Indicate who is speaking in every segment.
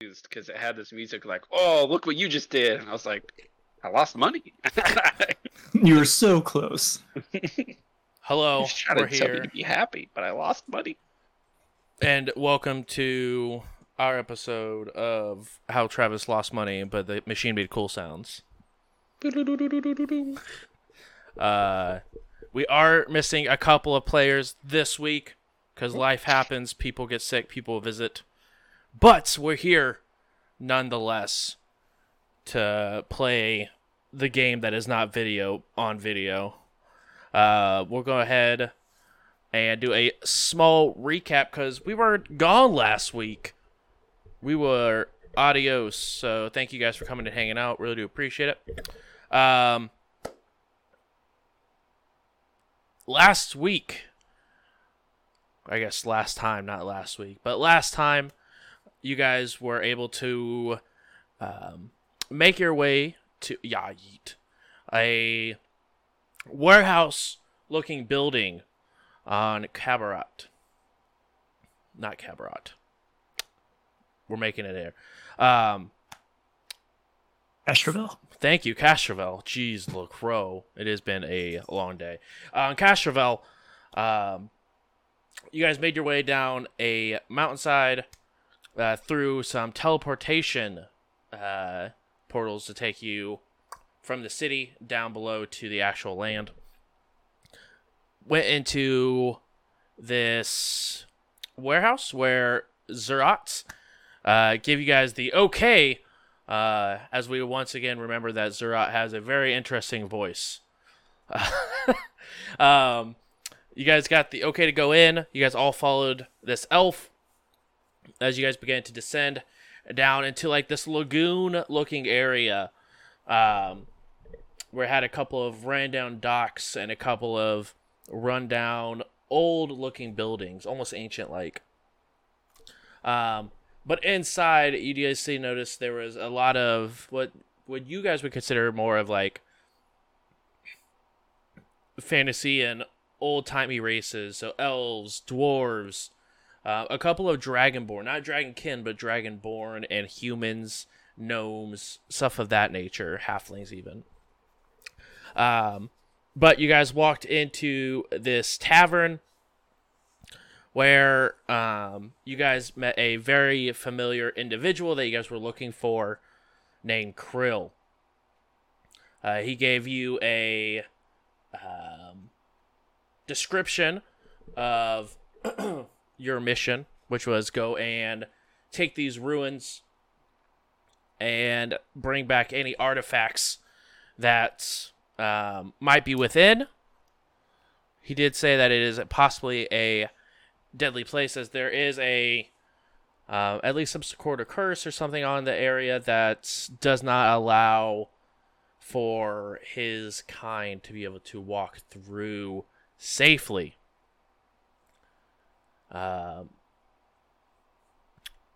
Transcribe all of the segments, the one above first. Speaker 1: confused because it had this music like, "Oh, look what you just did," and I was like, "I lost money."
Speaker 2: You were so close.
Speaker 1: You
Speaker 3: Hello,
Speaker 1: shouted
Speaker 3: we're
Speaker 1: something
Speaker 3: here,
Speaker 1: to be happy, but I lost money.
Speaker 3: and welcome to our episode of How Travis Lost Money, but the machine made cool sounds. Uh, we are missing a couple of players this week because life happens. People get sick. People visit, but we're here nonetheless to play the game that is not video on video. Uh, we'll go ahead and do a small recap because we were gone last week. We were adios. So thank you guys for coming and hanging out. Really do appreciate it. Um, last week, I guess last time, not last week, but last time, you guys were able to um, make your way to yeah, yeet, a warehouse-looking building on Cabaret. Not Cabaret. We're making it here. Um,
Speaker 2: Ashraville.
Speaker 3: Thank you, Castrovel. Jeez, LaCroix. It has been a long day. On Castrovel, um, you guys made your way down a mountainside uh, through some teleportation uh, portals to take you from the city down below to the actual land. Went into this warehouse where Zerat uh, gave you guys the okay uh, as we once again remember that Zerat has a very interesting voice. um, you guys got the okay to go in. You guys all followed this elf as you guys began to descend down into like this lagoon looking area um, where it had a couple of rundown docks and a couple of rundown old looking buildings, almost ancient like. Um, but inside, you guys see notice there was a lot of what what you guys would consider more of like fantasy and old timey races. So elves, dwarves, uh, a couple of dragonborn, not dragonkin, but dragonborn, and humans, gnomes, stuff of that nature, halflings even. Um, but you guys walked into this tavern where um, you guys met a very familiar individual that you guys were looking for named Krill. Uh, he gave you a um, description of your mission, which was go and take these ruins and bring back any artifacts that um, might be within. He did say that it is possibly a deadly places. There is a uh, at least some sort of curse or something on the area that does not allow for his kind to be able to walk through safely. Um,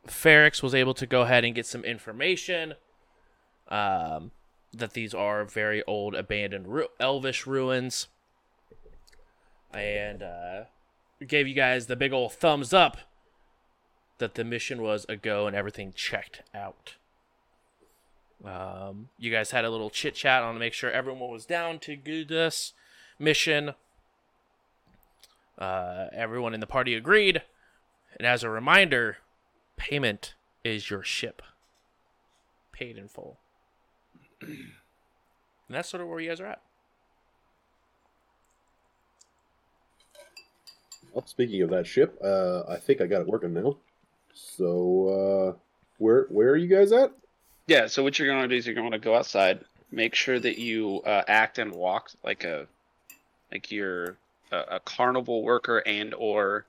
Speaker 3: Ferrex was able to go ahead and get some information um, that these are very old, abandoned, ru- elvish ruins. And uh, gave you guys the big old thumbs up that the mission was a go and everything checked out. Um, you guys had a little chit chat on to make sure everyone was down to do this mission. Uh, everyone in the party agreed. And as a reminder, payment is your ship. Paid in full. And that's sort of where you guys are at.
Speaker 4: Well, speaking of that ship, uh, I think I got it working now. So, uh, where where are you guys at?
Speaker 1: Yeah, so what you're going to do is you're going to go outside, make sure that you uh, act and walk like a like you're a, a carnival worker and or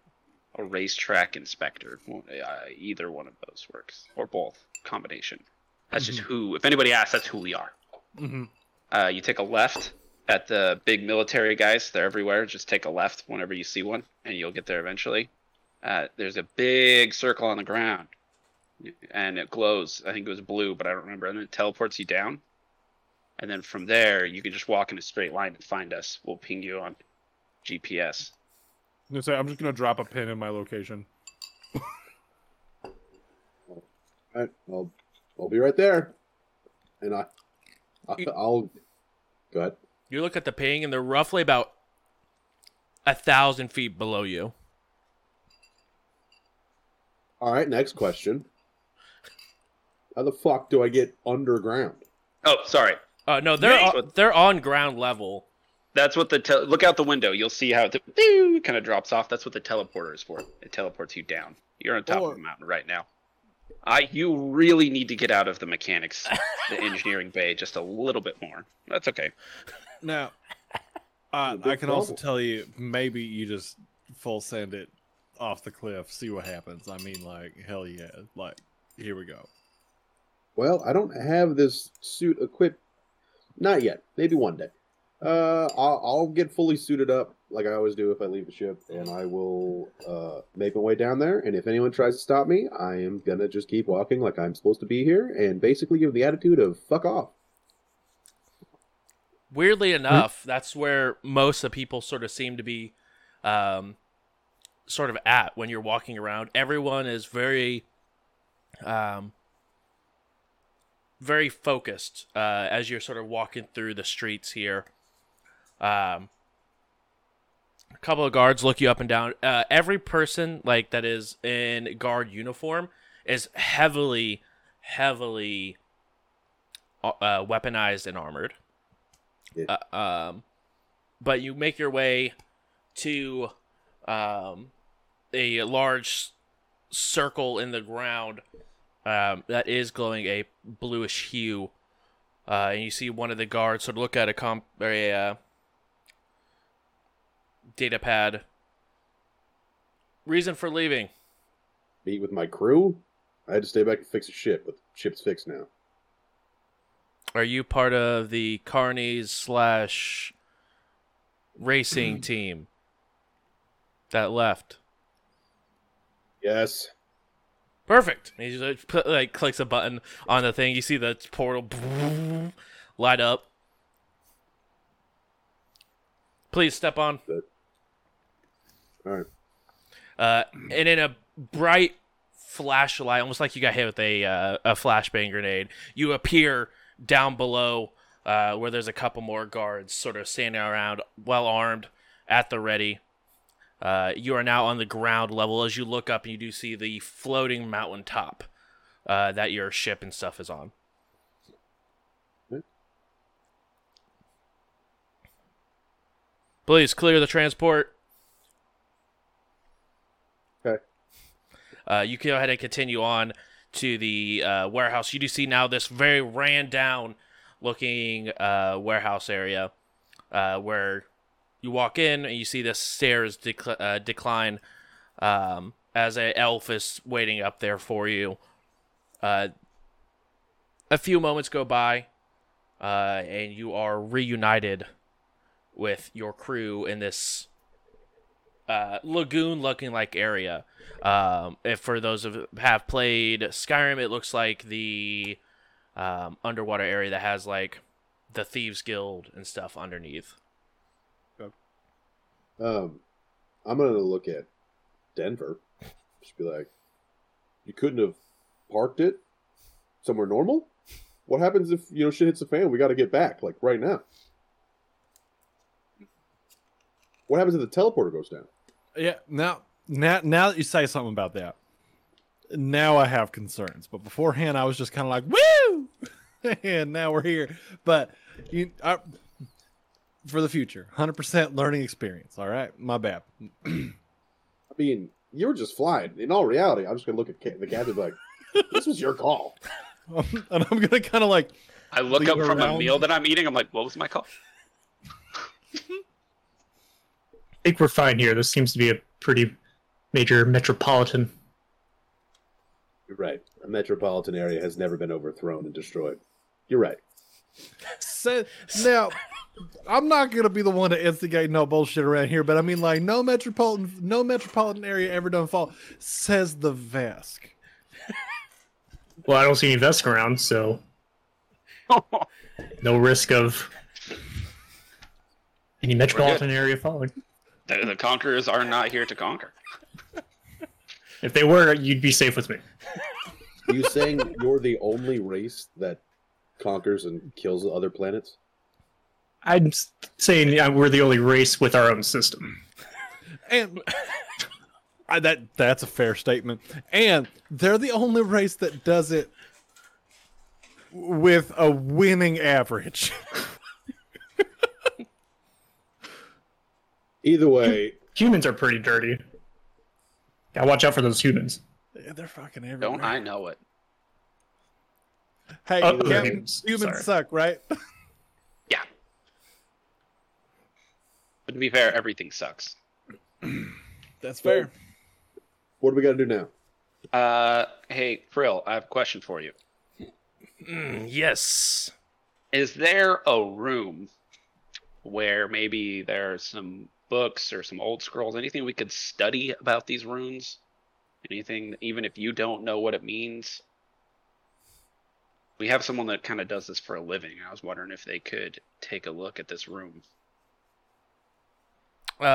Speaker 1: a racetrack inspector. Well, Uh, either one of those works or both combination. That's just
Speaker 3: Mm-hmm.
Speaker 1: who. If anybody asks, that's who we are.
Speaker 2: Mm-hmm.
Speaker 1: Uh, you take a left at the big military guys. They're everywhere. Just take a left whenever you see one, and you'll get there eventually. Uh, there's a big circle on the ground, and it glows. I think it was blue, but I don't remember. And then it teleports you down. And then from there, you can just walk in a straight line and find us. We'll ping you on GPS.
Speaker 5: I'm gonna say I'm just gonna drop a pin in my location.
Speaker 4: All right, I'll I'll be right there, and I, I
Speaker 3: You-
Speaker 4: I'll go ahead.
Speaker 3: You look at the ping, and they're roughly about a thousand feet below you.
Speaker 4: All right, next question. How the fuck do I get underground?
Speaker 1: Oh, sorry.
Speaker 3: Uh, no, they're
Speaker 1: Nice.
Speaker 3: on, they're on ground level.
Speaker 1: That's what the tel look out the window. You'll see how it kind of drops off. That's what the teleporter is for. It teleports you down. You're on top
Speaker 5: Or-
Speaker 1: of a mountain right now. I you really need to get out of the mechanics, the engineering bay, just a little bit more. That's okay.
Speaker 5: Now, uh,
Speaker 4: Big
Speaker 5: I can also
Speaker 4: problem.
Speaker 5: tell you, maybe you just full send it off the cliff, see what happens. I mean, like, hell yeah, like, here we go.
Speaker 4: Well, I don't have this suit equipped. Not yet. Maybe one day. Uh, I'll, I'll get fully suited up like I always do if I leave the ship, and I will uh, make my way down there. And if anyone tries to stop me, I am gonna just keep walking like I'm supposed to be here, and basically give the attitude of "fuck off."
Speaker 3: Weirdly enough, that's where most of the people sort of seem to be, um, sort of at when you're walking around. Everyone is very, um, very focused uh, as you're sort of walking through the streets here. Um, a couple of guards look you up and down. Uh, every person like that is in guard uniform is heavily, heavily uh, uh, weaponized and armored.
Speaker 4: Yeah.
Speaker 3: Uh, um, but you make your way to um, a large s- circle in the ground um, that is glowing a bluish hue. Uh, and you see one of the guards sort of look at a comp or a uh, data pad. Reason for leaving.
Speaker 4: Meet with my crew. I had to stay back to fix a ship, but the ship's fixed now.
Speaker 3: Are you part of the Carnies slash racing team that left?
Speaker 4: Yes.
Speaker 3: Perfect. And he just like, put- like clicks a button on the thing. You see the portal light up. Please step on.
Speaker 4: All right.
Speaker 3: Uh, and in a bright flashlight, almost like you got hit with a uh, a flashbang grenade, you appear down below uh, where there's a couple more guards, sort of standing around, well armed, at the ready. Uh, you are now on the ground level. As you look up, you do see the floating mountain top uh, that your ship and stuff is on.
Speaker 4: Hmm.
Speaker 3: Please clear the transport. Uh, you can go ahead and continue on to the uh, warehouse. You do see now this very ran down looking uh, warehouse area uh, where you walk in and you see the stairs decl- uh, decline um, as a elf is waiting up there for you. Uh, a few moments go by uh, and you are reunited with your crew in this uh, lagoon looking like area. Um, if for those of have played Skyrim, it looks like the um, underwater area that has like the thieves guild and stuff underneath.
Speaker 4: Um, I'm gonna look at Denver. Just be like, you couldn't have parked it somewhere normal. What happens if you know shit hits the fan? We got to get back like right now. What happens if the teleporter goes down?
Speaker 5: Yeah, now, now, now that you say something about that, now I have concerns. But beforehand, I was just kind of like, woo! and now we're here. But you, I, for the future, 100% learning experience. All right, my bad.
Speaker 4: I mean, you were just flying. In all reality, I'm just gonna look at ca- the captain and be like, this was your call.
Speaker 5: and I'm gonna kind of like,
Speaker 1: I look
Speaker 5: Leave
Speaker 1: up from a
Speaker 5: around.
Speaker 1: meal that I'm eating. I'm like, what was my call?
Speaker 2: I think we're fine here. This seems to be a pretty major metropolitan.
Speaker 4: You're right. A metropolitan area has never been overthrown and destroyed. You're right.
Speaker 5: say, now, I'm not gonna be the one to instigate no bullshit around here, but I mean, like, no metropolitan, no metropolitan area ever done fall, says the Vask.
Speaker 2: Well, I don't see any vesting around, so no risk of any metropolitan area falling.
Speaker 1: The, the conquerors are not here to conquer.
Speaker 2: If they were, you'd be safe with me.
Speaker 4: you saying you're the only race that conquers and kills the other planets?
Speaker 2: I'm s- saying yeah, we're the only race with our own system.
Speaker 5: And I, that that's a fair statement. And they're the only race that does it with a winning average.
Speaker 4: Either way,
Speaker 2: Humans are pretty dirty. Gotta watch out for those humans.
Speaker 5: Yeah, they're fucking everywhere.
Speaker 1: Don't I know it?
Speaker 5: Hey,
Speaker 2: Oh,
Speaker 5: Captain,
Speaker 2: humans.
Speaker 5: humans
Speaker 2: Sorry.
Speaker 5: suck, right?
Speaker 1: Yeah. But to be fair, everything sucks.
Speaker 5: That's
Speaker 4: fair. what do we got to do now?
Speaker 1: Uh, hey, Krill, I have a question for you.
Speaker 3: Mm, yes.
Speaker 1: Is there a room where maybe there's some books or some old scrolls, anything we could study about these runes? Anything, even if you don't know what it means? We have someone that kind of does this for a living. I was wondering if they could take a look at this room,
Speaker 3: Uh,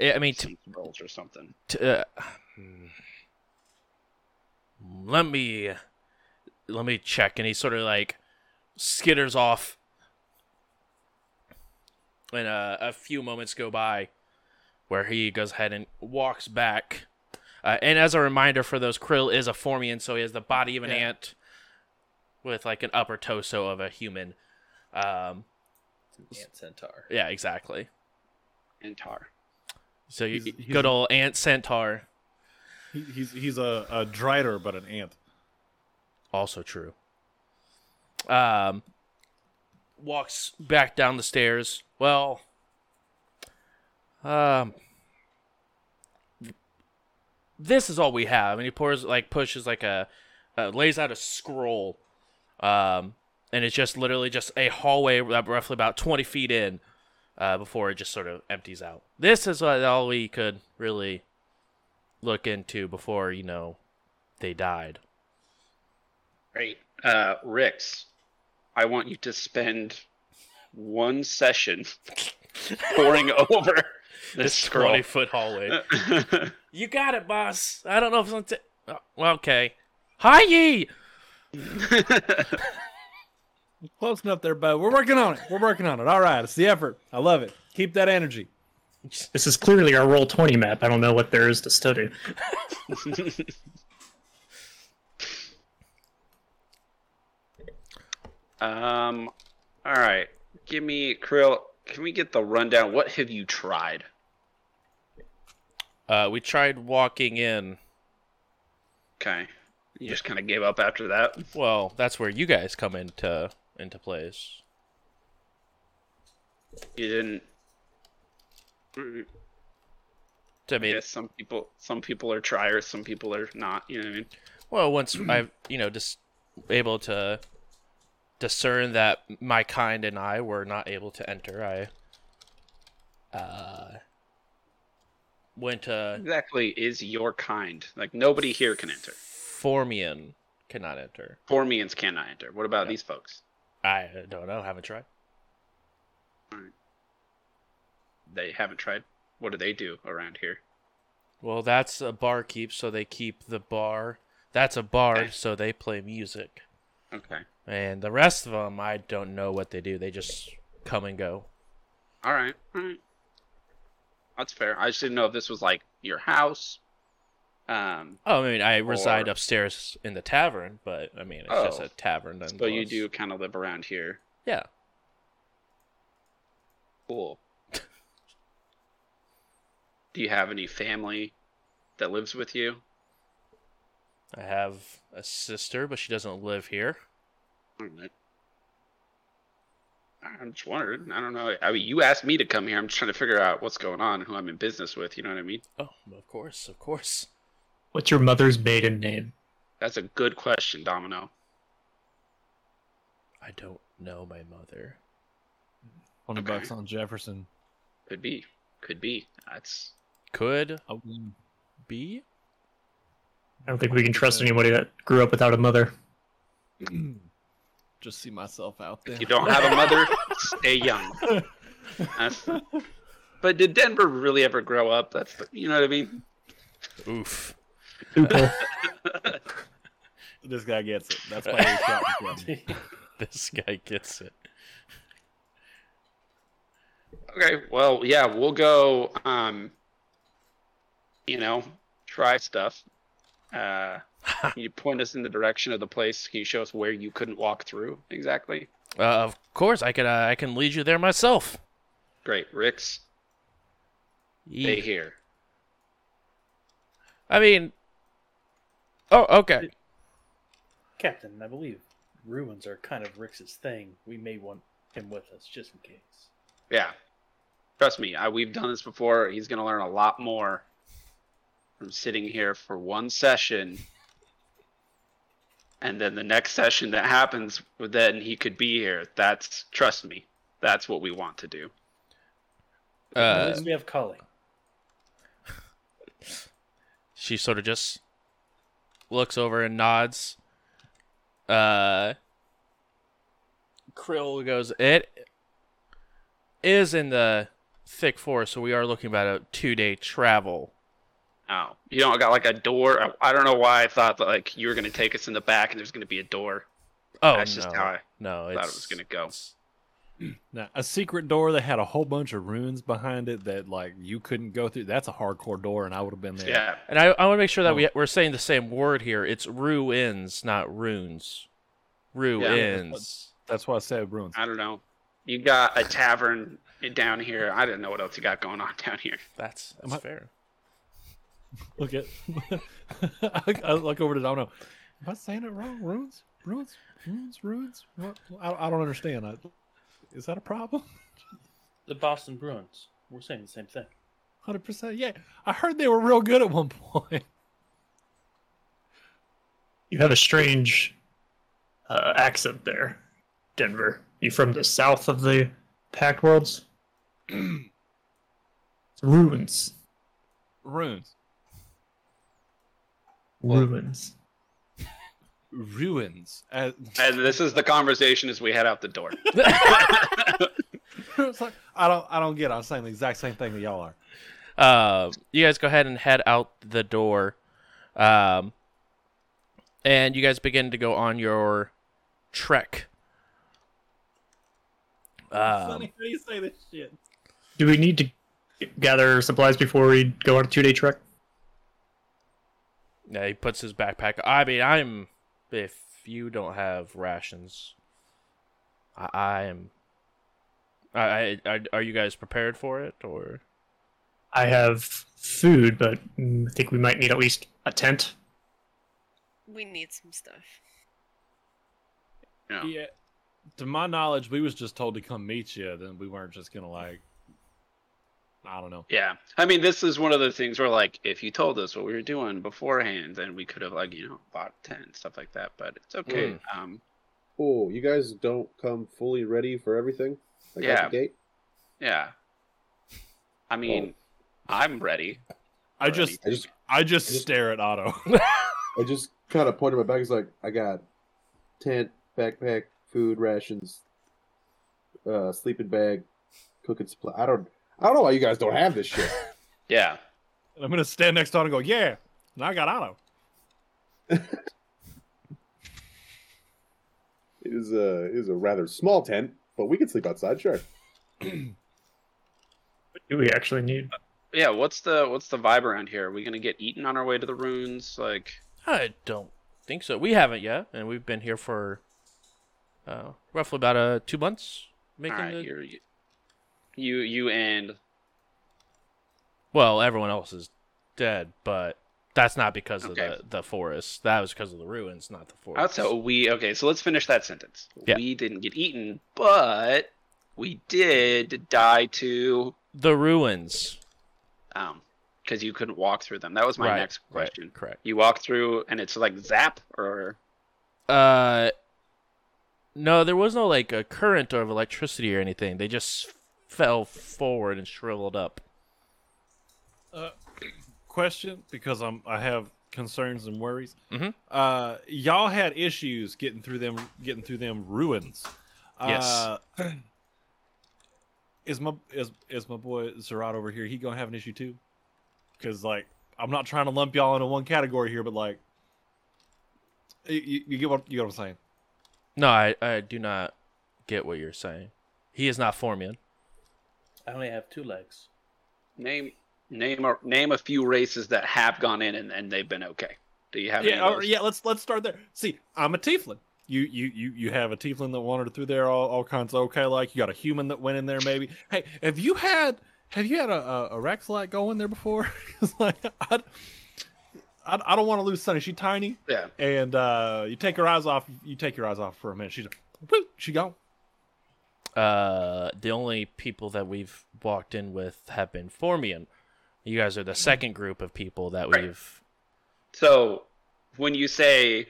Speaker 3: I I mean, t-
Speaker 1: some scrolls or something.
Speaker 3: t- uh, hmm. let me let me check, and he sort of like skitters off, and uh, a few moments go by, where he goes ahead and walks back. Uh, and as a reminder for those, Krill is a Formian, so he has the body of an
Speaker 5: Yeah.
Speaker 3: ant with like an upper torso of a human. Um,
Speaker 6: It's an ant centaur.
Speaker 3: yeah, exactly.
Speaker 1: Antar.
Speaker 3: So you,
Speaker 5: He's- he's
Speaker 3: good
Speaker 5: a-
Speaker 3: old ant centaur.
Speaker 5: He, he's he's a, a drider, but an ant.
Speaker 3: Also true. Um, walks back down the stairs. Well, um, this is all we have, and he pours like pushes like a uh, lays out a scroll, um, and it's just literally just a hallway that roughly about twenty feet in, uh, before it just sort of empties out. This is what, all we could really look into before you know they died.
Speaker 1: Great. Uh, Rix, I want you to spend one session pouring over this
Speaker 3: this
Speaker 1: scroll.
Speaker 3: 20 foot hallway. you got it, boss. I don't know if I'm t- oh, well, okay. Hi ye.
Speaker 5: Close enough there, bud. We're working on it. We're working on it. All right, it's the effort. I love it. Keep that energy.
Speaker 2: This is clearly our roll twenty map. I don't know what there is to study.
Speaker 1: um, all right. Give me Krill. Can we get the rundown? What have you tried?
Speaker 3: Uh, we tried walking in.
Speaker 1: Okay. You just kind of gave up after that.
Speaker 3: Well, that's where you guys come into into place.
Speaker 1: You didn't. Mm,
Speaker 3: I
Speaker 1: I
Speaker 3: mean,
Speaker 1: guess some people, some people are triers, some people are not. You know what I mean?
Speaker 3: well, once I've you know just able to discern that my kind and I were not able to enter, I uh went to
Speaker 1: Exactly is your kind. Like nobody here can enter.
Speaker 3: Formian cannot enter.
Speaker 1: Formians cannot enter. What about these folks?
Speaker 3: I don't know. Haven't tried.
Speaker 1: They haven't tried. What do they do around here?
Speaker 3: Well, that's a bar keep, so they keep the bar. That's a bar,
Speaker 1: Okay.
Speaker 3: so they play music.
Speaker 1: Okay.
Speaker 3: And the rest of them, I don't know what they do. They just come and go.
Speaker 1: All right. All right. That's fair. I just didn't know if this was like your house. Um.
Speaker 3: Oh, I mean, I reside
Speaker 1: Or-
Speaker 3: upstairs in the tavern, but I mean, it's just
Speaker 1: Oh.
Speaker 3: a tavern.
Speaker 1: So you
Speaker 3: nonetheless.
Speaker 1: do kind of live around here.
Speaker 3: Yeah.
Speaker 1: Cool. do you have any family that lives with you?
Speaker 3: I have a sister, but she doesn't live here.
Speaker 1: All right. I'm just wondering. I don't know. I mean, you asked me to come here. I'm just trying to figure out what's going on and who I'm in business with. You know what I mean?
Speaker 3: Oh, of course, of course.
Speaker 2: What's your mother's maiden name?
Speaker 1: That's a good question, Domino.
Speaker 3: I don't know my mother.
Speaker 5: Twenty
Speaker 1: Okay.
Speaker 5: bucks on Jefferson.
Speaker 1: Could be. Could be. That's
Speaker 3: Could
Speaker 5: I
Speaker 1: Oh,
Speaker 5: win.
Speaker 3: be.
Speaker 2: I don't think we can trust anybody that grew up without a mother.
Speaker 5: Just see myself out there.
Speaker 1: If you don't have a mother, stay young. That's- but did Denver really ever grow up? That's the, you know what I mean.
Speaker 3: Oof.
Speaker 2: Oople.
Speaker 5: This guy gets it. That's my only shot with him.
Speaker 3: this guy gets it.
Speaker 1: Okay, well, yeah, we'll go. Um, you know, try stuff. Uh, can you point us in the direction of the place? Can you show us where you couldn't walk through exactly?
Speaker 3: Uh, of course, I can. Uh, I can lead you there myself.
Speaker 1: Great, Rick's. Stay
Speaker 3: Ye-
Speaker 1: here.
Speaker 3: I mean, oh, okay.
Speaker 6: Captain, I believe ruins are kind of Rick's thing. We may want him with us just in case.
Speaker 1: Yeah, trust me. I, we've done this before. He's gonna learn a lot more from sitting here for one session, and then the next session that happens, then he could be here. That's trust me. That's what we want to do.
Speaker 6: At
Speaker 3: Uh,
Speaker 6: least we have Kali.
Speaker 3: she sort of just looks over and nods. Uh, Krill goes, It is in the thick forest, so we are looking about a two day travel.
Speaker 1: Oh, you don't got like a door. I, I don't know why I thought that like you were gonna take us in the back and there's gonna be a door.
Speaker 3: Oh,
Speaker 1: That's
Speaker 3: no.
Speaker 1: just how I
Speaker 3: no,
Speaker 1: thought
Speaker 3: it's,
Speaker 1: it was gonna go.
Speaker 3: it's-
Speaker 5: Now, a secret door that had a whole bunch of runes behind it that like you couldn't go through. That's a hardcore door, and I would have been there.
Speaker 1: Yeah,
Speaker 3: And I, I want to make sure that
Speaker 5: Oh.
Speaker 3: we, we're saying the same word here. It's ruins, not runes. Ruins.
Speaker 5: That's why I said runes.
Speaker 1: I don't know. You got a tavern down here. I don't know what else you got going on down here.
Speaker 3: That's,
Speaker 5: Am I-
Speaker 3: that's fair.
Speaker 5: Look at. I, I look over to Domino. Am I saying it wrong? Runes, runes, runes, runes. What? I, I don't understand. I, is that a problem?
Speaker 6: The Boston Bruins. We're saying the same thing.
Speaker 5: Hundred percent. Yeah, I heard they were real good at one point.
Speaker 2: You have a strange uh, accent there, Denver. You from the south of the Pact Worlds? Ruins.
Speaker 5: Runes,
Speaker 2: Ruins.
Speaker 5: ruins. Uh,
Speaker 1: And this is the conversation as we head out the door.
Speaker 5: it's like, I don't. I don't get. It. I'm saying the exact same thing that y'all are.
Speaker 3: Uh, you guys go ahead and head out the door. Um, and you guys begin to go on your trek. Um,
Speaker 5: Funny how you say this shit.
Speaker 2: Do we need to gather supplies before we go on a two day trek?
Speaker 3: yeah, he puts his backpack. I mean, I'm. If you don't have rations, I, I'm. I, I, I, are you guys prepared for it or?
Speaker 2: I have food, but mm, I think we might need at least a tent.
Speaker 7: We need some stuff.
Speaker 1: You know.
Speaker 5: Yeah. To my knowledge, we was just told to come meet you. Then we weren't just gonna like. I don't know.
Speaker 1: Yeah. I mean, this is one of the things where, like, if you told us what we were doing beforehand, then we could have, like, you know, bought a tent and stuff like that. But it's okay.
Speaker 3: Hmm.
Speaker 1: Um,
Speaker 4: Oh, you guys don't come fully ready for everything? Like
Speaker 1: Yeah.
Speaker 4: out the gate?
Speaker 1: yeah.
Speaker 3: Oh.
Speaker 1: I mean, I'm ready.
Speaker 5: I
Speaker 1: Alrighty.
Speaker 5: just,
Speaker 4: I just
Speaker 5: I just
Speaker 4: Just-
Speaker 5: stare at Otto.
Speaker 4: I just kind of pointed my back. He's like, I got tent, backpack, food, rations, uh, sleeping bag, cooking supply. I don't, I don't know why you guys don't have this shit.
Speaker 1: Yeah.
Speaker 5: And I'm gonna stand next to Otto and go, "Yeah." And I got Otto.
Speaker 4: It is a it is a rather small tent, but we can sleep outside, sure.
Speaker 2: What do we actually need?
Speaker 1: Yeah, what's the what's the vibe around here? Are we gonna get eaten on our way to the runes? Like,
Speaker 3: I don't think so. We haven't yet, and we've been here for uh, roughly about uh, two months. Making
Speaker 1: all right,
Speaker 3: the-
Speaker 1: you're, you, you you and
Speaker 3: well, everyone else is dead, but that's not because
Speaker 1: Okay.
Speaker 3: of the, the forest. That was because of the ruins, not the forest.
Speaker 1: that's how we okay. So let's finish that sentence.
Speaker 3: Yeah.
Speaker 1: We didn't get eaten, but we did die to
Speaker 3: the ruins.
Speaker 1: um because you couldn't walk through them. That was my
Speaker 3: Right,
Speaker 1: next
Speaker 3: right,
Speaker 1: question.
Speaker 3: correct.
Speaker 1: You walk through and it's like zap or
Speaker 3: Uh, no, there was no like a current of electricity or anything. They just fell forward and shriveled up.
Speaker 5: Question, because I'm, I have concerns and worries.
Speaker 3: Mhm.
Speaker 5: Uh, y'all had issues getting through them, getting through them ruins.
Speaker 3: Yes.
Speaker 5: Uh, is my is is my boy Zerat over here? He gonna have an issue too? Because like, I'm not trying to lump y'all into one category here, but like, You, you- you get what you get what I'm saying?
Speaker 3: No, I, I do not get what you're saying. He is not Formian.
Speaker 6: I only have two legs.
Speaker 1: Name name a name a few races that have gone in and, and they've been okay. Do you have any
Speaker 3: oh,
Speaker 5: Yeah,
Speaker 1: of
Speaker 5: or-
Speaker 1: those?
Speaker 5: yeah. Let's let's start there. See, I'm a tiefling. You you you you have a tiefling that wandered through there all, all kinds of okay. Like you got a human that went in there maybe. Hey, have you had have you had a a, a Rexlight go in there before? 'Cause, like I, I, I don't want to lose Sunny. She tiny.
Speaker 1: Yeah.
Speaker 5: And uh you take her eyes off. You take your eyes off for a minute. She's whoop, she gone.
Speaker 3: Uh, the only people that we've walked in with have been Formian. You guys are the second group of people that
Speaker 1: Right.
Speaker 3: we've.
Speaker 1: So when you say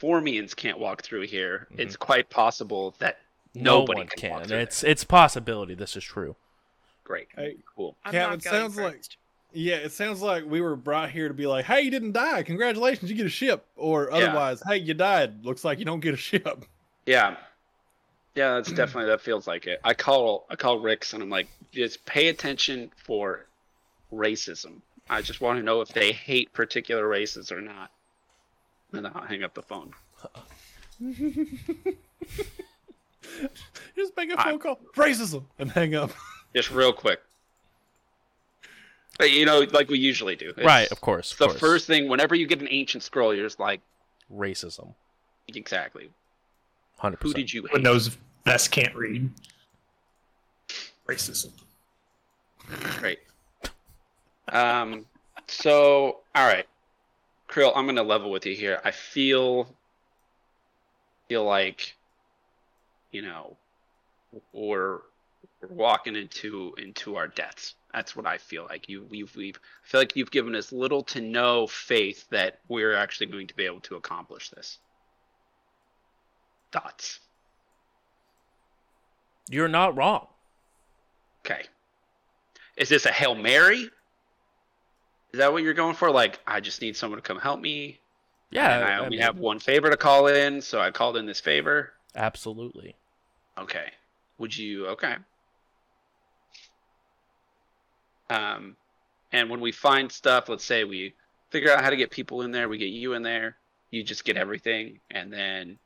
Speaker 1: Formians can't walk through here,
Speaker 3: Mhm.
Speaker 1: it's quite possible that
Speaker 3: No
Speaker 1: nobody
Speaker 3: one
Speaker 1: can. walk
Speaker 3: can.
Speaker 1: through
Speaker 3: It's it's possibility. This is true.
Speaker 1: there. Great.
Speaker 5: Hey.
Speaker 1: Cool.
Speaker 7: I'm
Speaker 5: Yeah,
Speaker 7: not
Speaker 5: it
Speaker 7: going
Speaker 5: sounds like-
Speaker 7: first.
Speaker 5: Yeah, it sounds like we were brought here to be like, hey, you didn't die. Congratulations, you get a ship. Or
Speaker 1: Yeah.
Speaker 5: otherwise, hey, you died. Looks like you don't get a ship.
Speaker 1: Yeah. Yeah, that's definitely that feels like it. I call I call Ricks and I'm like, just pay attention for racism. I just want to know if they hate particular races or not. And I'll hang up the phone.
Speaker 5: Just make a
Speaker 1: I-
Speaker 5: phone call, racism, and hang up.
Speaker 1: Just real quick. But, you know, like we usually do. It's-
Speaker 3: right, of
Speaker 1: it's
Speaker 3: course. Of
Speaker 1: The
Speaker 3: course.
Speaker 1: first thing, whenever you get an ancient scroll, you're just like,
Speaker 3: racism.
Speaker 1: exactly.
Speaker 3: Hundred
Speaker 1: Who
Speaker 3: percent.
Speaker 1: did you hate?
Speaker 2: When those vests can't read. Racism.
Speaker 1: Great. Um, so, all right, Krill, I'm gonna level with you here. I feel, feel like, you know, we're we're walking into into our deaths. That's what I feel like. You, we've, we've. I feel like you've given us little to no faith that we're actually going to be able to accomplish this. Thoughts?
Speaker 3: You're not wrong.
Speaker 1: Okay. Is this a Hail Mary? Is that what you're going for? Like, I just need someone to come help me.
Speaker 3: Yeah,
Speaker 1: And I
Speaker 3: Uh, I
Speaker 1: only
Speaker 3: mean,
Speaker 1: have one favor to call in, so I called in this favor.
Speaker 3: absolutely.
Speaker 1: Okay. Would you okay. Um and when we find stuff, let's say we figure out how to get people in there, we get you in there, you just get everything, and then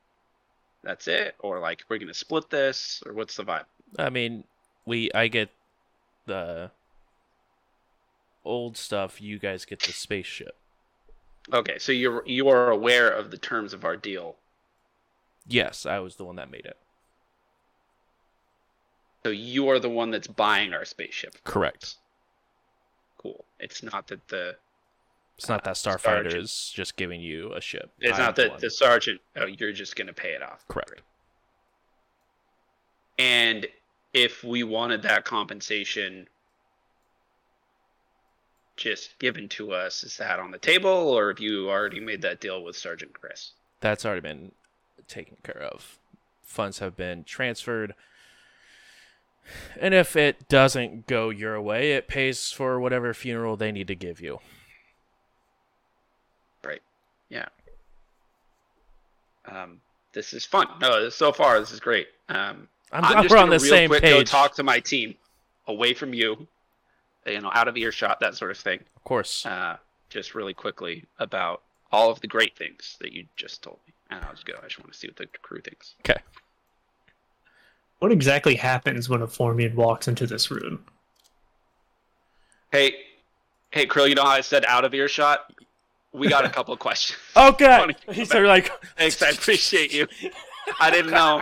Speaker 1: that's it? Or like we're gonna split this, or what's the vibe?
Speaker 3: I mean, we I get the old stuff. You guys get the spaceship.
Speaker 1: Okay, so you're you are aware of the terms of our deal.
Speaker 3: Yes, I was the one that made it.
Speaker 1: So you are the one that's buying our spaceship.
Speaker 3: Correct.
Speaker 1: Cool. It's not that the
Speaker 3: It's not that
Speaker 1: Sarge.
Speaker 3: Starfighter is just giving you a ship.
Speaker 1: it's
Speaker 3: I'm
Speaker 1: not
Speaker 3: the
Speaker 1: that
Speaker 3: one.
Speaker 1: the sergeant. Oh, you're just gonna pay it off.
Speaker 3: Correct.
Speaker 1: Great. And if we wanted that compensation, just given to us, is that on the table, or have you already made that deal with Sergeant Chris?
Speaker 3: That's already been taken care of. Funds have been transferred. And if it doesn't go your way, it pays for whatever funeral they need to give you.
Speaker 1: Um, this is fun. No, so far this is great. Um,
Speaker 3: I'm,
Speaker 1: I'm
Speaker 3: I'm
Speaker 1: just
Speaker 3: we're on
Speaker 1: gonna
Speaker 3: the
Speaker 1: real
Speaker 3: same
Speaker 1: quick Go
Speaker 3: page.
Speaker 1: talk to my team, away from you, you know, out of earshot, that sort of thing.
Speaker 3: Of course.
Speaker 1: Uh, just really quickly about all of the great things that you just told me, and I'll just go. I just want to see what the crew thinks.
Speaker 2: What exactly happens when a Formian walks into this room?
Speaker 1: Hey, hey, Krill. You know how I said out of earshot? We got a couple of questions.
Speaker 3: Okay.
Speaker 1: Funny.
Speaker 3: He's are like,
Speaker 1: Thanks, I appreciate you. I didn't know.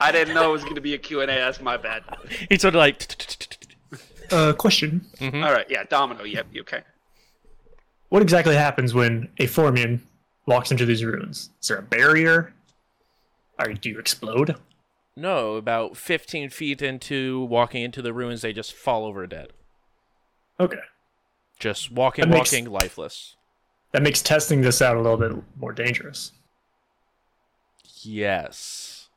Speaker 1: I didn't know it was going to be a Q&A. That's my bad.
Speaker 3: he's sort of like,
Speaker 2: Uh, question.
Speaker 3: Mm-hmm.
Speaker 1: All right. Yeah, Domino. Yep. You okay?
Speaker 2: What exactly happens when a Formian walks into these ruins? Is there a barrier? Or do you explode?
Speaker 3: no, about 15 feet into walking into the ruins, they just fall over dead.
Speaker 2: Okay.
Speaker 3: Just walking,
Speaker 2: That makes-
Speaker 3: walking, lifeless.
Speaker 2: That makes testing this out a little bit more dangerous.
Speaker 3: Yes.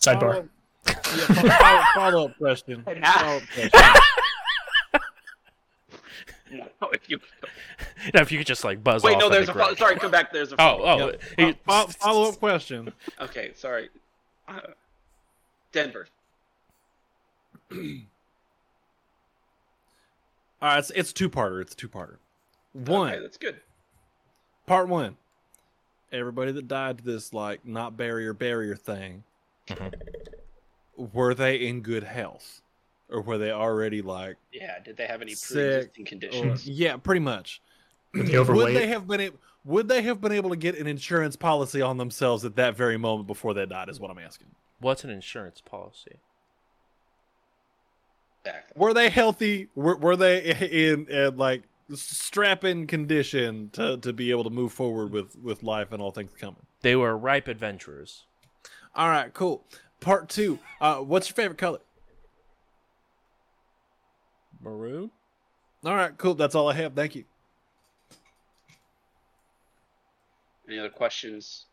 Speaker 2: Sidebar.
Speaker 5: Follow- Yeah, follow, follow up question. Follow up question.
Speaker 1: No, if you...
Speaker 3: Now, if you could just like buzz
Speaker 1: Wait,
Speaker 3: off.
Speaker 1: no.
Speaker 3: that'd
Speaker 1: There's
Speaker 3: be
Speaker 1: a fo- Uh,
Speaker 3: great.
Speaker 1: sorry. Come back. There's a
Speaker 3: Oh, oh.
Speaker 5: Yeah,
Speaker 3: he-
Speaker 5: fo- follow up question.
Speaker 1: Okay, sorry. Uh, Denver.
Speaker 5: All right, it's, it's two parter. It's two parter. One
Speaker 1: Okay, that's good.
Speaker 5: part one. everybody that died to this like not barrier barrier thing,
Speaker 8: Mhm.
Speaker 5: were they in good health, or were they already like
Speaker 1: Yeah. Did they have any
Speaker 5: Sick
Speaker 1: pre-existing
Speaker 5: or,
Speaker 1: conditions?
Speaker 5: yeah, pretty much.
Speaker 2: Were they
Speaker 5: Would
Speaker 2: overweight?
Speaker 5: they have been ab- would they have been able to get an insurance policy on themselves at that very moment before they died? Is what I'm asking.
Speaker 3: What's an insurance policy?
Speaker 1: Exactly.
Speaker 5: Were they healthy? Were, were they in, in like strapping condition to, to be able to move forward with with life and all things coming?
Speaker 3: They were ripe adventurers.
Speaker 5: All right, cool. Part two. Uh, what's your favorite color?
Speaker 3: Maroon?
Speaker 5: All right, cool. That's all I have. Thank you.
Speaker 1: Any other questions?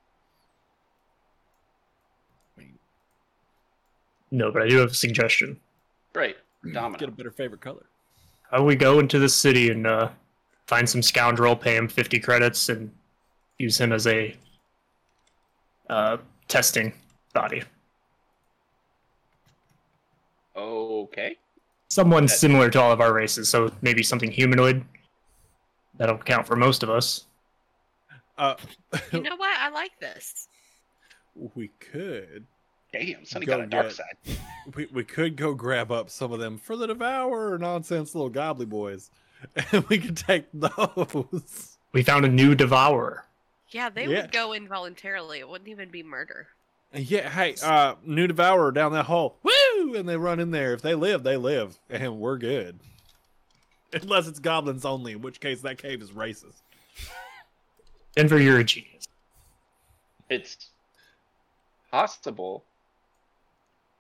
Speaker 2: No, but I do have a suggestion.
Speaker 1: Great.
Speaker 2: Hmm.
Speaker 1: Domino.
Speaker 5: Get a better favorite color.
Speaker 2: How about we go into the city and uh, find some scoundrel, pay him 50 credits, and use him as a uh, testing body?
Speaker 1: Okay.
Speaker 2: Someone similar to all of our races, so maybe something humanoid. That'll count for most of us.
Speaker 5: Uh,
Speaker 7: You know what? I like this.
Speaker 5: we could
Speaker 1: Damn. Sonny
Speaker 5: Go
Speaker 1: got a dark
Speaker 5: get-
Speaker 1: side.
Speaker 5: we, we could go grab up some of them for the devour nonsense little gobbly boys, and we could take those.
Speaker 2: We found a new devourer.
Speaker 7: Yeah, they
Speaker 5: Yeah.
Speaker 7: would go involuntarily. It wouldn't even be murder.
Speaker 5: Yeah, hey, uh, new devourer down that hole. Woo! And they run in there. If they live, they live, and we're good. Unless it's goblins only, in which case that cave is racist.
Speaker 2: Denver, you're a genius.
Speaker 1: It's possible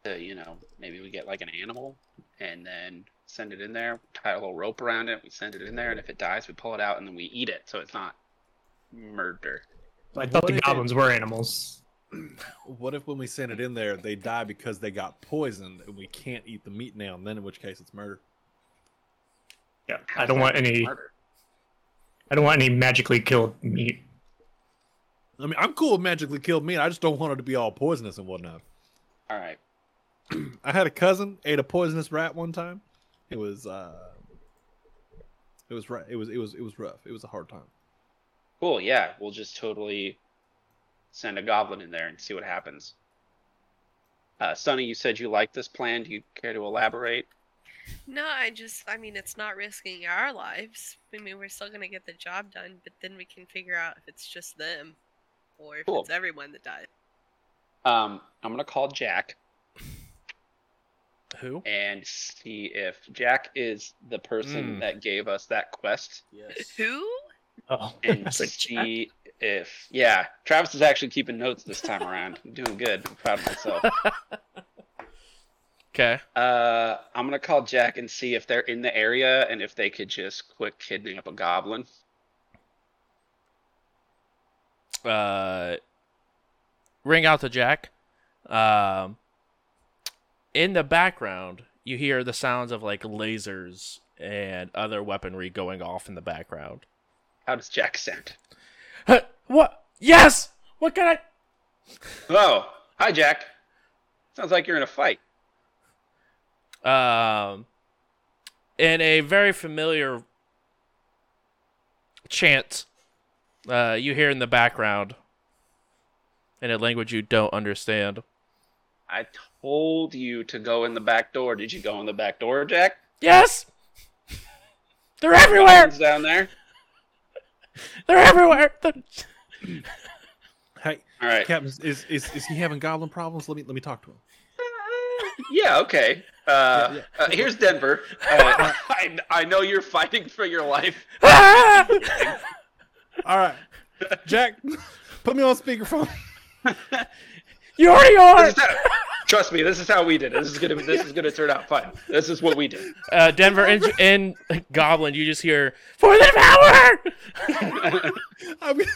Speaker 1: to, you know, maybe we get like an animal and then send it in there, tie a little rope around it, we send it in there, and if it dies, we pull it out and then we eat it so it's not murder.
Speaker 2: I thought
Speaker 5: What
Speaker 2: the
Speaker 5: if it-
Speaker 2: goblins were animals.
Speaker 5: What if when we send it in there, they die because they got poisoned, and we can't eat the meat now and then, in which case it's murder?
Speaker 2: Yeah, I don't want any.
Speaker 1: Murder.
Speaker 2: I don't want any magically killed meat.
Speaker 5: I mean, I'm cool with magically killed meat. I just don't want it to be all poisonous and whatnot.
Speaker 1: All right.
Speaker 5: I had a cousin ate a poisonous rat one time. It was, uh, it was, ri- it was, it was, it was rough. It was a hard time.
Speaker 1: Cool. Yeah. We'll just totally send a goblin in there and see what happens. Uh, Sonny, you said you liked this plan. Do you care to elaborate?
Speaker 7: No, I just, I mean, it's not risking our lives. I mean, we're still going to get the job done, but then we can figure out if it's just them or if
Speaker 1: Cool.
Speaker 7: it's everyone that died.
Speaker 1: Um, I'm going to call Jack.
Speaker 3: Who?
Speaker 1: and see if Jack is the person
Speaker 2: Hmm.
Speaker 3: Mm.
Speaker 1: that gave us that quest
Speaker 6: Yes.
Speaker 7: Who?
Speaker 2: Oh, I
Speaker 1: and
Speaker 2: was like, "Jack."
Speaker 1: see if yeah, Travis is actually keeping notes this time around. I'm doing good. I'm proud of myself.
Speaker 3: Okay.
Speaker 1: Uh, I'm gonna call Jack and see if they're in the area and if they could just quick kidnap a goblin.
Speaker 3: uh, ring out the jack. Um, in the background, you hear the sounds of like lasers and other weaponry going off in the background.
Speaker 1: How does Jack sound?
Speaker 3: Huh, what? Yes. What can I?
Speaker 1: Oh, hi Jack. Sounds like you're in a fight.
Speaker 3: um, in a very familiar chant uh, you hear in the background in a language you don't understand.
Speaker 1: I told you to go in the back door. Did you go in the back door, Jack?
Speaker 3: Yes! They're everywhere!
Speaker 1: Goblins down there.
Speaker 3: They're everywhere! They're-
Speaker 5: Hey,
Speaker 1: All right.
Speaker 5: Captain, is, is is he having goblin problems? Let me let me talk to him.
Speaker 1: Yeah, okay. Uh,
Speaker 5: Yeah, yeah.
Speaker 1: uh, here's Denver. Uh, I, I know you're fighting for your life.
Speaker 3: Ah!
Speaker 5: All right, Jack, put me on speakerphone.
Speaker 3: you already are!
Speaker 1: This is how- trust me, this is how we did it. This is gonna this is gonna turn out fine. This is what we did.
Speaker 3: Uh, Denver and, and Goblin, you just hear, For the power!
Speaker 5: I'm gonna-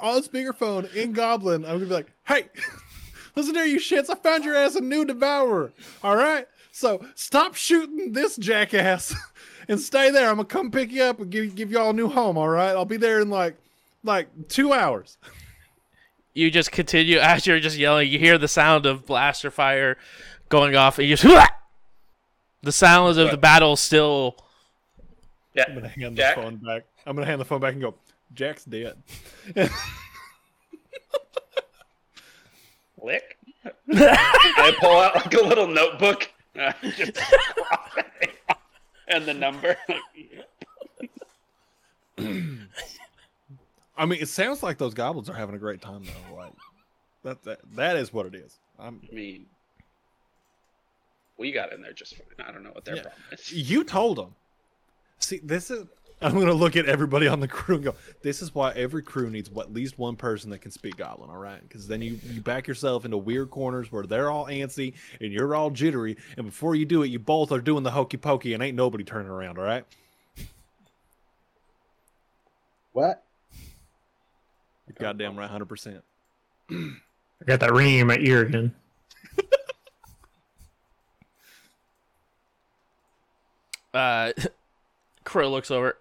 Speaker 5: on speakerphone in Goblin. I'm gonna be like, hey, listen here, you shits. I found your ass a new devourer. All right, so stop shooting this jackass and stay there. I'm gonna come pick you up and give give y'all a new home. All right, I'll be there in like like two hours.
Speaker 3: You just continue, as you're just yelling, you hear the sound of blaster fire going off, and you just, "Hooah!" The sounds of the battle still
Speaker 5: I'm gonna hand
Speaker 1: Jack?
Speaker 5: the phone back. I'm gonna hand the phone back and go. Jack's dead.
Speaker 1: I pull out like a little notebook, uh, just- and the number.
Speaker 5: I mean, it sounds like those goblins are having a great time though. Like that that, that is what it is. I'm,
Speaker 1: I mean, we got in there just fine. I don't know what their
Speaker 5: Yeah.
Speaker 1: problem is.
Speaker 5: you told them. See, this is. I'm gonna look at everybody on the crew and go, "This is why every crew needs at least one person that can speak Goblin, all right? Because then you you back yourself into weird corners where they're all antsy and you're all jittery, and before you do it, you both are doing the hokey pokey and ain't nobody turning around, all right?
Speaker 4: What?
Speaker 5: You're goddamn right, hundred percent.
Speaker 2: I got that ringing in my ear again.
Speaker 3: Uh, Krill looks over.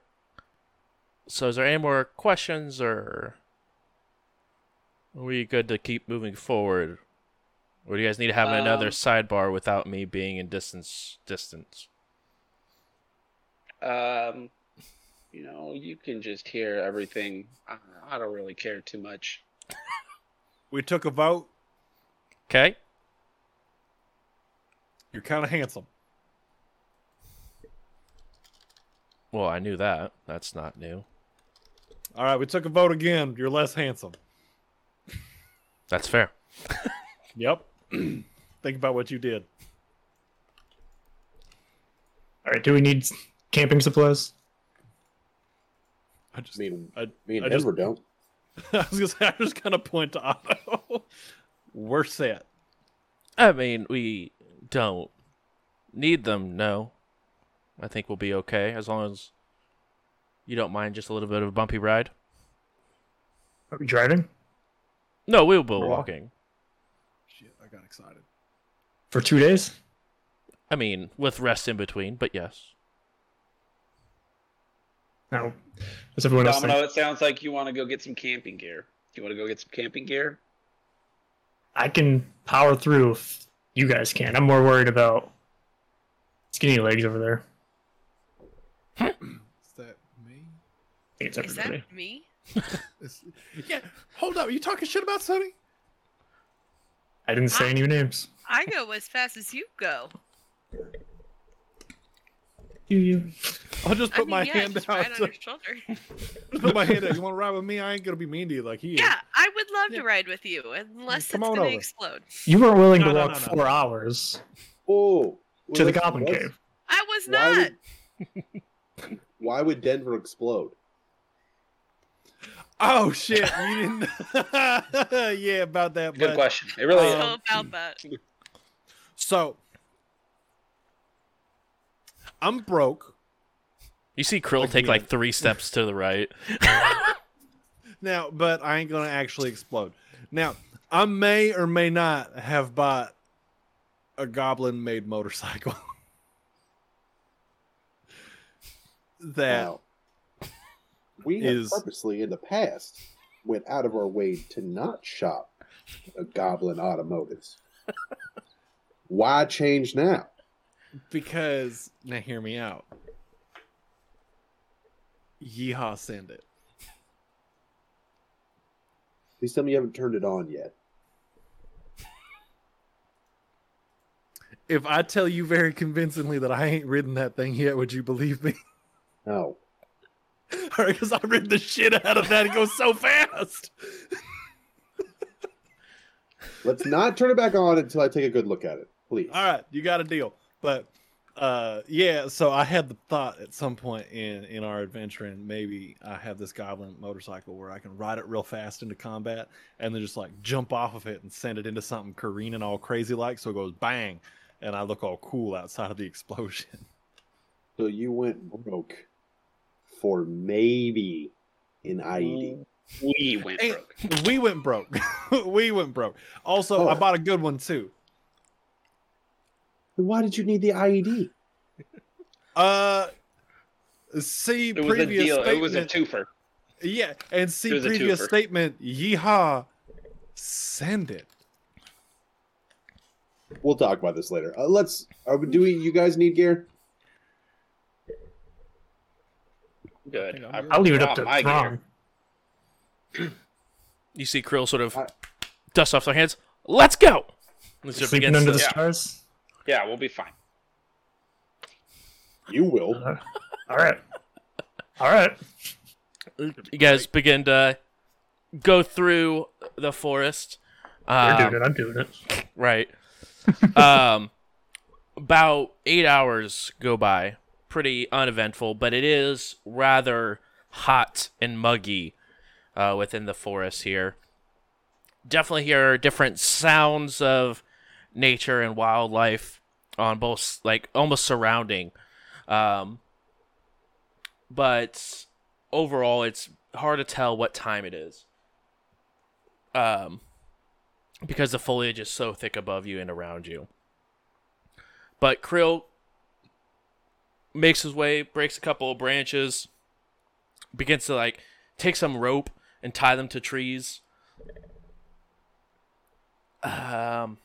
Speaker 3: So, is there any more questions, or are we good to keep moving forward? Or do you guys need to have another
Speaker 1: Um,
Speaker 3: sidebar without me being in distance? Distance.
Speaker 1: Um, you know, you can just hear everything. I, I don't really care too much.
Speaker 5: We took a vote.
Speaker 3: Okay.
Speaker 5: You're kind of handsome.
Speaker 3: Well, I knew that. That's not new.
Speaker 5: All right, we took a vote again. You're less handsome.
Speaker 3: That's fair.
Speaker 5: Yep. Think about what you did.
Speaker 2: All right, do we need camping supplies?
Speaker 5: I
Speaker 4: I
Speaker 5: just,
Speaker 4: mean,
Speaker 5: I,
Speaker 4: me and
Speaker 5: I just-
Speaker 4: Denver don't.
Speaker 5: I was gonna say, I'm just gonna point to Otto. We're set.
Speaker 3: I mean, we don't need them, no. I think we'll be okay as long as you don't mind just a little bit of a bumpy ride.
Speaker 2: Are we driving
Speaker 3: No, we'll be
Speaker 5: We're walking.
Speaker 3: walking.
Speaker 5: Shit, I got excited.
Speaker 2: for two days?
Speaker 3: I mean, with rest in between, but yes.
Speaker 2: No. What's everyone else
Speaker 1: Domino,
Speaker 2: think?
Speaker 1: it sounds like you want to go get some camping gear. You want to go get some camping gear?
Speaker 2: I can power through if you guys can. I'm more worried about skinny legs over there.
Speaker 5: Is that me?
Speaker 2: I think it's
Speaker 7: Is
Speaker 2: everybody.
Speaker 7: that me?
Speaker 5: Is, yeah. Hold up. You talking shit about Sonny?
Speaker 2: I didn't
Speaker 5: Ah.
Speaker 2: say any names.
Speaker 7: I go as fast as you go.
Speaker 2: Do you?
Speaker 5: I'll just
Speaker 7: I
Speaker 5: put
Speaker 7: mean,
Speaker 5: my
Speaker 7: yeah,
Speaker 5: hand
Speaker 7: just
Speaker 5: out.
Speaker 7: right on your shoulder.
Speaker 5: Just put my hand out. You want to ride with me? I ain't gonna be mean to you like he
Speaker 7: Yeah, I would love
Speaker 5: Yeah.
Speaker 7: to ride with you, unless
Speaker 5: Come
Speaker 7: it's
Speaker 5: on
Speaker 7: gonna
Speaker 5: over.
Speaker 7: explode.
Speaker 2: You weren't willing
Speaker 5: No,
Speaker 2: to
Speaker 5: no,
Speaker 2: walk
Speaker 5: no, no.
Speaker 2: four hours
Speaker 4: Oh,
Speaker 2: to the
Speaker 4: wait,
Speaker 2: Goblin
Speaker 4: what's-
Speaker 2: Cave.
Speaker 7: I was
Speaker 4: Why
Speaker 7: not.
Speaker 4: would- Why would Denver explode?
Speaker 5: is. Oh shit! You didn't. yeah, about that.
Speaker 1: Good
Speaker 5: bud.
Speaker 1: question. It really.
Speaker 7: I
Speaker 1: is.
Speaker 7: don't know
Speaker 5: Um,
Speaker 7: about that.
Speaker 5: So, I'm broke.
Speaker 3: You see Krill take like three steps to the right.
Speaker 5: Now, but I ain't gonna actually explode. Now, I may or may not have bought a goblin made motorcycle. that
Speaker 4: Now, we
Speaker 5: is-
Speaker 4: have purposely in the past went out of our way to not shop at Goblin Automotives. Why change now?
Speaker 5: because now hear me out. Yeehaw send it.
Speaker 4: Please tell me you haven't turned it on yet.
Speaker 5: If I tell you very convincingly that I ain't ridden that thing yet, would you believe me?
Speaker 4: No.
Speaker 5: Because I rid the shit out of that. It goes so fast.
Speaker 4: Let's not turn it back on until I take a good look at it, please.
Speaker 5: All right, you got a deal. But uh yeah, so I had the thought at some point in in our adventure and maybe I have this goblin motorcycle where I can ride it real fast into combat and then just like jump off of it and send it into something careening all crazy like so it goes bang and I look all cool outside of the explosion.
Speaker 4: So you went broke for maybe an E
Speaker 2: Mm.
Speaker 4: IED.
Speaker 1: We went
Speaker 5: Hey.
Speaker 1: broke.
Speaker 5: we went broke. we went broke. Also, I
Speaker 4: Oh.
Speaker 5: bought a good one too.
Speaker 4: Then why did you need the E IED?
Speaker 5: Uh see
Speaker 1: It was a
Speaker 5: previous
Speaker 1: deal. It was a
Speaker 5: statement-
Speaker 1: twofer.
Speaker 5: Yeah, and see
Speaker 1: There's a
Speaker 5: previous
Speaker 1: twofer.
Speaker 5: statement. Yeehaw, send it.
Speaker 4: We'll talk about this later. Uh, let's. Are we, do we, you guys need gear?
Speaker 1: Good.
Speaker 5: I'm good.
Speaker 2: I'll leave it
Speaker 1: brought
Speaker 2: up to
Speaker 1: Oh, my gear.
Speaker 2: Throm.
Speaker 3: You see Krill sort of
Speaker 4: I-
Speaker 3: dust off their hands. Let's go. It's up
Speaker 2: Sleeping
Speaker 3: against
Speaker 2: under the
Speaker 3: the-
Speaker 1: Yeah.
Speaker 2: stars.
Speaker 1: Yeah, we'll be fine.
Speaker 4: You will.
Speaker 2: All right. All right.
Speaker 3: you guys begin to go through the forest.
Speaker 2: You're
Speaker 3: Um,
Speaker 5: Uh,
Speaker 2: doing it. I'm doing it.
Speaker 3: right. um, about eight hours go by, pretty uneventful, but it is rather hot and muggy uh, within the forest here. Definitely hear different sounds of nature and wildlife on both, like almost surrounding. Um, but overall, it's hard to tell what time it is. Um, because the foliage is so thick above you and around you. But Krill makes his way, breaks a couple of branches, begins to like take some rope and tie them to trees. Um,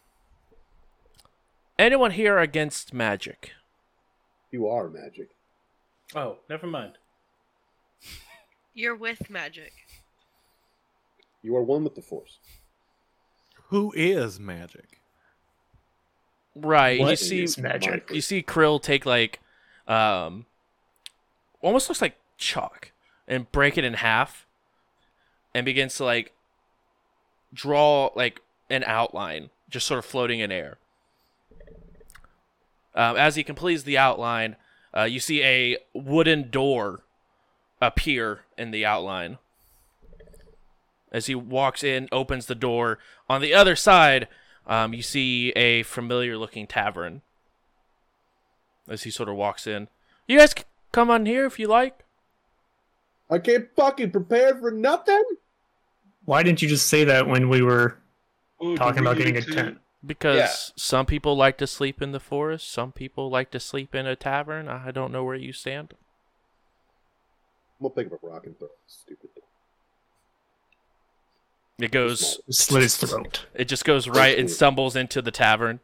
Speaker 3: anyone here against magic?
Speaker 4: You are magic.
Speaker 6: Oh, never mind.
Speaker 7: You're with magic.
Speaker 4: You are one with the force.
Speaker 5: Who is magic?
Speaker 3: Right, you
Speaker 2: What
Speaker 3: see,
Speaker 2: is magic?
Speaker 3: you see Krill take like, um, almost looks like chalk and break it in half, and begins to like draw like an outline, just sort of floating in air. Um, as he completes the outline, uh, you see a wooden door appear in the outline. As he walks in, opens the door. On the other side, um, you see a familiar-looking tavern. As he sort of walks in, you guys c- come on here if you like.
Speaker 4: I can't fucking prepare for nothing.
Speaker 2: Why didn't you just say that when we were
Speaker 1: Ooh,
Speaker 2: Talking
Speaker 1: do we
Speaker 2: about getting
Speaker 1: need
Speaker 2: a
Speaker 1: to-
Speaker 2: tent.
Speaker 3: Because
Speaker 1: Yeah.
Speaker 3: some people like to sleep in the forest, some people like to sleep in a tavern. I don't know where you stand.
Speaker 4: I'm gonna pick up a rock and throw it. Stupid thing.
Speaker 3: It goes,
Speaker 2: slit his throat?
Speaker 3: it just goes right and stumbles into the tavern.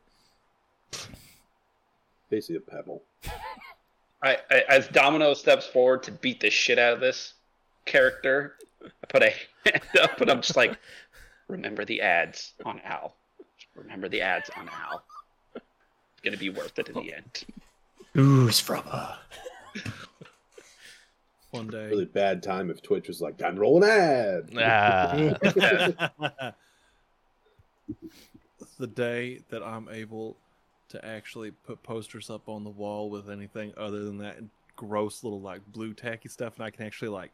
Speaker 4: Basically a pebble.
Speaker 1: I, I, as Domino steps forward to beat the shit out of this character, I put a hand up and I'm just like, remember the ads on Al. Remember the ads on Al. It's gonna be worth it in the end.
Speaker 2: Ooh, Sprubba.
Speaker 5: One day.
Speaker 4: Really bad time if Twitch was like, time to roll an ad.
Speaker 3: Ah.
Speaker 5: it's the day that I'm able to actually put posters up on the wall with anything other than that gross little like blue tacky stuff, and I can actually like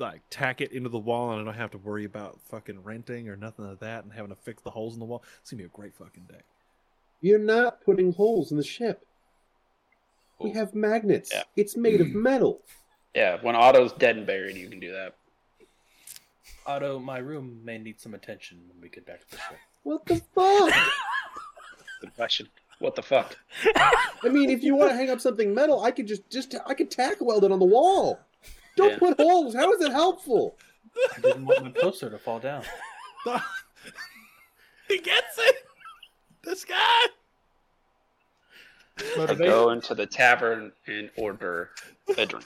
Speaker 5: like tack it into the wall, and I don't have to worry about fucking renting or nothing like that, and having to fix the holes in the wall. It's gonna be a great fucking day.
Speaker 4: You're not putting holes in the ship. We have magnets.
Speaker 1: Yeah.
Speaker 4: It's made of metal.
Speaker 1: Yeah, when Otto's dead and buried, you can do that.
Speaker 6: Otto, my room may need some attention when we get back to the ship.
Speaker 4: What the fuck?
Speaker 1: The question. What the fuck?
Speaker 4: I mean, if you want to hang up something metal, I could just just I could tack weld it on the wall. Don't
Speaker 1: Yeah.
Speaker 4: put holes. How is it helpful?
Speaker 6: I didn't want my poster to fall down.
Speaker 5: Ah, he gets it. This guy.
Speaker 1: I go into the tavern and order a drink.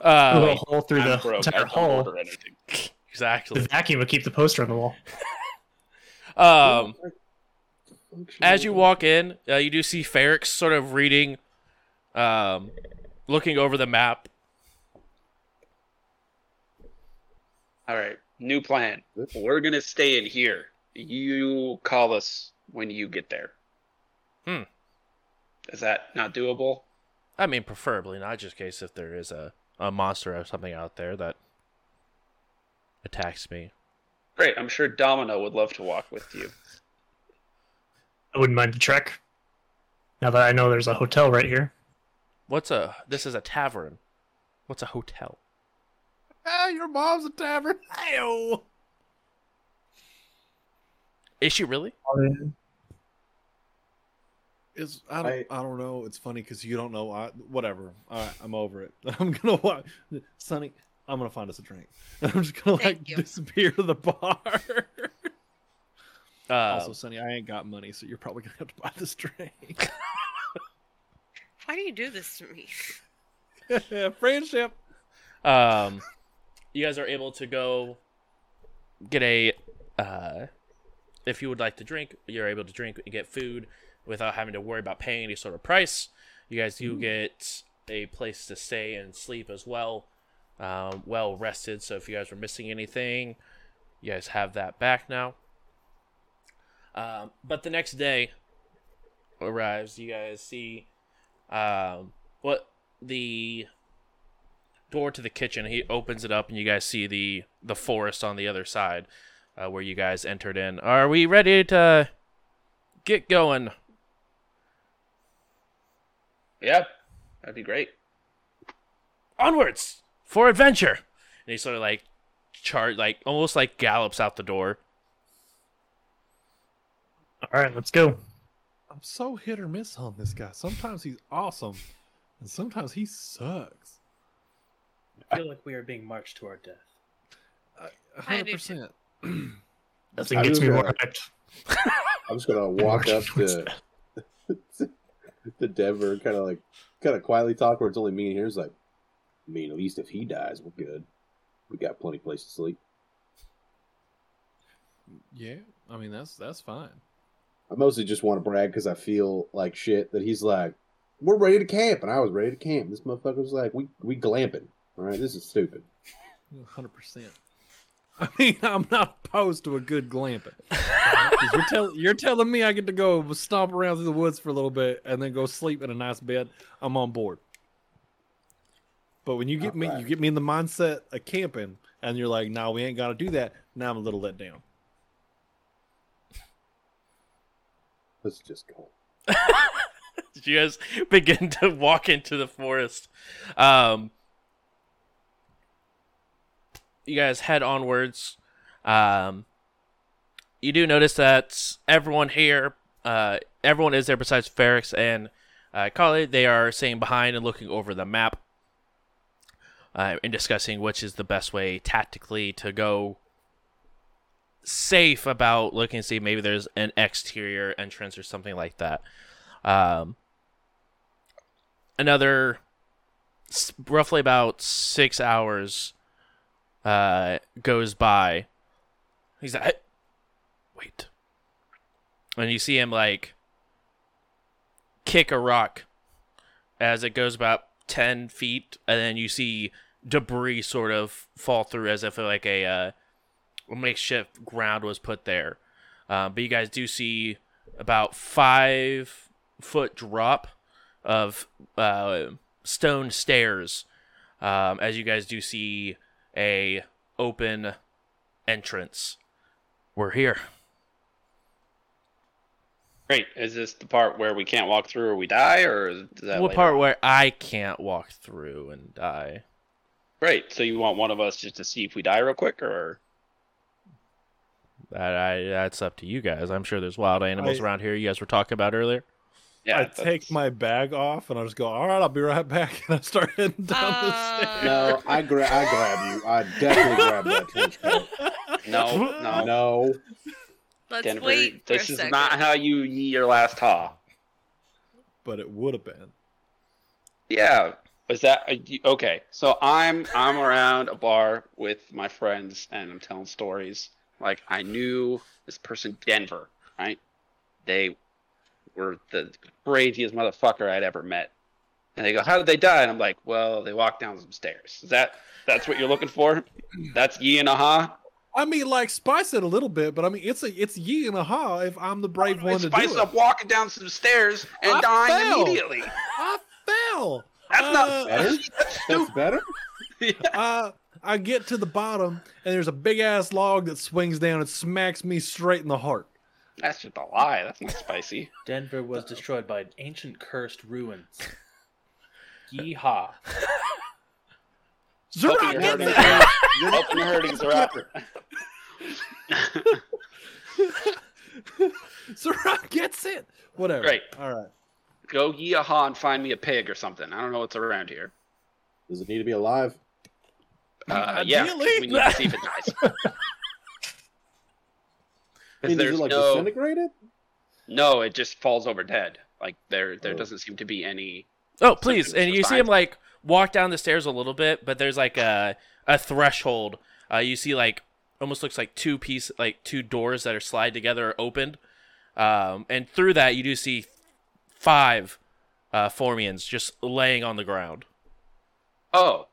Speaker 2: a
Speaker 3: Uh,
Speaker 2: little hole through
Speaker 1: I'm
Speaker 2: the
Speaker 1: broke. I
Speaker 2: entire
Speaker 1: don't
Speaker 2: hole.
Speaker 1: order anything.
Speaker 2: The
Speaker 3: exactly.
Speaker 2: vacuum would keep the poster on the wall.
Speaker 3: Um,
Speaker 4: Functional.
Speaker 3: as you walk in, uh, you do see Ferrex sort of reading, um, looking over the map.
Speaker 1: All right, new plan. We're gonna stay in here. You call us when you get there.
Speaker 3: Hmm.
Speaker 1: Is that not doable?
Speaker 3: I mean, preferably not just in case if there is a, a monster or something out there that attacks me.
Speaker 1: Great. I'm sure Domino would love to walk with you.
Speaker 2: I wouldn't mind the trek. Now that I know there's a hotel right here.
Speaker 3: What's a this is a tavern. What's a hotel?
Speaker 5: Ah, your mom's a tavern. Ayo.
Speaker 3: Is she really?
Speaker 5: It's I don't I, don't know. It's funny because you don't know. I whatever. All right, I'm over it. I'm gonna walk, Sonny. I'm gonna find us a drink. And I'm just gonna like
Speaker 7: Thank you.
Speaker 5: disappear to the bar.
Speaker 3: Uh,
Speaker 7: Um,
Speaker 5: also, Sonny, I ain't got money, so you're probably gonna have to buy this drink.
Speaker 7: Why do you do this to me?
Speaker 5: Friendship.
Speaker 3: um, you guys are able to go get a uh, If you would like to drink, you're able to drink and get food without having to worry about paying any sort of price. You guys do get a place to stay and sleep as well, um, well rested. So if you guys were missing anything, you guys have that back now. Um, but the next day arrives. You guys see um, what the door to the kitchen. He opens it up, and you guys see the the forest on the other side, uh, where you guys entered in. Are we ready to get going?
Speaker 1: Yeah, that'd be great.
Speaker 3: Onwards for adventure! And he sort of like chart, like almost like gallops out the door.
Speaker 2: All right, let's go.
Speaker 5: I'm so hit or miss on this guy. Sometimes he's awesome, and sometimes he sucks.
Speaker 6: I feel like we are being marched to our death.
Speaker 5: A
Speaker 7: I
Speaker 5: Hundred
Speaker 7: do
Speaker 5: percent.
Speaker 2: Nothing
Speaker 4: I
Speaker 2: gets
Speaker 4: do
Speaker 2: me more
Speaker 4: that.
Speaker 2: hyped.
Speaker 4: I'm just gonna walk up to to Denver, kind of like, kind of quietly talk where it's only me and here. It's like, I mean, at least if he dies, we're good. We got plenty of place to sleep.
Speaker 5: Yeah, I mean that's that's fine.
Speaker 4: I mostly just want to brag because I feel like shit that he's like, we're ready to camp, and I was ready to camp. This motherfucker was like, we we glamping. All right, this is stupid.
Speaker 5: A Hundred percent. I mean, I'm not opposed to a good glamping. 'Cause you're, tell- you're telling me I get to go stomp around through the woods for a little bit and then go sleep in a nice bed. I'm on board. But when you get me, you
Speaker 4: Alright.
Speaker 5: get me in the mindset of camping, and you're like, "No, nah, we ain't gotta do that." Now I'm a little let down.
Speaker 4: Let's just go.
Speaker 3: you guys begin to walk into the forest. Um, you guys head onwards. Um, you do notice that everyone here, uh, everyone is there besides Ferrex and uh, Kali. They are staying behind and looking over the map uh, and discussing which is the best way tactically to go safe about looking to see if maybe there's an exterior entrance or something like that um, another s- roughly about six hours uh, goes by. He's like, "Hey, wait. And you see him like kick a rock as it goes about 10 feet, and then you see debris sort of fall through as if like a, uh, a makeshift ground was put there. Uh, but you guys do see about five foot drop of uh, stone stairs um, as you guys do see a open entrance we're here
Speaker 1: Great. Is this the part where we can't walk through or we die, or is is that
Speaker 3: what
Speaker 1: later
Speaker 3: part
Speaker 1: on?
Speaker 3: where i can't walk through and die
Speaker 1: Great. So you want one of us just to see if we die real quick, or
Speaker 3: that I, that's up to you guys i'm sure there's wild animals
Speaker 5: I-
Speaker 3: around here you guys were talking about earlier
Speaker 5: I
Speaker 1: yeah,
Speaker 5: take
Speaker 1: that's-
Speaker 5: my bag off and I just go, "All right, I'll be right back," and I start heading down
Speaker 7: Uh,
Speaker 4: No, I gra- I grab you. I definitely grab that trench coat.
Speaker 1: no, no,
Speaker 4: No,
Speaker 7: Let's
Speaker 1: Denver.
Speaker 7: wait for
Speaker 1: this
Speaker 7: a
Speaker 1: is
Speaker 7: second.
Speaker 1: not how you knee your last haw.
Speaker 5: but it would have been.
Speaker 1: Yeah. Is that are you- okay? So I'm I'm around a bar with my friends and I'm telling stories. Like I knew this person Denver, right? They were the craziest motherfucker I'd ever met. And they go, "How did they die?" And I'm like, "Well, they walked down some stairs." Is that that's what you're looking for? That's ye and aha.
Speaker 5: I mean, like spice it a little bit, but I mean, it's a it's ye and a ha if I'm the brave one to do
Speaker 1: Spice
Speaker 5: it.
Speaker 1: up walking down some stairs and
Speaker 5: I
Speaker 1: dying
Speaker 5: fell.
Speaker 1: immediately.
Speaker 5: I fell.
Speaker 1: That's
Speaker 5: Uh,
Speaker 1: not
Speaker 4: better. That's better.
Speaker 5: uh, I get to the bottom, and there's a big ass log that swings down and smacks me straight in the heart.
Speaker 1: that's just a lie. That's not spicy.
Speaker 6: Denver was destroyed by an ancient cursed ruins. Yeehaw.
Speaker 1: Hoping your herdings
Speaker 5: Zerah, get
Speaker 1: are- hoping your herdings are after.
Speaker 5: it! Zerah gets it. Whatever.
Speaker 1: Right.
Speaker 5: All right.
Speaker 1: Go yeehaw and find me a pig or something. I don't know what's around here.
Speaker 4: Does it need to be alive?
Speaker 1: Uh, yeah, 'cause
Speaker 5: Ideally.
Speaker 1: we need to see if it dies. 'Cause
Speaker 4: I mean, does
Speaker 1: there's
Speaker 4: it like
Speaker 1: no,
Speaker 4: disintegrate it?
Speaker 1: no, it just falls over dead. Like there, there
Speaker 4: Oh.
Speaker 1: doesn't seem to be any.
Speaker 3: oh please
Speaker 1: Something's
Speaker 3: and you see
Speaker 1: beside-
Speaker 3: him like walk down the stairs a little bit but there's like a, a threshold uh, you see like almost looks like two piece like two doors that are slide together are opened, um, and through that you do see five uh, Formians just laying on the ground.
Speaker 1: Oh,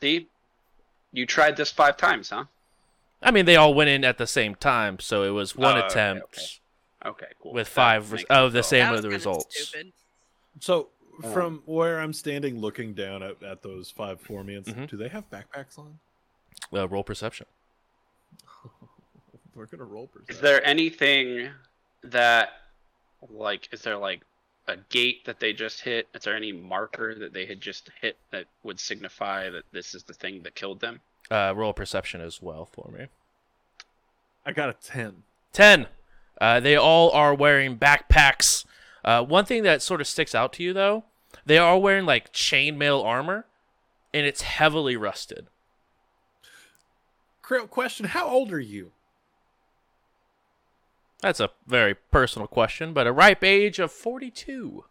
Speaker 1: see, you tried this five times, huh?
Speaker 3: I mean, they all went in at the same time, so it was one
Speaker 1: Oh, okay,
Speaker 3: attempt
Speaker 1: Okay, cool.
Speaker 3: with
Speaker 1: That
Speaker 3: five
Speaker 1: makes
Speaker 3: res- of the
Speaker 1: sense.
Speaker 3: same
Speaker 7: That
Speaker 3: of
Speaker 7: was
Speaker 3: the
Speaker 7: kind
Speaker 3: results.
Speaker 7: Stupid.
Speaker 5: So
Speaker 4: Um,
Speaker 5: from where I'm standing, looking down at, at those five Formians,
Speaker 1: Mm-hmm.
Speaker 3: Mhm.
Speaker 5: do they have backpacks on?
Speaker 3: Uh, roll perception.
Speaker 5: We're gonna roll perception.
Speaker 1: Is there anything that, like, is there like a gate that they just hit? Is there any marker that they had just hit that would signify that this is the thing that killed them?
Speaker 3: Uh, roll perception as well for me.
Speaker 5: I got a ten.
Speaker 3: Ten. Uh, they all are wearing backpacks. Uh, one thing that sort of sticks out to you though, they are wearing like chainmail armor, and it's heavily rusted.
Speaker 5: Cre- question: How old are you?
Speaker 3: That's a very personal question, but a ripe age of forty-two.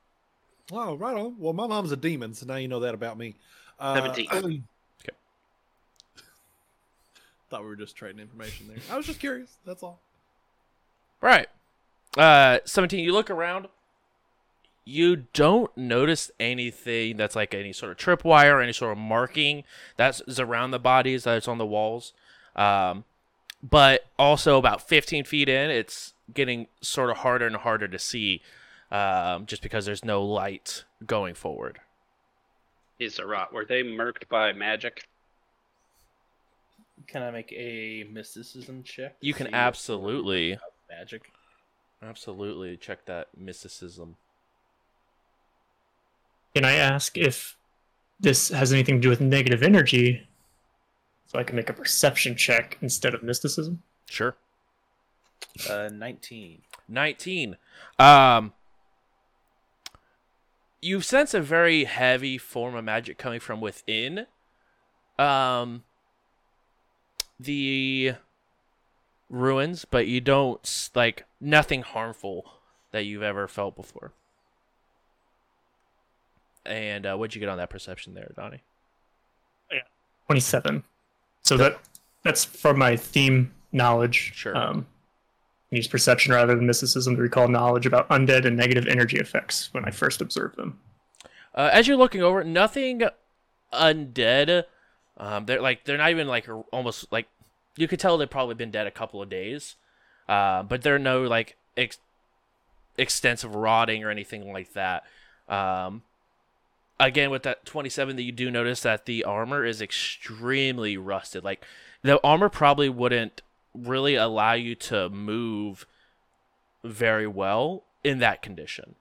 Speaker 5: Oh, right on. Well, my mom's a demon, so now you know that about me. Uh,
Speaker 1: Seventeen.
Speaker 5: okay. Thought we were just trading information there. I was just curious. That's all.
Speaker 3: Right. Uh, 17, you look around. You don't notice anything that's like any sort of tripwire, any sort of marking that's is around the bodies, that's on the walls. Um, but also about 15 feet in, it's getting sort of harder and harder to see um, just because there's no light going forward.
Speaker 1: Is a rot. Were they murked by magic?
Speaker 6: Can I make a mysticism check? to
Speaker 3: You can
Speaker 6: see what's
Speaker 3: absolutely,
Speaker 6: magic.
Speaker 3: absolutely check that mysticism.
Speaker 2: Can I ask if this has anything to do with negative energy? So I can make a perception check instead of mysticism.
Speaker 3: Sure.
Speaker 6: Uh, nineteen.
Speaker 3: 19. Um, you sense a very heavy form of magic coming from within. Um, the ruins, but you don't s- like nothing harmful that you've ever felt before. And uh, what'd you get on that perception there, Donnie?
Speaker 2: 27. So that that's from my theme knowledge.
Speaker 3: Sure.
Speaker 2: Um, use perception rather than mysticism to recall knowledge about undead and negative energy effects when I first observed them.
Speaker 3: Uh, as you're looking over, nothing undead. Um, they're like they're not even like r- almost like you could tell they've probably been dead a couple of days. Uh, but there are no like ex- extensive rotting or anything like that. Um, again, with that 27, that you do notice that the armor is extremely rusted. Like the armor probably wouldn't really allow you to move very well in that condition.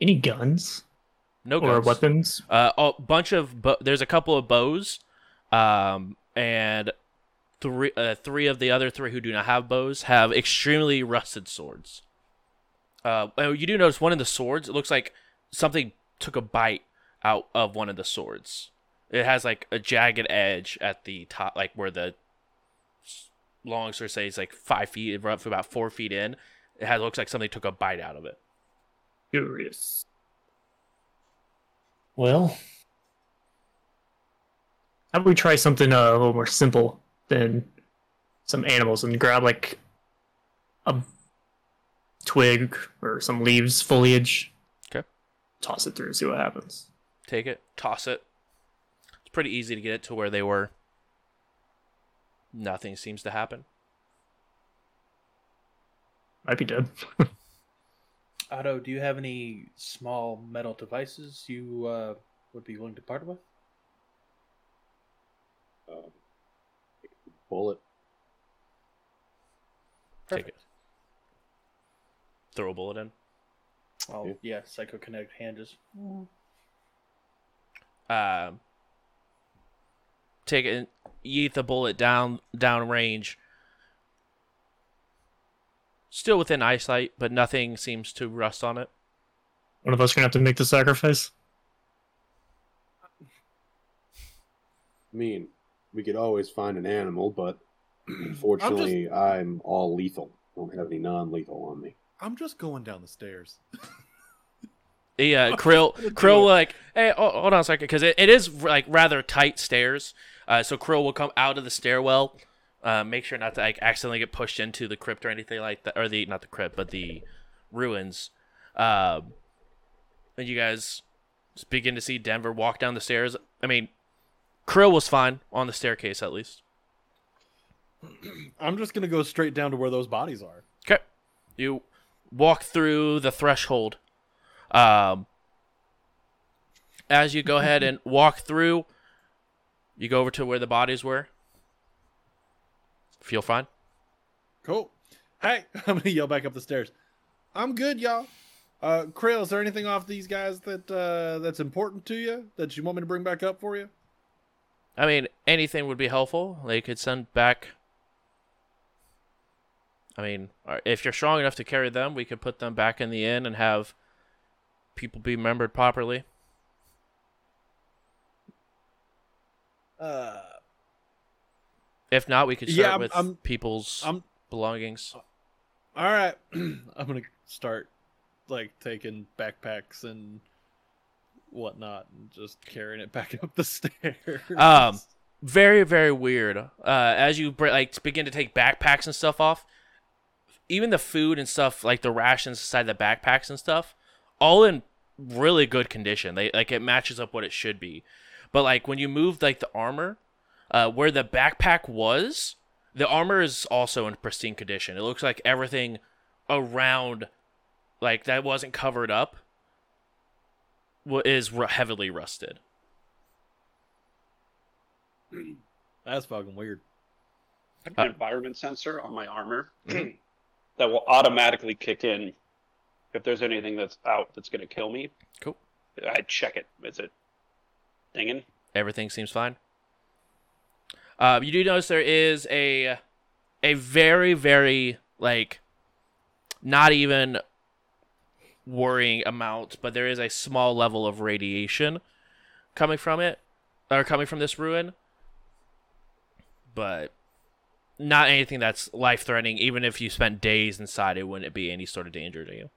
Speaker 2: Any guns
Speaker 3: No
Speaker 2: or
Speaker 3: guns.
Speaker 2: weapons?
Speaker 3: Uh, a bunch of bo- there's a couple of bows, um, and three uh, three of the other three who do not have bows have extremely rusted swords. Uh, oh, you do notice one of the swords. It looks like something took a bite out of one of the swords. It has like a jagged edge at the top, like where the s- long sword says like five feet, we're up for about four feet in. It has looks like something took a bite out of it.
Speaker 2: Curious. Well, how about we try something uh, a little more simple than some animals and grab like a twig or some leaves, foliage.
Speaker 3: Okay.
Speaker 2: Toss it through, see what happens.
Speaker 3: take it, toss it. It's pretty easy to get it to where they were. Nothing seems to happen.
Speaker 2: Might be dead.
Speaker 6: Otto, do you have any small metal devices you uh, would be willing to part with?
Speaker 4: Um, bullet.
Speaker 3: Take it. Throw a bullet in.
Speaker 6: Well,
Speaker 4: Yeah.
Speaker 6: yeah, psychokinetic hand is
Speaker 3: Um, take it. And yeet the bullet down down range. Still within eyesight, but nothing seems to rust on it.
Speaker 2: One of us gonna have to make the sacrifice.
Speaker 4: I mean, we could always find an animal, but unfortunately, I'm, all lethal. I don't have any non-lethal on me.
Speaker 5: I'm just going down the stairs.
Speaker 3: Yeah, Krill. Krill will like, hey, oh, hold on a second, because it, it is like rather tight stairs. Uh, so Krill will come out of the stairwell, Uh, make sure not to like accidentally get pushed into the crypt or anything like that, or the not the crypt, but the ruins. Um, and you guys begin to see Denver walk down the stairs. I mean, Krill was fine on the staircase at least.
Speaker 5: I'm just gonna go straight down to where those bodies are.
Speaker 3: Okay. You walk through the threshold. Um, as you go ahead and walk through, you go over to where the bodies were. Feel fine.
Speaker 5: Cool. Hey, I'm gonna yell back up the stairs. I'm good, y'all. Uh, Krill, is there anything off these guys that uh, that's important to you that you want me to bring back up for you?
Speaker 3: I mean, anything would be helpful. They could send back. I mean, or if you're strong enough to carry them, we could put them back in the inn and have people be remembered properly.
Speaker 6: Uh,
Speaker 3: If not, we could start
Speaker 5: Yeah, I'm-
Speaker 3: with
Speaker 5: I'm-
Speaker 3: people's
Speaker 5: I'm
Speaker 3: belongings.
Speaker 5: all right. I'm gonna start like taking backpacks and whatnot and just carrying it back up the stairs.
Speaker 3: Um, very very weird uh as you br- like begin to take backpacks and stuff off even the food and stuff like the rations inside the backpacks and stuff all in really good condition they like it matches up what it should be but like when you moved like the armor uh where the backpack was the armor is also in pristine condition it looks like everything around like that wasn't covered up wa- is ru- heavily rusted
Speaker 5: that's fucking weird.
Speaker 1: I have an environment sensor on my armor Uh, that will automatically kick in if there's anything that's out that's going to kill me.
Speaker 3: Cool.
Speaker 1: I check it. Is it dinging?
Speaker 3: Everything seems fine. Uh, you do notice there is a a very very like not even worrying amount, but there is a small level of radiation coming from it or coming from this ruin. But not anything that's life threatening. Even if you spent days inside, it wouldn't be any sort of danger to you.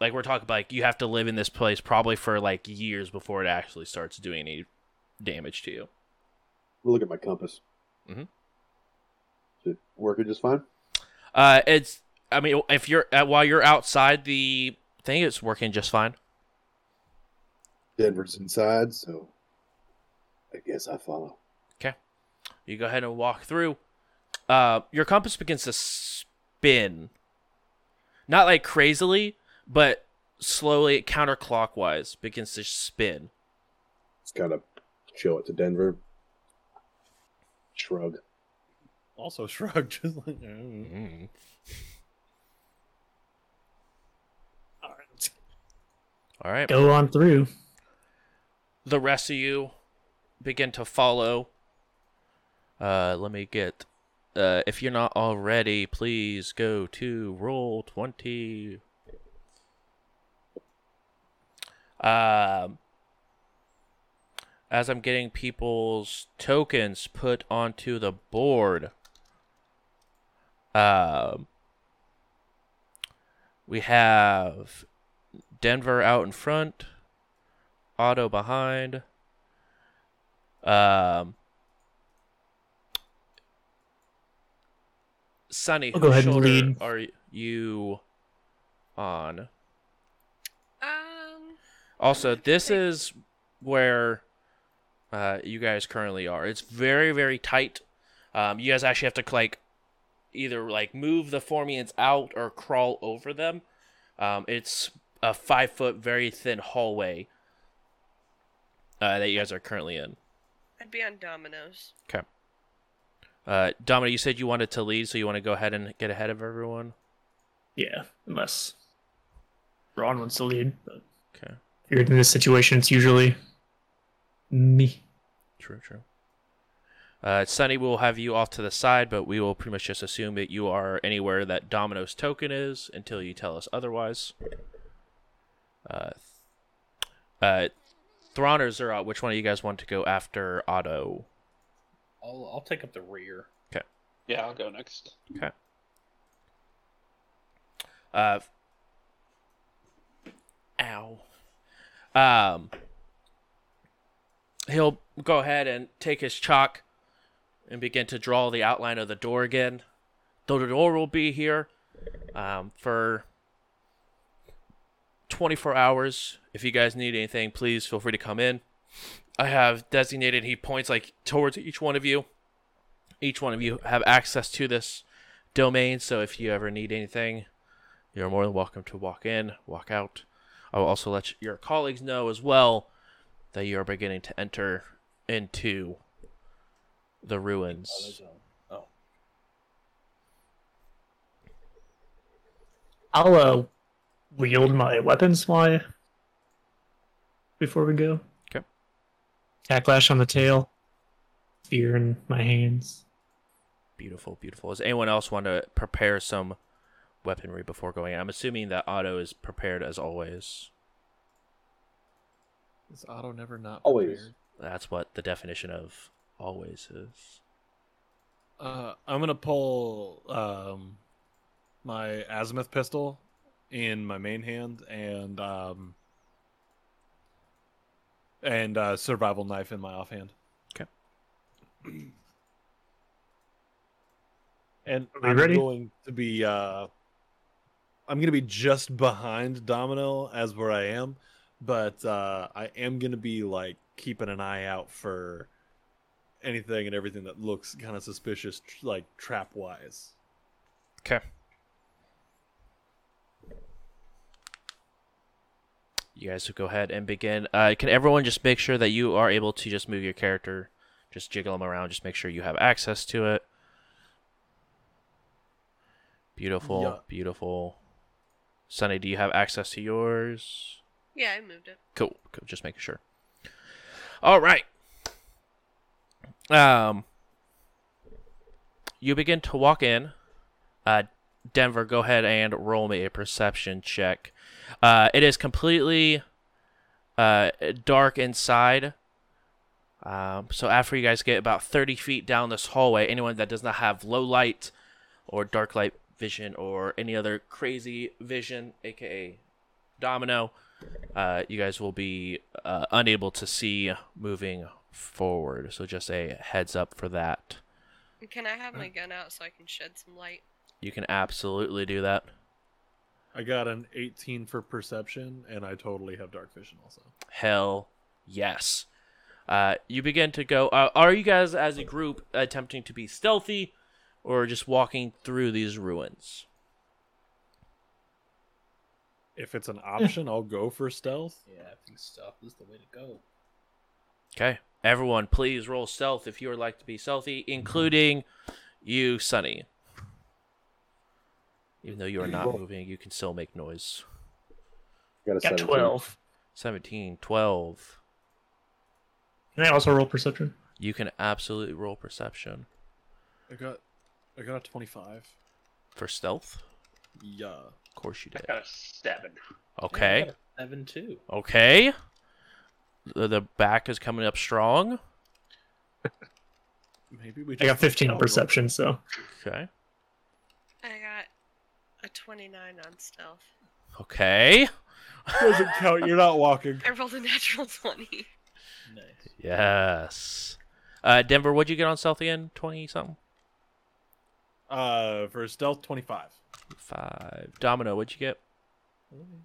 Speaker 3: Like we're talking about, like you have to live in this place probably for like years before it actually starts doing any damage to you.
Speaker 4: We'll look at my compass.
Speaker 1: Mm-hmm.
Speaker 3: Mhm.
Speaker 4: Is it working just fine?
Speaker 3: Uh, it's. I mean, if you're uh, while you're outside the thing, it's working just fine.
Speaker 4: Denver's inside, so I guess I follow.
Speaker 3: You go ahead and walk through. Uh, your compass begins to spin. Not like crazily, but slowly counterclockwise begins to spin.
Speaker 4: Just kind of show it to Denver. Shrug.
Speaker 5: Also shrugged, just like "Mm."
Speaker 2: All right, let's
Speaker 3: All right.
Speaker 2: go on through.
Speaker 3: the rest of you begin to follow. Uh, let me get. Uh, if you're not already, please go to roll twenty. Um, as I'm getting people's tokens put onto the board. Um, we have Denver out in front. Auto behind. Um, Sunny,
Speaker 2: I'll go
Speaker 3: whose
Speaker 2: ahead and
Speaker 3: shoulder
Speaker 2: lead.
Speaker 3: are you on?
Speaker 7: Um,
Speaker 3: Also, this is where uh, you guys currently are. It's very, very tight. Um, you guys actually have to like either like move the Formians out or crawl over them. Um, it's a five foot, very thin hallway uh, that you guys are currently in.
Speaker 7: I'd be on dominoes.
Speaker 3: Uh, Domino, you said you wanted to lead, so you want to go ahead and get ahead of everyone.
Speaker 2: Yeah, unless Ron wants to lead. But
Speaker 3: Okay,
Speaker 2: if you're in this situation, it's usually me.
Speaker 3: true, true. Uh, Sunny, we'll have you off to the side, but we will pretty much just assume that you are anywhere that Domino's token is until you tell us otherwise. Uh, uh, Thrawn or Zerot, which one of you guys want to go after Otto?
Speaker 6: I'll I'll take up the rear.
Speaker 1: Yeah, I'll go next.
Speaker 3: Uh, ow. Um, he'll go ahead and take his chalk and begin to draw the outline of the door again. Though the door will be here um, for 24 hours. If you guys need anything, please feel free to come in. I have designated, he points like towards each one of you. Each one of you have access to this domain, so if you ever need anything, you're more than welcome to walk in, walk out. I will also let your colleagues know as well that you are beginning to enter into the ruins.
Speaker 6: Oh,
Speaker 2: I'll uh, wield my weapons while I- before we go.
Speaker 3: Okay.
Speaker 2: Backlash on the tail, spear in my hands.
Speaker 3: Beautiful, beautiful. Does anyone else want to prepare some weaponry before going? I'm assuming that Otto is prepared as always.
Speaker 8: Is Otto never not
Speaker 4: Always.
Speaker 8: prepared?
Speaker 3: That's what the definition of always is.
Speaker 5: Uh, I'm gonna pull um, my azimuth pistol in my main hand and um, and uh, survival knife in my offhand.
Speaker 3: Okay.
Speaker 5: And
Speaker 2: Are we
Speaker 5: I'm
Speaker 2: ready?
Speaker 5: going to be uh, I'm gonna be just behind Domino as where I am, but uh, I am gonna be like keeping an eye out for anything and everything that looks kind of suspicious, tr- like trap wise.
Speaker 3: Okay. You guys go ahead and begin. Uh, can everyone just make sure that you are able to just move your character, just jiggle them around, just make sure you have access to it. Beautiful,
Speaker 5: Yeah.
Speaker 3: beautiful. Sunny, do you have access to yours?
Speaker 7: Yeah, I moved it.
Speaker 3: Cool, cool. Just making sure. All right. Um, you begin to walk in. Uh, Denver, go ahead and roll me a perception check. Uh, it is completely uh, dark inside. Um, so after you guys get about 30 feet down this hallway, anyone that does not have low light or dark light vision or any other crazy vision, aka domino, uh, you guys will be uh, unable to see moving forward. So just a heads up for that.
Speaker 7: And Can I have my gun out so I can shed some light?
Speaker 3: You can absolutely do that.
Speaker 5: I got an 18 for perception, and I totally have dark vision also.
Speaker 3: Hell yes. Uh, you begin to go. Uh, are you guys as a group attempting to be stealthy or just walking through these ruins?
Speaker 5: If it's an option, I'll go for stealth.
Speaker 6: yeah. I think stealth is the way to go.
Speaker 3: Okay. Everyone, please roll stealth if you would like to be stealthy, including you, Sunny. Even though you are not moving, you can still make noise.
Speaker 4: Got a
Speaker 2: Got
Speaker 4: 17.
Speaker 2: twelve.
Speaker 3: 17, 12.
Speaker 2: Can I also roll perception?
Speaker 3: You can absolutely roll perception
Speaker 5: I got, I got a 25.
Speaker 3: for stealth.
Speaker 5: Yeah.
Speaker 3: Of course you
Speaker 1: I
Speaker 3: did.
Speaker 1: got a seven.
Speaker 3: Okay.
Speaker 6: Seven two.
Speaker 3: Okay. The, the back is coming up strong.
Speaker 5: Maybe we.
Speaker 2: I
Speaker 5: Just
Speaker 2: got fifteen on
Speaker 5: Oh,
Speaker 2: perception, so
Speaker 3: Okay.
Speaker 7: I got a 29 on stealth.
Speaker 3: Okay.
Speaker 5: Doesn't count. You're not walking.
Speaker 7: I rolled a natural 20.
Speaker 6: Nice.
Speaker 3: Yes. Uh, Denver, what'd you get on stealth again? 20 something?
Speaker 5: Uh, for stealth, 25.
Speaker 3: 5. Domino, what'd you get?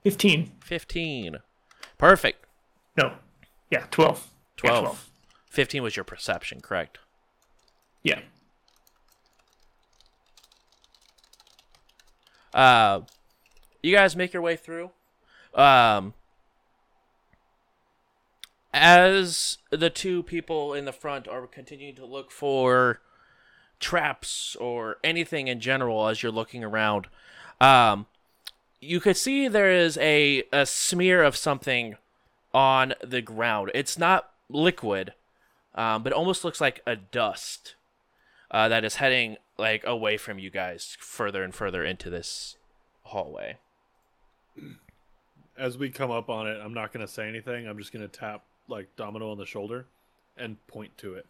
Speaker 2: fifteen.
Speaker 3: 15. Perfect.
Speaker 2: No, yeah, twelve. Yeah,
Speaker 3: 12. 15 was your perception, correct?
Speaker 2: Yeah.
Speaker 3: Uh, you guys make your way through. Um, as the two people in the front are continuing to look for traps or anything in general as you're looking around, um, you could see there is a, a smear of something on the ground. It's not liquid, um, but it almost looks like a dust uh, that is heading like away from you guys further and further into this hallway.
Speaker 5: As we come up on it, I'm not gonna say anything. I'm just gonna tap like Domino on the shoulder, and point to it.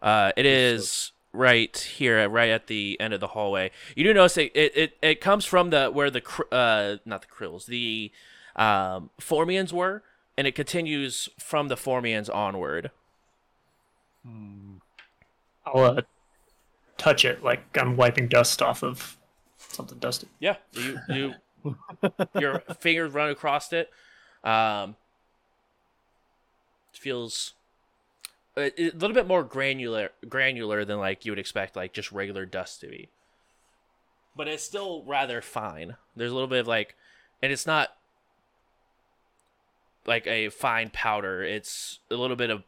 Speaker 3: Uh, it is right here, right at the end of the hallway. You do notice it it, it, it comes from the where the cr- uh, not the krills the um, formians were, and it continues
Speaker 6: Hmm.
Speaker 3: from the formians onward.
Speaker 2: I'll uh, touch it like I'm wiping dust off of something dusty.
Speaker 3: Yeah, you, you your fingers run across it. Um, it feels a, a little bit more granular, granular than like you would expect, like just regular dust to be. But it's still rather fine. There's a little bit of like, and it's not like a fine powder. It's a little bit of,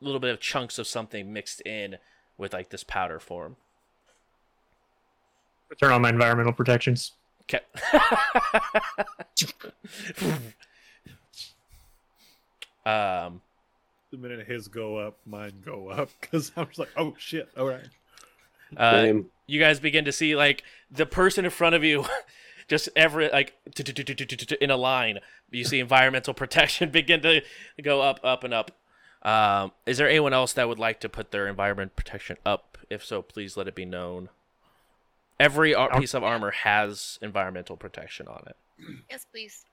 Speaker 3: a little bit of chunks of something mixed in with like this powder form.
Speaker 2: Turn on my environmental protections.
Speaker 3: Okay. um,
Speaker 5: The minute his go up, mine go up because I was like, oh shit, all right.
Speaker 3: uh,
Speaker 4: Same.
Speaker 3: you guys begin to see like the person in front of you, just every like in a line. You see environmental protection begin to go up, up, and up. Um, is there anyone else that would like to put their environment protection up? If so, please let it be known. Every ar- piece of armor has environmental protection on it.
Speaker 7: Yes, please.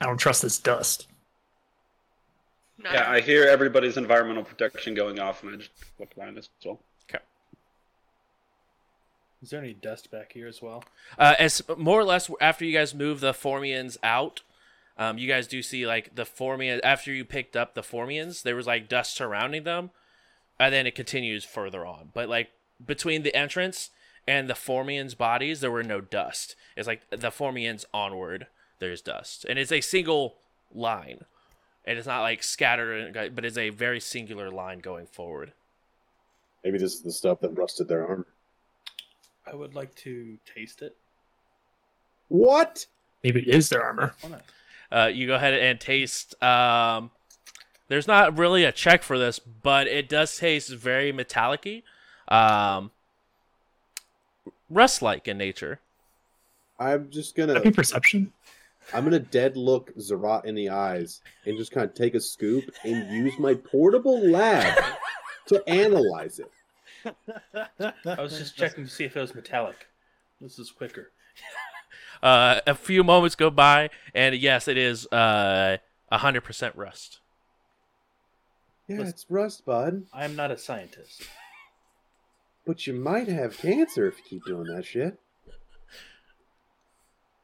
Speaker 2: I don't trust this dust.
Speaker 7: Not
Speaker 1: Yeah, I hear everybody's environmental protection going off, and I just look around as well.
Speaker 6: Is there any dust back here as well?
Speaker 3: Uh, as more or less after you guys move the Formians out, um, you guys do see like the Formian after you picked up the Formians, there was like dust surrounding them, and then it continues further on. But like between the entrance and the Formians' bodies, there were no dust. It's like the Formians onward, there's dust, and it's a single line. And it's not like scattered, but it's a very singular line going forward.
Speaker 4: Maybe this is the stuff that rusted their armor.
Speaker 6: I would like to taste it.
Speaker 4: What?
Speaker 2: Maybe it is their armor.
Speaker 6: Why not?
Speaker 3: Uh, you go ahead and taste. Um, there's not really a check for this, but it does taste very metallic-y, um, rust-like in nature.
Speaker 4: I'm just
Speaker 2: Would
Speaker 4: gonna
Speaker 2: that be perception?
Speaker 4: I'm gonna dead look Zarat in the eyes and just kind of take a scoop and use my portable lab to analyze it.
Speaker 6: I was just checking to see if it was metallic. This is quicker.
Speaker 3: Uh, a few moments go by, and yes, it is uh, 100% rust.
Speaker 4: Yeah,
Speaker 6: Listen-
Speaker 4: it's rust, bud.
Speaker 6: I'm not a scientist.
Speaker 4: But you might have cancer if you keep doing that shit.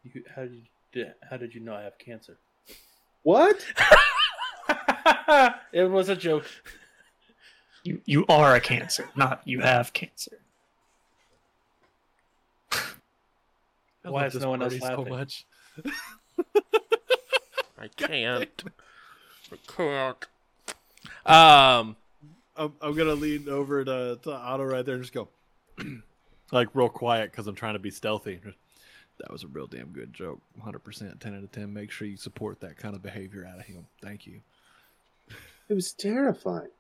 Speaker 6: You, how did you, how did you know I have cancer?
Speaker 4: What?
Speaker 6: it was a joke.
Speaker 2: You you are a cancer, not you have cancer.
Speaker 5: I
Speaker 6: Why
Speaker 5: love
Speaker 6: is
Speaker 5: this
Speaker 6: no one else
Speaker 5: party
Speaker 6: laughing?
Speaker 5: So much.
Speaker 3: I can't. I can't. Um,
Speaker 5: I'm, I'm gonna lean over to, to Otto right there and just go, like real quiet because I'm trying to be stealthy. That was a real damn good joke. 100%, 10 out of 10. Make sure you support that kind of behavior out of him. Thank you.
Speaker 4: It was terrifying.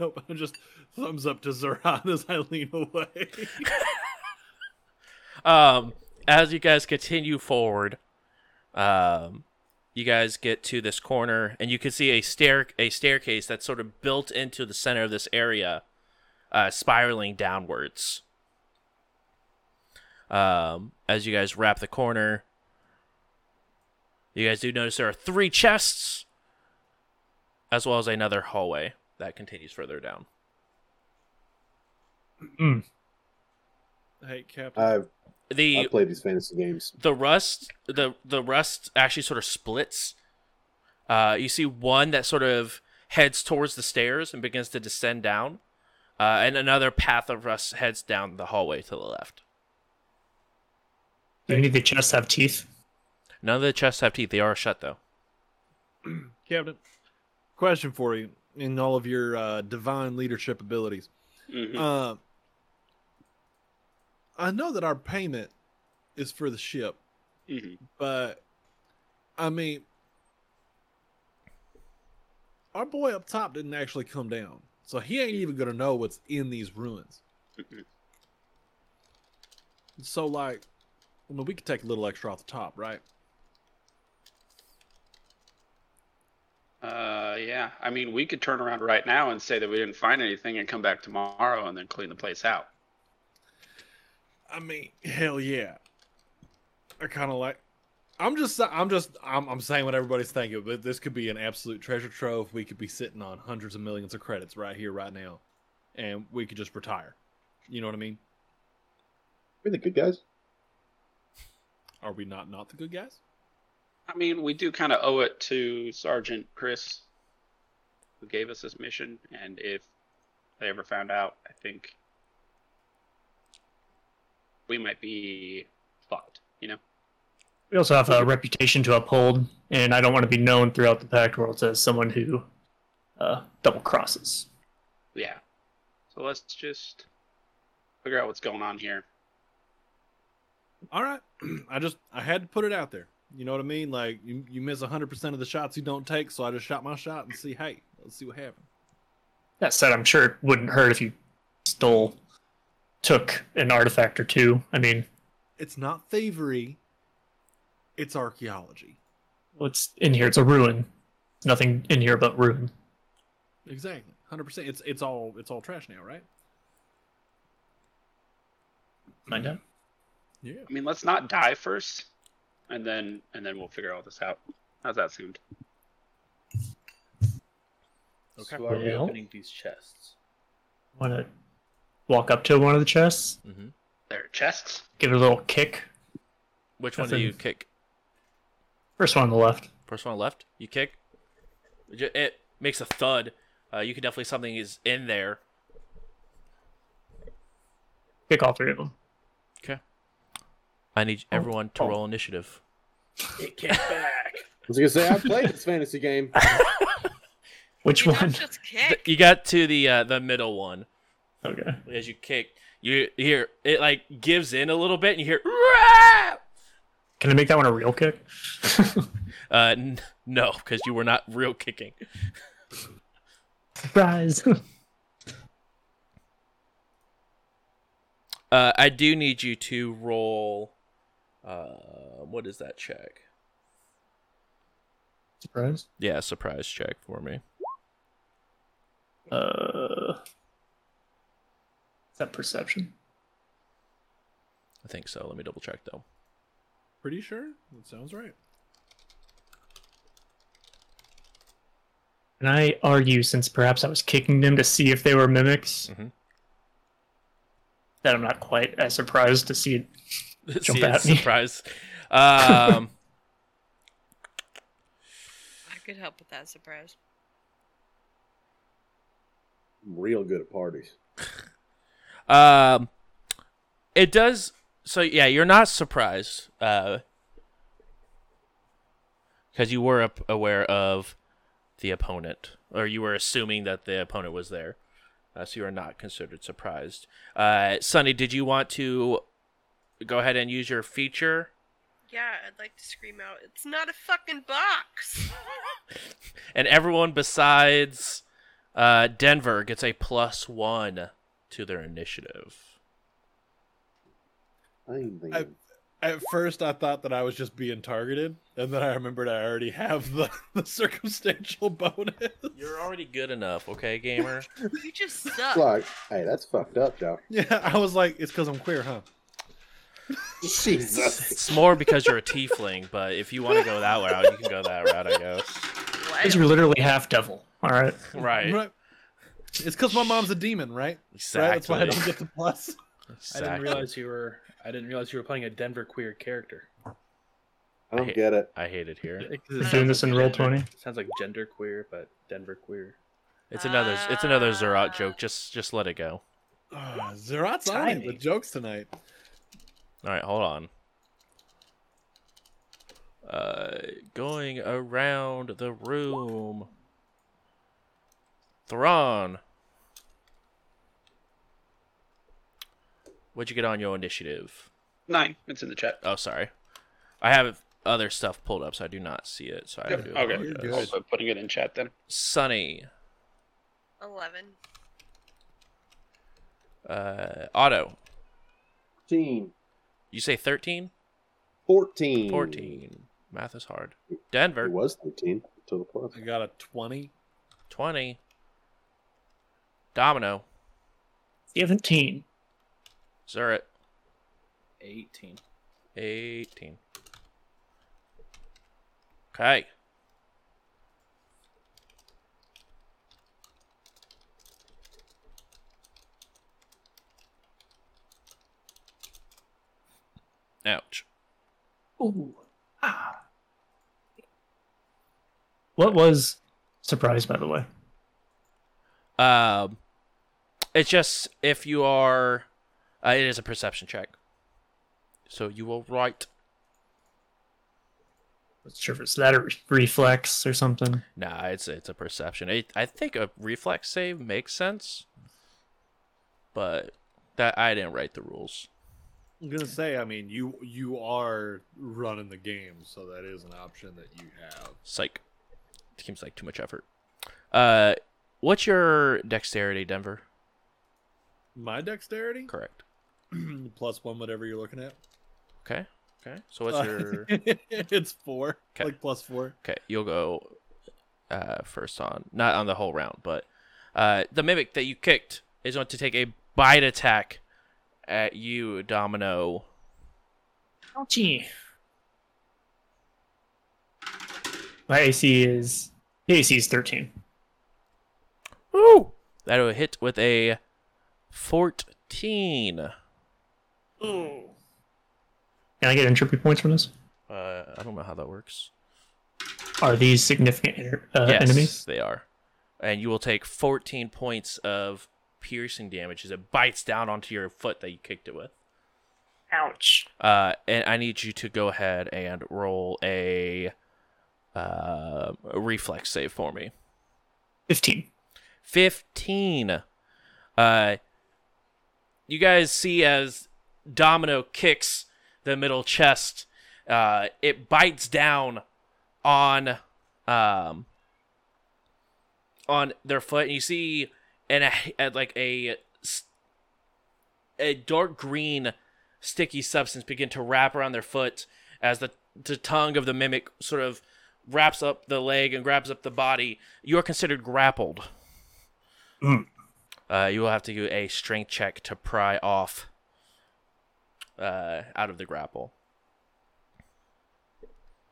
Speaker 5: Nope, I'm just thumbs up to Zoran as I lean away.
Speaker 3: um, as you guys continue forward, um, you guys get to this corner, and you can see a stair a staircase that's sort of built into the center of this area, uh, spiraling downwards. Um, as you guys wrap the corner, you guys do notice there are three chests, as well as another hallway that continues further down.
Speaker 5: hey, Captain.
Speaker 4: I've
Speaker 3: The
Speaker 4: I played these fantasy games.
Speaker 3: the rust the the rust actually sort of splits uh you see one that sort of heads towards the stairs and begins to descend down uh and another path of rust heads down the hallway to the left
Speaker 2: Do any of the chests have teeth?
Speaker 3: none of the chests have teeth they are shut though
Speaker 5: Captain, question for you in all of your uh, divine leadership abilities.
Speaker 1: Mhm.
Speaker 5: Uh, I know that our payment is for the ship,
Speaker 1: Mhm.
Speaker 5: but I mean, our boy up top didn't actually come down, so he ain't even gonna know what's in these ruins.
Speaker 1: Mhm.
Speaker 5: So, like, I mean, we could take a little extra off the top, right?
Speaker 1: Uh, yeah. I mean, we could turn around right now and say that we didn't find anything and come back tomorrow and then clean the place out.
Speaker 5: I mean, hell yeah. I kind of like. I'm just, I'm just, I'm, I'm saying what everybody's thinking, but this could be an absolute treasure trove. We could be sitting on hundreds of millions of credits right here, right now, and we could just retire. You know what I mean?
Speaker 4: We're the good guys.
Speaker 5: Are we not not the good guys?
Speaker 1: I mean, we do kind of owe it to Sergeant Chris, who gave us this mission, and if they ever found out, I think we might be fucked, you know?
Speaker 2: We also have a reputation to uphold, and I don't want to be known throughout the Pact world as someone who uh, double crosses.
Speaker 1: Yeah. So let's just figure out what's going on here.
Speaker 5: All right. I just I had to put it out there. You know what I mean? Like you, you miss hundred percent of the shots you don't take, so I just shot my shot and see, hey, let's see what happens.
Speaker 2: That said, I'm sure it wouldn't hurt if you stole, took an artifact or two. I mean,
Speaker 5: It's not thievery. It's archaeology.
Speaker 2: what's in here? It's a ruin. Nothing in here but ruin.
Speaker 5: Exactly. Hundred percent. It's it's all it's all trash now, right?
Speaker 2: Mind out.
Speaker 5: Yeah.
Speaker 1: I mean, let's not die first, and then and then we'll figure all this out. How's that sound?
Speaker 6: Okay.
Speaker 4: So
Speaker 6: So are we
Speaker 2: Yeah.
Speaker 6: opening these chests?
Speaker 2: Want to walk up to one of the chests,
Speaker 3: Mm-hmm.
Speaker 1: There are chests.
Speaker 2: give it a little kick.
Speaker 3: Which one do you
Speaker 2: Nothing.
Speaker 3: kick?
Speaker 2: First one on the left.
Speaker 3: First one left. You kick. Ju- It makes a thud. Uh, you can definitely something is in there.
Speaker 2: Kick all three of them.
Speaker 3: I need everyone to roll initiative.
Speaker 6: It came back.
Speaker 4: I was gonna say I played this fantasy game.
Speaker 2: Which
Speaker 7: You're not
Speaker 2: one?
Speaker 7: just
Speaker 3: Th-
Speaker 7: kick.
Speaker 3: You got to the uh, the middle one
Speaker 2: Okay.
Speaker 3: as you kick. You hear it like gives in a little bit, and you hear. "Rah!"
Speaker 2: Can I make that one a real kick?
Speaker 3: Uh, n- no, because you were not real kicking.
Speaker 2: Surprise.
Speaker 3: Uh, I do need you to roll. Uh, what is that check?
Speaker 2: Surprise.
Speaker 3: Yeah, surprise check for me.
Speaker 2: Uh, is that perception?
Speaker 3: I think so. Let me double check though.
Speaker 5: Pretty sure? That sounds right.
Speaker 2: And I argue, since perhaps I was kicking them to see if they were mimics,
Speaker 3: Mhm.
Speaker 2: that I'm not quite as surprised to see it. Jump
Speaker 3: See,
Speaker 2: at
Speaker 3: it's
Speaker 2: me.
Speaker 3: surprise. Um,
Speaker 7: I could help with that surprise.
Speaker 4: I'm real good at parties.
Speaker 3: um, it does. So yeah, you're not surprised. Uh, because you were up aware of the opponent, or you were assuming that the opponent was there, uh, so you are not considered surprised. Uh, Sonny, did you want to go ahead and use your feature?
Speaker 7: Yeah, I'd like to scream out, it's not a fucking box!
Speaker 3: and everyone besides uh, Denver gets a plus one to their initiative.
Speaker 4: I ain't thinking.
Speaker 5: I- At first I thought that I was just being targeted, and then I remembered I already have the, the circumstantial bonus.
Speaker 3: You're already good enough, okay, gamer.
Speaker 7: you just suck.
Speaker 4: Like, hey, that's fucked up, Joe.
Speaker 5: Yeah, I was like, it's because I'm queer, huh?
Speaker 4: Jesus.
Speaker 3: it's more because you're a tiefling, but if you want to go that route, you can go that route, I guess.
Speaker 2: Because you're literally half devil. All right.
Speaker 3: Right.
Speaker 5: Right. It's because my mom's a demon, right? Right. That's
Speaker 3: Exactly.
Speaker 5: why I don't get the plus.
Speaker 3: exactly.
Speaker 6: I didn't realize you were. I didn't realize you were playing a Denver queer character.
Speaker 4: I
Speaker 3: I-
Speaker 4: don't get it.
Speaker 3: I hate it here.
Speaker 2: We're doing this in Roll20.
Speaker 6: Sounds like gender queer, but Denver queer.
Speaker 3: It's another it's another Zerat joke. Just just let it go.
Speaker 5: Ah, Zerat's on it
Speaker 6: Tiny.
Speaker 5: with jokes tonight.
Speaker 3: All right, hold on. Uh, going around the room. Thrawn. What'd you get on your initiative?
Speaker 1: Nine. It's in the chat.
Speaker 3: Oh, sorry. I have other stuff pulled up, so I do not see it. So I
Speaker 1: Yep, okay.
Speaker 3: do apologize.
Speaker 5: You're good.
Speaker 1: Also putting it in chat then.
Speaker 3: Sunny.
Speaker 7: 11.
Speaker 3: Uh, Otto.
Speaker 4: 14.
Speaker 3: You say 13?
Speaker 4: 14.
Speaker 3: 14. Math is hard.
Speaker 4: It
Speaker 3: Denver.
Speaker 4: was 13 until the plus.
Speaker 5: I got a twenty.
Speaker 3: 20. Domino.
Speaker 2: 17.
Speaker 3: Zurat.
Speaker 6: Eighteen.
Speaker 3: 18. Okay. Ouch.
Speaker 2: Ooh. Ah. What was surprise, by the way?
Speaker 3: Um, it's just if you are, uh, it is a perception check. So you will write.
Speaker 2: Not sure if it's that or reflex or something.
Speaker 3: Nah, it's it's a perception. I I think a reflex save makes sense, but that I didn't write the rules.
Speaker 5: I'm gonna say, I mean, you you are running the game, so that is an option that you have.
Speaker 3: Psych. Seems like too much effort. Uh, what's your dexterity, Denver?
Speaker 5: My dexterity
Speaker 3: Correct.
Speaker 5: plus one, whatever you're looking at.
Speaker 3: Okay. Okay. So what's
Speaker 5: Uh,
Speaker 3: your
Speaker 5: it's four,
Speaker 3: 'Kay.
Speaker 5: like plus four.
Speaker 3: Okay, you'll go uh, first on not on the whole round, but uh, the mimic that you kicked is going to take a bite attack at you, Domino.
Speaker 2: Ouchie. My AC is the AC is thirteen.
Speaker 3: Woo! That will hit with a fourteen. Uh,
Speaker 2: Ooh. Can I get entropy points from this?
Speaker 3: Uh, I don't know how that works.
Speaker 2: Are these significant en- uh,
Speaker 3: yes,
Speaker 2: enemies?
Speaker 3: they are, and you will take fourteen points of piercing damage as it bites down onto your foot that you kicked it with.
Speaker 2: Ouch.
Speaker 3: Uh, and I need you to go ahead and roll a, uh, a reflex save for me.
Speaker 2: Fifteen.
Speaker 3: 15. Uh, you guys see as Domino kicks the middle chest, uh, it bites down on um, on their foot, and you see in a at like a s- a dark green sticky substance begin to wrap around their foot as the the tongue of the mimic sort of wraps up the leg and grabs up the body. You are considered grappled. Uh, you will have to do a strength check to pry off uh, out of the grapple.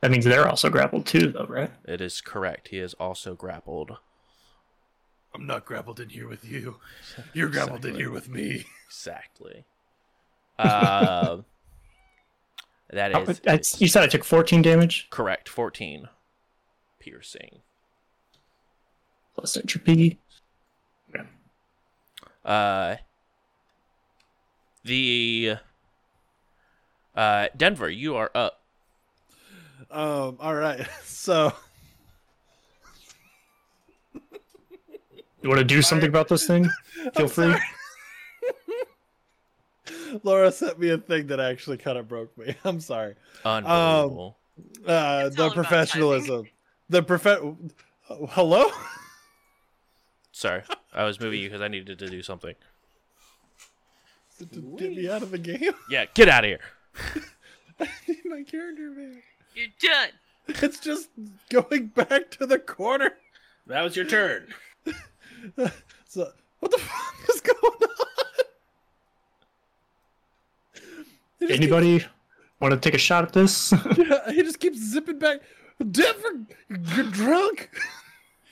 Speaker 2: That means they're also grappled too, though, right?
Speaker 3: It is correct. He is also grappled.
Speaker 5: I'm not grappled in here with you. You're grappled in
Speaker 3: Exactly.
Speaker 5: here with me.
Speaker 3: Exactly. Uh, that
Speaker 2: How-
Speaker 3: is
Speaker 2: I- you said I took fourteen damage
Speaker 3: correct. 14 piercing.
Speaker 2: plus entropy.
Speaker 3: Uh, the uh, Denver, you are up.
Speaker 5: Um. All right. So
Speaker 2: You want to do something about this thing? Feel
Speaker 5: I'm
Speaker 2: free.
Speaker 5: sorry. Laura sent me a thing that actually kind of broke me. I'm sorry.
Speaker 3: Unbelievable.
Speaker 5: Uh, the
Speaker 7: It's all about timing.
Speaker 5: professionalism. The prof. Hello.
Speaker 3: Sorry, I was moving you because I needed to do something.
Speaker 5: D- d- Get me out of the game.
Speaker 3: Yeah, get out of here.
Speaker 5: I need my character man.
Speaker 7: You're done.
Speaker 5: It's just going back to the corner.
Speaker 6: That was your turn.
Speaker 5: So what the fuck is going on? He just
Speaker 2: Anybody want to take a shot at this?
Speaker 5: keeps- he just keeps zipping back. Denver, you're drunk.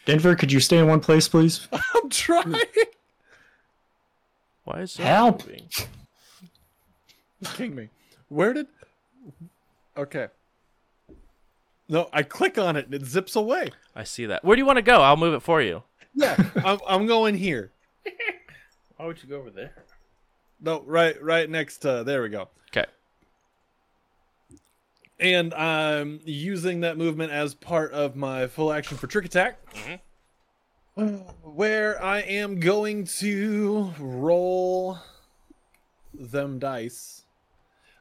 Speaker 2: Denver, could you stay in one place, please?
Speaker 5: I'm trying.
Speaker 3: Why is it
Speaker 2: Help.
Speaker 3: moving?
Speaker 5: King me. Where did? Okay. No, I click on it and it zips away.
Speaker 3: I see that. Where do you want to go? I'll move it for you.
Speaker 5: Yeah, I'm, I'm going here.
Speaker 6: Why would you go over there?
Speaker 5: No, right, right next to. There we go.
Speaker 3: 'Kay.
Speaker 5: And I'm using that movement as part of my full action for trick attack, Uh, where I am going to roll them dice.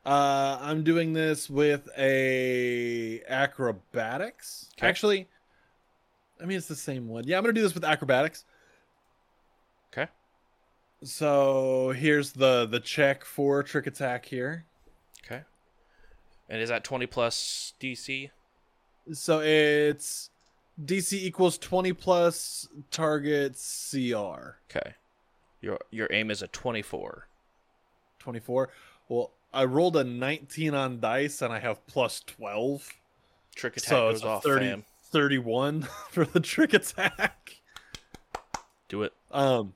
Speaker 5: Uh, I'm doing this with a acrobatics.
Speaker 3: 'Kay.
Speaker 5: Actually, I mean it's the same one. Yeah, I'm gonna do this with acrobatics.
Speaker 3: 'Kay.
Speaker 5: So here's the the check for trick attack here.
Speaker 3: Okay. And is that 20 plus DC?
Speaker 5: So it's DC equals 20 plus target CR
Speaker 3: Okay. Your your aim is a 24.
Speaker 5: 24. Well, I rolled a 19 on dice and I have plus 12.
Speaker 3: Trick attack
Speaker 5: so
Speaker 3: goes
Speaker 5: it's a
Speaker 3: off.
Speaker 5: 30,
Speaker 3: fam.
Speaker 5: 31 for the trick attack.
Speaker 3: Do it.
Speaker 5: Um,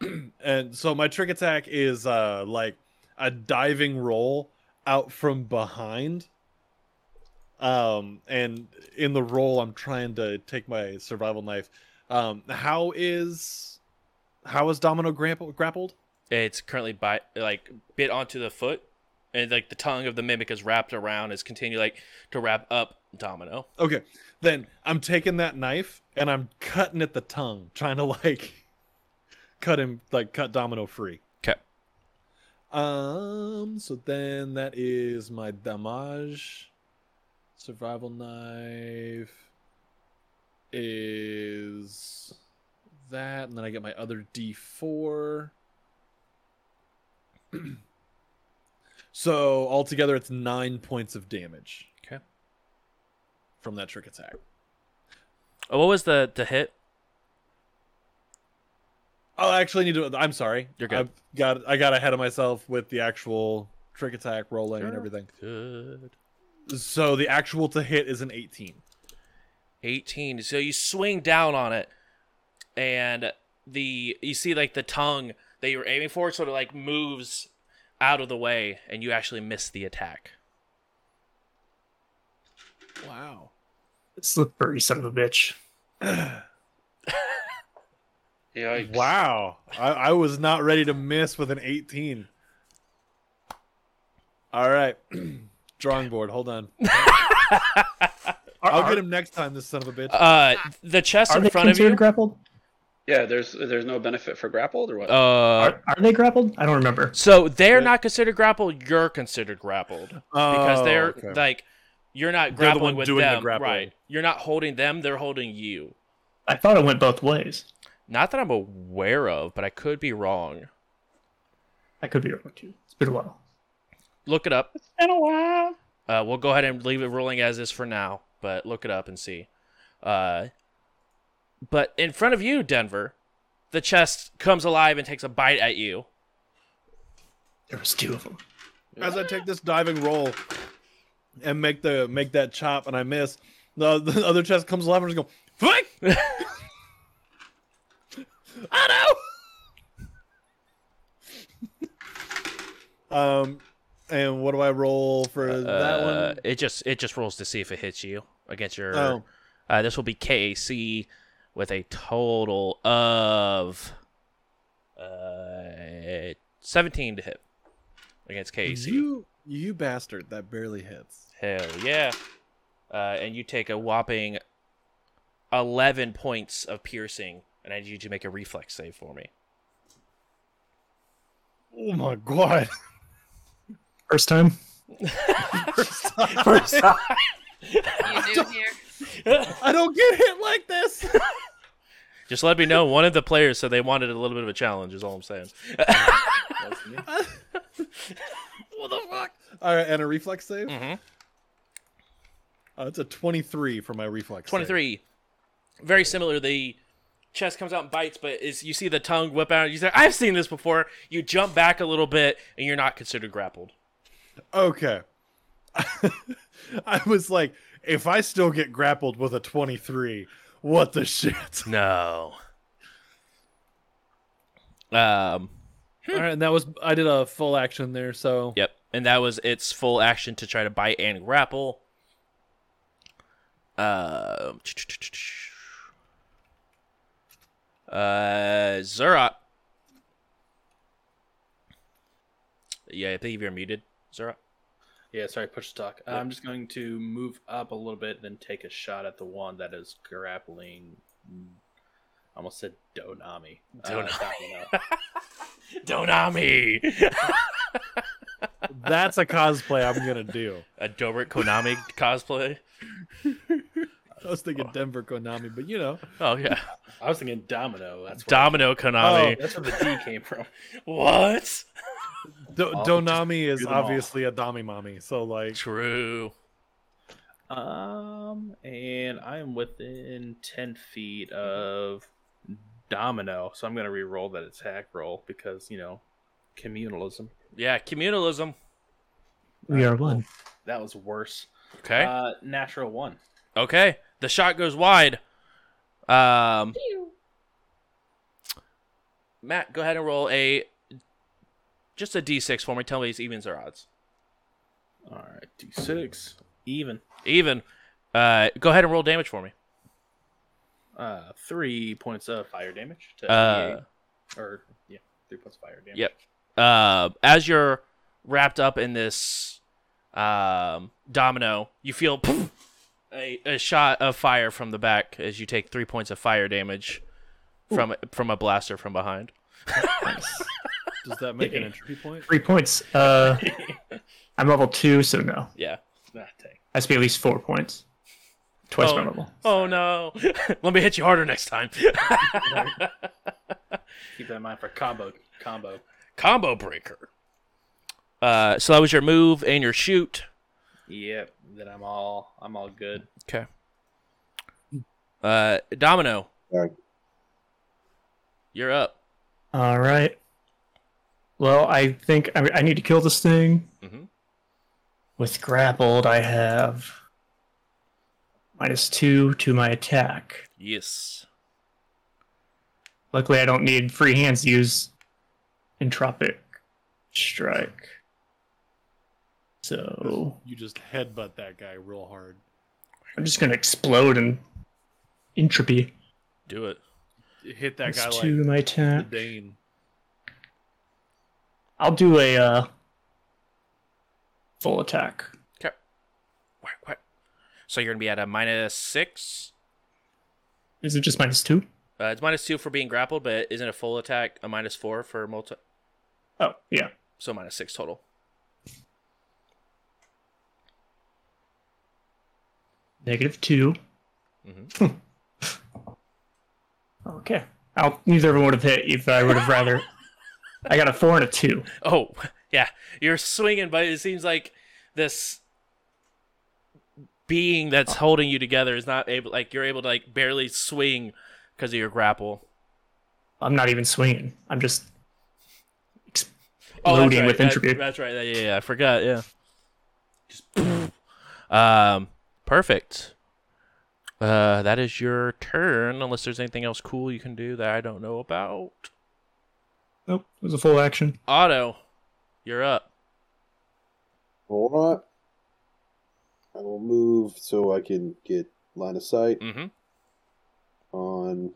Speaker 5: and so my trick attack is uh like a diving roll out from behind. Um, and in the roll, I'm trying to take my survival knife. Um, how is how is Domino grapple, grappled?
Speaker 3: It's currently by like bit onto the foot, and like the tongue of the mimic is wrapped around. Is continue like to wrap up Domino.
Speaker 5: Okay, then I'm taking that knife and I'm cutting at the tongue, trying to like cut him, like cut Domino free.
Speaker 3: 'Kay.
Speaker 5: Um. So then that is my damage. Survival knife is that, and then I get my other D4. so altogether, it's nine points of damage.
Speaker 3: 'Kay.
Speaker 5: From that trick attack.
Speaker 3: Oh, what was the the hit?
Speaker 5: Oh, I actually need to. I'm sorry.
Speaker 3: You're good.
Speaker 5: I got I got ahead of myself with the actual trick attack rolling and
Speaker 3: Sure.
Speaker 5: everything.
Speaker 3: Good.
Speaker 5: So the actual to hit is an 18.
Speaker 3: 18 so you swing down on it and the you see like the tongue that you were aiming for sort of like moves out of the way and you actually miss the attack
Speaker 5: Wow.
Speaker 2: Slippery son of a bitch.
Speaker 1: Yikes.
Speaker 5: Wow. I, I was not ready to miss with an 18. All right. Drawing board. Hold on. I'll get him next time, this son of a bitch.
Speaker 3: uh the chest
Speaker 2: Are
Speaker 3: in
Speaker 2: they
Speaker 3: front of
Speaker 2: considered
Speaker 3: you
Speaker 2: grappled?
Speaker 1: Yeah, there's there's no benefit for grappled or what?
Speaker 5: Oh.
Speaker 3: uh
Speaker 2: Are, are they grappled? I don't remember.
Speaker 3: so they're
Speaker 5: Yeah.
Speaker 3: not considered grappled you're considered grappled Uh, because
Speaker 5: Oh,
Speaker 3: they're
Speaker 5: okay.
Speaker 3: like you're not
Speaker 5: They're the
Speaker 3: grappling
Speaker 5: one
Speaker 3: with
Speaker 5: doing the
Speaker 3: them
Speaker 5: grappling.
Speaker 3: right you're not holding them they're holding you
Speaker 2: I thought it went both ways.
Speaker 3: not that i'm aware of but i could be wrong
Speaker 2: I could be wrong too. It's been a while.
Speaker 3: look it up
Speaker 2: Been a while.
Speaker 3: Uh, we'll go ahead and leave it rolling as is for now, but look it up and see. Uh, but in front of you, Denver, the chest comes alive and takes a bite at you.
Speaker 2: There was two of them.
Speaker 5: as I take this diving roll and make the make that chop and I miss, the, the other chest comes alive and I just go, Flick! oh no! um, and what do I roll for that
Speaker 3: Uh,
Speaker 5: one?
Speaker 3: It just it just rolls to see if it hits you against your.
Speaker 5: Oh,
Speaker 3: Uh, this will be KAC with a total of uh, 17 to hit against KAC.
Speaker 5: you you bastard! That barely hits.
Speaker 3: Hell yeah. Uh, and you take a whopping 11 points of piercing, and I need you to make a reflex save for me.
Speaker 5: Oh my god!
Speaker 2: First time.
Speaker 5: First time.
Speaker 7: You do here.
Speaker 5: I don't get hit like this.
Speaker 3: Just let me know. One of the players said they wanted a little bit of a challenge, is all I'm saying.
Speaker 6: That's me.
Speaker 5: what the fuck? All right, and a reflex save.
Speaker 3: Mhm.
Speaker 5: Uh, it's a 23 for my reflex. save.
Speaker 3: 23. Very similar. The chest comes out and bites, but is you see the tongue whip out. You say, I've seen this before. You jump back a little bit, and you're not considered grappled.
Speaker 5: Okay. I was like, if I still get grappled with a 23, what the shit?
Speaker 3: No. Um.
Speaker 5: All right, and that was I did a full action there, so
Speaker 3: Yep. And that was its full action to try to bite and grapple. Um. Uh, Zerot. Yeah, I think you're muted, Zerot.
Speaker 6: Yeah, sorry, push to talk. Uh, I'm just going to move up a little bit, then take a shot at the one that is grappling. I Almost said Donami. Uh,
Speaker 3: Donami.
Speaker 6: Domino.
Speaker 3: Donami,
Speaker 5: that's a cosplay I'm gonna do.
Speaker 3: a Dobrik Konami cosplay.
Speaker 5: I was thinking Denver Konami, but you know,
Speaker 3: Oh yeah,
Speaker 6: I was thinking Domino. That's where,
Speaker 3: Domino Konami.
Speaker 6: That's where the D came from.
Speaker 3: What?
Speaker 5: Do-
Speaker 6: I'll just
Speaker 5: Donami is
Speaker 6: do them all.
Speaker 5: obviously a Dami mommy, so like
Speaker 3: True.
Speaker 6: Um, and I'm within ten feet of Domino, so I'm gonna re-roll that attack roll because you know communalism.
Speaker 3: Yeah, communalism.
Speaker 2: We are one.
Speaker 6: That was worse.
Speaker 3: Okay.
Speaker 6: Uh, natural one.
Speaker 3: Okay. The shot goes wide. Um, Matt, go ahead and roll a just a d6 for me. Tell me it's evens or odds.
Speaker 6: All right, d6 even.
Speaker 3: Even. Uh, go ahead and roll damage for me.
Speaker 6: Uh, three points of fire damage to
Speaker 3: Uh,
Speaker 6: EA. or yeah, three points of fire damage.
Speaker 3: Yep. uh, as you're wrapped up in this um, domino, you feel poof, a, a shot of fire from the back as you take three points of fire damage from from a blaster from behind.
Speaker 5: Does that make an entry point?
Speaker 2: Three points. Uh, I'm level two, so no.
Speaker 3: Yeah.
Speaker 6: Ah, dang.
Speaker 2: I has to be at least four points. Twice
Speaker 3: Oh.
Speaker 2: my level.
Speaker 3: Oh no! Let me hit you harder next time.
Speaker 6: Keep that in mind for combo combo.
Speaker 3: Combo breaker. Uh, so that was your move and your shoot.
Speaker 6: Yep. Then I'm all I'm all good.
Speaker 3: Uh, Domino.
Speaker 4: Alright.
Speaker 3: You're up.
Speaker 2: All right. Well, I think I, I need to kill this thing.
Speaker 3: Mhm.
Speaker 2: With grappled, I have minus two to my attack.
Speaker 3: Yes.
Speaker 2: Luckily, I don't need free hands to use entropic strike. So
Speaker 5: You just headbutt that guy real hard.
Speaker 2: I'm just gonna explode in entropy.
Speaker 3: Do it.
Speaker 5: Hit that
Speaker 2: That's
Speaker 5: guy
Speaker 2: two to
Speaker 5: like
Speaker 2: my
Speaker 5: the
Speaker 2: attack.
Speaker 5: Dane.
Speaker 2: I'll do a uh, full attack.
Speaker 3: Quack, quack. So you're gonna be at a minus six.
Speaker 2: Is it just minus two?
Speaker 3: Uh, it's minus two for being grappled, but isn't a full attack a minus four for multi?
Speaker 2: Oh yeah.
Speaker 3: So minus six total.
Speaker 2: Negative 2
Speaker 5: Mm-hmm.
Speaker 2: okay. I'll, neither of them would have hit if I would have rather. I got a four and a two.
Speaker 3: Oh yeah, you're swinging, but it seems like this being that's holding you together is not able. Like you're able to like barely swing because of your grapple.
Speaker 2: I'm not even swinging. I'm just
Speaker 3: Oh, that's
Speaker 2: Loading
Speaker 3: right.
Speaker 2: with
Speaker 3: That-
Speaker 2: entropy.
Speaker 3: that's right. Yeah, yeah, yeah, I forgot. Yeah. Just um, perfect. Uh, that is your turn. Unless there's anything else cool you can do that I don't know about.
Speaker 2: nope. It was a full action.
Speaker 3: Otto, you're up.
Speaker 4: All right. I will move so I can get line of sight
Speaker 3: Mm-hmm.
Speaker 4: on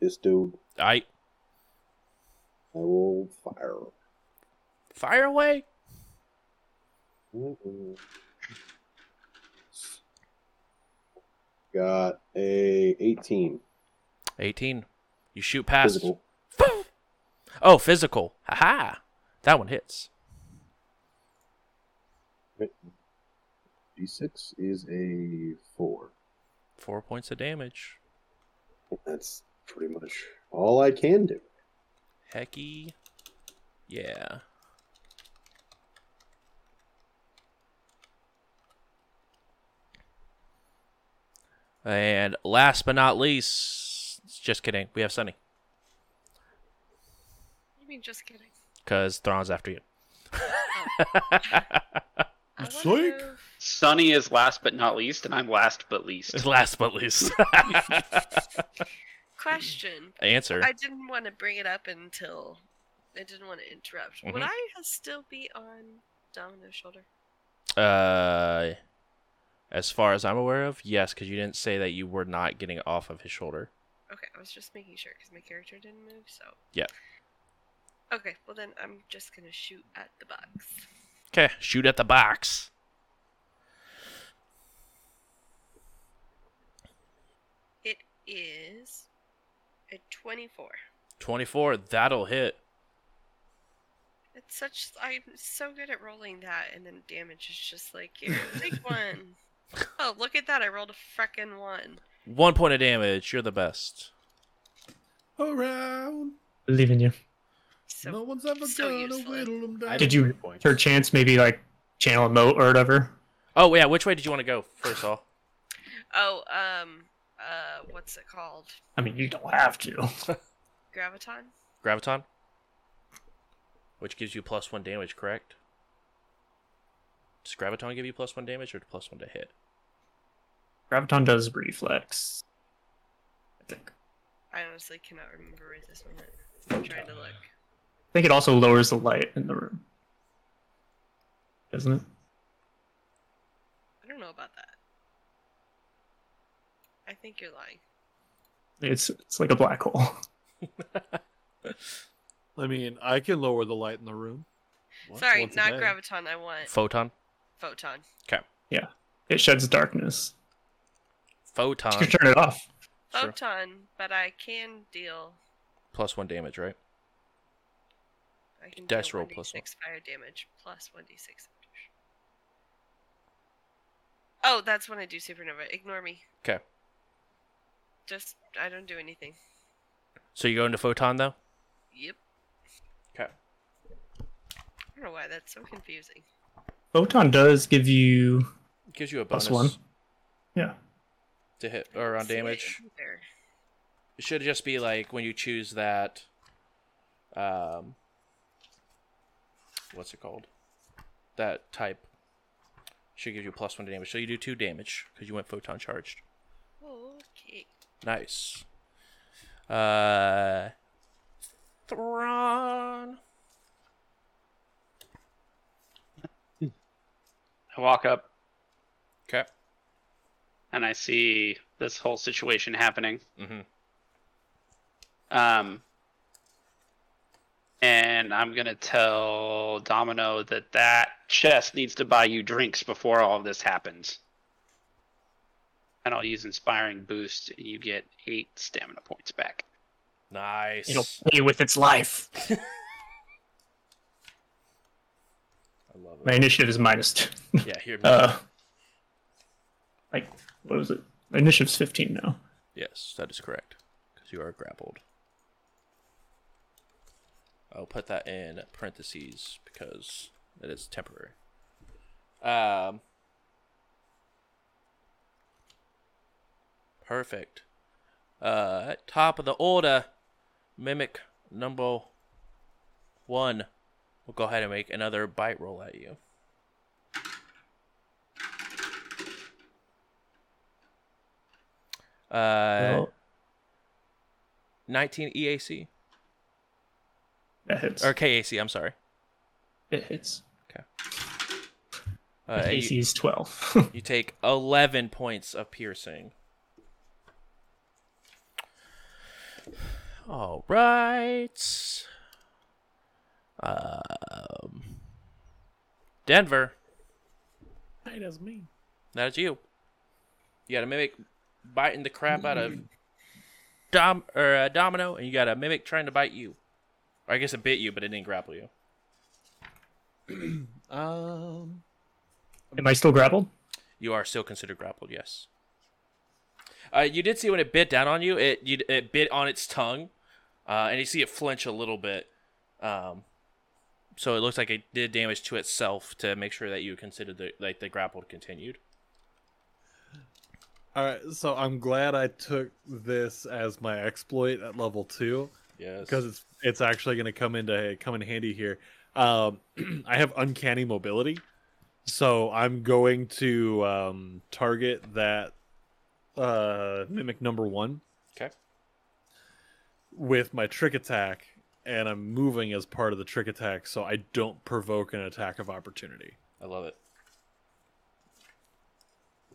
Speaker 4: this dude.
Speaker 3: I
Speaker 4: I will fire.
Speaker 3: fire away.
Speaker 4: Mm-mm. Got a 18
Speaker 3: 18. You shoot past.
Speaker 4: physical.
Speaker 3: Boom. Oh, physical. Haha. That one hits.
Speaker 4: D6 is a 4.
Speaker 3: Four points of damage.
Speaker 4: That's pretty much all I can do.
Speaker 3: Hecky. Yeah. And last but not least, just kidding. We have Sunny
Speaker 7: I mean, just kidding.
Speaker 3: because Thrawn's after you.
Speaker 7: I wanna
Speaker 5: Psych.
Speaker 7: move-
Speaker 1: Sunny is last but not least, and I'm last but least.
Speaker 3: last but least.
Speaker 7: Question.
Speaker 3: Answer.
Speaker 7: I didn't want to bring it up until I didn't want to interrupt.
Speaker 3: Mhm.
Speaker 7: Would I still be on Domino's shoulder?
Speaker 3: Uh, as far as I'm aware of, yes, because you didn't say that you were not getting off of his shoulder.
Speaker 7: Okay, I was just making sure because my character didn't move. So.
Speaker 3: Yeah.
Speaker 7: Okay, well then I'm just gonna shoot at the box.
Speaker 3: Okay, shoot at the box.
Speaker 7: It is a 24.
Speaker 3: 24, that'll hit.
Speaker 7: It's such I'm so good at rolling that, and then damage is just like here, take one. Oh, look at that! I rolled a frickin' one.
Speaker 3: One point of damage. You're the best.
Speaker 5: Around.
Speaker 2: Believe in you.
Speaker 7: So
Speaker 5: no one's ever
Speaker 7: so
Speaker 5: gonna
Speaker 7: useless.
Speaker 5: whittle him
Speaker 6: I
Speaker 5: down.
Speaker 6: have
Speaker 2: Did you-
Speaker 6: three points.
Speaker 2: Her chance, maybe like channel moat or whatever.
Speaker 3: Oh yeah, which way did you want to go first of all?
Speaker 7: oh, um, uh, what's it called?
Speaker 2: I mean, you don't have to.
Speaker 7: Graviton.
Speaker 3: Graviton, which gives you plus one damage, correct? Does graviton give you plus one damage or plus one to hit?
Speaker 2: Graviton does reflex. I think.
Speaker 7: I honestly cannot remember at this moment. I'm trying to look.
Speaker 2: I think it also lowers the light in the room, doesn't it?
Speaker 7: know about that. I think you're lying.
Speaker 2: It's it's like a black hole.
Speaker 5: I mean, I can lower the light in the room. Once-
Speaker 7: Sorry,
Speaker 5: once a
Speaker 7: not
Speaker 5: day.
Speaker 7: graviton. I want
Speaker 3: Photon.
Speaker 7: photon.
Speaker 2: It sheds darkness. You
Speaker 3: Photon.
Speaker 2: can turn it off.
Speaker 3: Sure.
Speaker 7: Photon, but I can deal.
Speaker 3: Plus one damage, right?
Speaker 7: I can
Speaker 3: Dice
Speaker 7: deal
Speaker 3: roll
Speaker 7: 1d6
Speaker 3: plus one.
Speaker 7: fire damage plus 1d6 electrician. Oh, that's when I do supernova. Ignore me.
Speaker 3: 'Kay.
Speaker 7: Just, I don't do anything.
Speaker 3: So you go into photon though.
Speaker 7: Yep.
Speaker 3: 'Kay.
Speaker 7: I don't know why that's so confusing.
Speaker 2: Photon does give you
Speaker 3: Gives you a bonus
Speaker 2: Plus one. Yeah.
Speaker 3: to hit or on
Speaker 7: See it
Speaker 3: damage.
Speaker 7: either.
Speaker 3: It should just be like when you choose that. Um. What's it called? That type should give you plus one to damage. So you do two damage because you went photon charged.
Speaker 7: Okay.
Speaker 3: Nice. Uh, Thrawn.
Speaker 1: I walk up
Speaker 3: Okay.
Speaker 1: and I see this whole situation happening.
Speaker 3: Mm-hmm.
Speaker 1: Um, and I'm gonna tell Domino that that chest needs to buy you drinks before all of this happens. And I'll use inspiring boost, and you get eight stamina points back.
Speaker 3: Nice.
Speaker 2: It'll play with its life.
Speaker 3: I love
Speaker 2: My initiative is minus two.
Speaker 3: Yeah, here.
Speaker 2: Uh, like what was it? My initiative's fifteen now.
Speaker 3: yes, that is correct. Because you are grappled. I'll put that in parentheses because it is temporary. Um. Perfect. Uh, at top of the order, mimic number one. We'll go ahead and make another bite roll at you. Uh,
Speaker 2: Well,
Speaker 3: 19 EAC
Speaker 2: that hits.
Speaker 3: E or KAC. I'm sorry.
Speaker 2: It hits.
Speaker 3: Uh, and
Speaker 2: AC
Speaker 3: you,
Speaker 2: is twelve.
Speaker 3: you take 11 points of piercing. All right. Um, Denver,
Speaker 2: Hey, that's me.
Speaker 3: that is you. You got to mimic biting the crap out of Dom or uh, Domino, and you got to mimic trying to bite you. Or I guess it bit you, but it didn't grapple you.
Speaker 5: Um,
Speaker 2: Am I still grappled?
Speaker 3: you are still considered grappled. Yes. Uh, you did see when it bit down on you, it you, it bit on its tongue, uh, and you see it flinch a little bit. Um, so it looks like it did damage to itself to make sure that you considered the like the grappled continued.
Speaker 5: all right, so I'm glad I took this as my exploit at level two
Speaker 3: Yes.
Speaker 5: because it's it's actually going to come into come in handy here. Um, I have uncanny mobility, so I'm going to um, target that uh, mimic number one.
Speaker 3: Okay.
Speaker 5: With my trick attack, and I'm moving as part of the trick attack, so I don't provoke an attack of opportunity.
Speaker 3: I love it.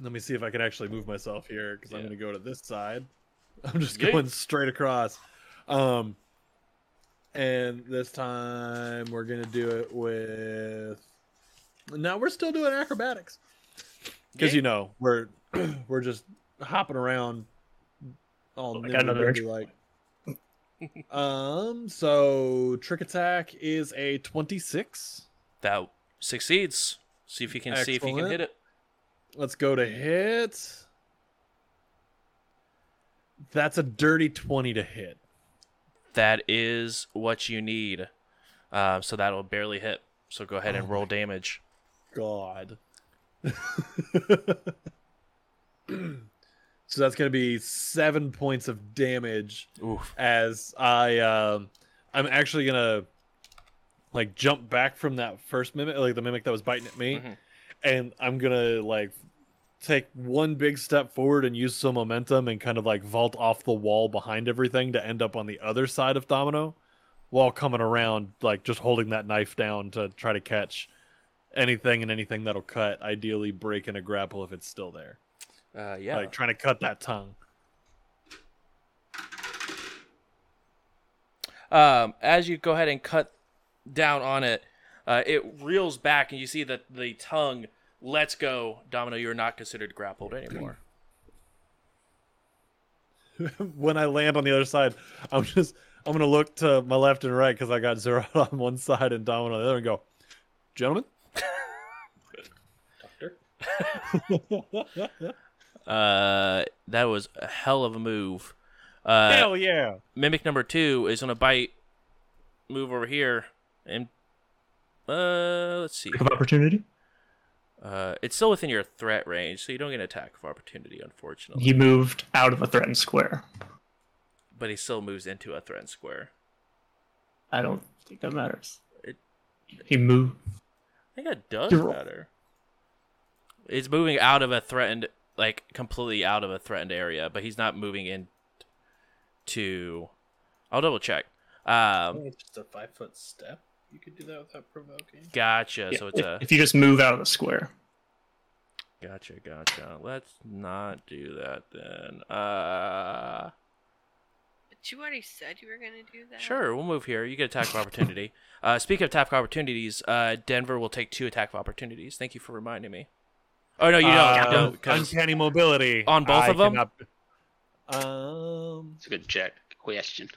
Speaker 5: Let me see if I can actually move myself here because I'm
Speaker 3: Yeah.
Speaker 5: going to go to this side. I'm just
Speaker 3: Yeet.
Speaker 5: going straight across. Um, and this time we're going to do it with. No, we're still doing acrobatics because you know we're we're just hopping around. All
Speaker 2: Oh, I
Speaker 5: nimbly
Speaker 2: got another
Speaker 5: bimby like. um. So trick attack is a twenty-six.
Speaker 3: that succeeds. See if you can see if you can
Speaker 5: Excellent.
Speaker 3: hit it.
Speaker 5: Let's go to hit. That's a dirty 20 to hit.
Speaker 3: That is what you need. Um, so that'll barely hit. So go ahead
Speaker 5: Oh
Speaker 3: and roll damage.
Speaker 5: God. so that's going to be 7 points of damage
Speaker 3: Oof.
Speaker 5: as I um I'm actually going to like jump back from that first mimic like the mimic that was biting at me
Speaker 3: Mhm.
Speaker 5: and I'm going to like take one big step forward and use some momentum and kind of like vault off the wall behind everything to end up on the other side of Domino while coming around, like just holding that knife down to try to catch anything and anything that'll cut, ideally break in a grapple if it's still there.
Speaker 3: Uh, yeah.
Speaker 5: Like trying to cut that tongue.
Speaker 3: um, as you go ahead and cut down on it, uh, it reels back, and you see that the tongue lets go. Domino, you're not considered grappled anymore.
Speaker 5: when I land on the other side, I'm just I'm gonna look to my left and right because I got zero on one side and domino on the other and go, gentlemen.
Speaker 6: Doctor.
Speaker 3: Uh, that was a hell of a move. Uh,
Speaker 5: Hell yeah!
Speaker 3: Mimic number two is gonna bite. Move over here, and uh, let's see.
Speaker 2: Of opportunity.
Speaker 3: Uh, it's still within your threat range, so you don't get an attack of opportunity, unfortunately.
Speaker 2: He moved out of a threatened square.
Speaker 3: But he still moves into a threat square.
Speaker 2: I don't think that matters.
Speaker 3: It-
Speaker 2: He moved.
Speaker 3: I think that does
Speaker 2: You're wrong.
Speaker 3: matter. It's moving out of a threatened, like completely out of a threatened area, but he's not moving in. To, I'll double check. Um,
Speaker 6: It's just a five foot step. You could do that without provoking.
Speaker 3: gotcha. So it's
Speaker 2: if,
Speaker 3: a
Speaker 2: if you just move out of the square,
Speaker 3: gotcha, gotcha. Let's not do that then. Uh,
Speaker 7: But you already said you were gonna do that.
Speaker 3: sure, we'll move here. You get attack of opportunity. uh, speak of attack of opportunities, uh, Denver will take two attack of opportunities. Thank you for reminding me. Oh no, you don't.
Speaker 5: Uh,
Speaker 3: no, 'cause-
Speaker 5: uncanny mobility
Speaker 3: On both
Speaker 5: I
Speaker 3: of 'em?
Speaker 5: cannot- Um.
Speaker 1: It's a good check. Question.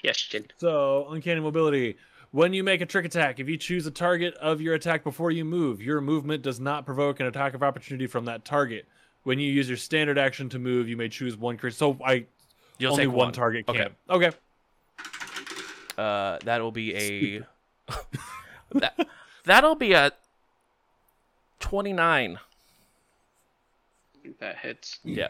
Speaker 1: Question.
Speaker 5: So, uncanny mobility. When you make a trick attack, if you choose a target of your attack before you move, your movement does not provoke an attack of opportunity from that target. When you use your standard action to move, you may choose one crit. So I
Speaker 3: you'll
Speaker 5: only
Speaker 3: take
Speaker 5: one, target.
Speaker 3: Okay.
Speaker 5: Can. Okay.
Speaker 3: Uh, that'll be a that, that'll be a 29
Speaker 1: That hits
Speaker 3: yeah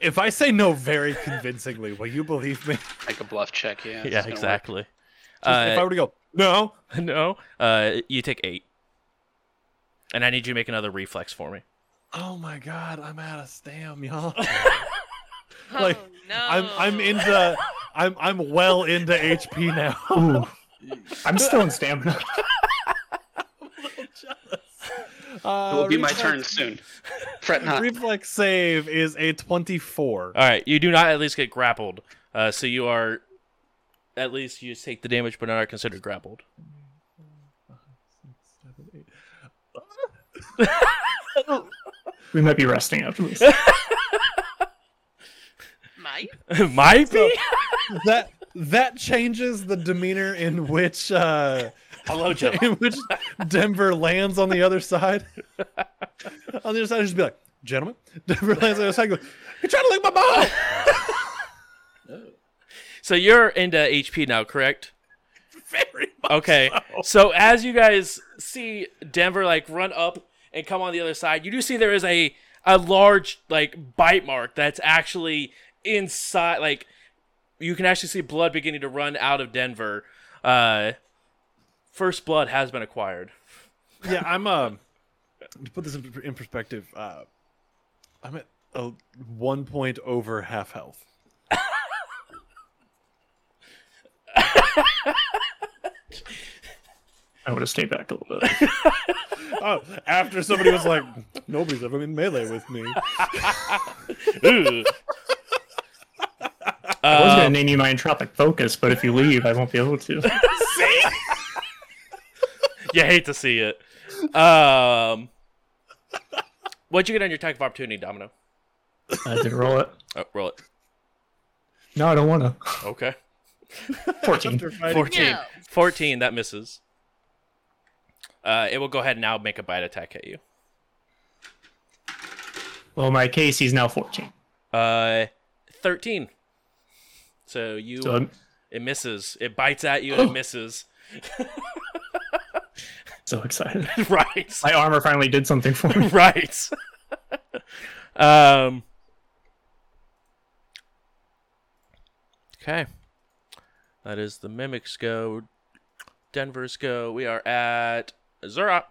Speaker 5: If I say no very convincingly, will you believe me?
Speaker 1: like a bluff check. Yeah. it's
Speaker 3: yeah
Speaker 1: gonna work.
Speaker 3: exactly
Speaker 5: if I
Speaker 3: uh,
Speaker 5: were to go no,
Speaker 3: no uh you take eight and i need you to make another reflex for me
Speaker 5: oh my god, I'm out of stam, y'all.
Speaker 7: Oh,
Speaker 5: Like,
Speaker 7: no.
Speaker 5: I'm I'm into I'm I'm well into HP now.
Speaker 2: ooh, I'm still in stamina.
Speaker 5: Uh,
Speaker 1: It will be my
Speaker 5: reflex-
Speaker 1: turn soon. Fret not.
Speaker 5: Uh, Reflex save is a 24.
Speaker 3: all right you do not at least get grappled uh so you are at least you take the damage but are not considered grappled
Speaker 2: We might be resting after this.
Speaker 7: Mike.
Speaker 3: might be
Speaker 5: that that changes the demeanor in which uh,
Speaker 3: hello Joe.
Speaker 5: in which Denver lands on the other side. on the other side, I'll just be like, gentlemen, Denver lands on the other side. Goes, You're trying to lick my ball.
Speaker 6: No.
Speaker 3: so you're into hp now correct
Speaker 5: Very much.
Speaker 3: Okay.
Speaker 5: so.
Speaker 3: So as you guys see Denver like run up and come on the other side, you do see there is a a large like bite mark that's actually inside like you can actually see blood beginning to run out of Denver. Uh first blood has been acquired.
Speaker 5: yeah, I'm um to put this in, in perspective, uh I'm at a one point over half health.
Speaker 2: I would have stayed back a little bit.
Speaker 5: Oh, after somebody was like, nobody's ever been melee with me.
Speaker 2: I was gonna
Speaker 3: Um,
Speaker 2: name you my entropic focus, but if you leave, I won't be able to.
Speaker 3: you hate to see it. Um What'd you get on your attack of opportunity, Domino?
Speaker 2: I didn't roll it.
Speaker 3: Oh, roll it.
Speaker 2: No, I don't want to.
Speaker 3: Okay.
Speaker 2: Fourteen.
Speaker 5: After fighting,
Speaker 3: 14.
Speaker 7: No.
Speaker 3: 14, that misses. Uh, it will go ahead and now make a bite attack at you.
Speaker 2: Well, my case he's now fourteen,
Speaker 3: Uh, 13. So you,
Speaker 2: so I'm,
Speaker 3: it misses. It bites at you and it misses.
Speaker 2: so excited.
Speaker 3: right.
Speaker 2: My armor finally did something for me.
Speaker 3: right. um. Okay. That is the mimics go. Denver's go. We are at Zura.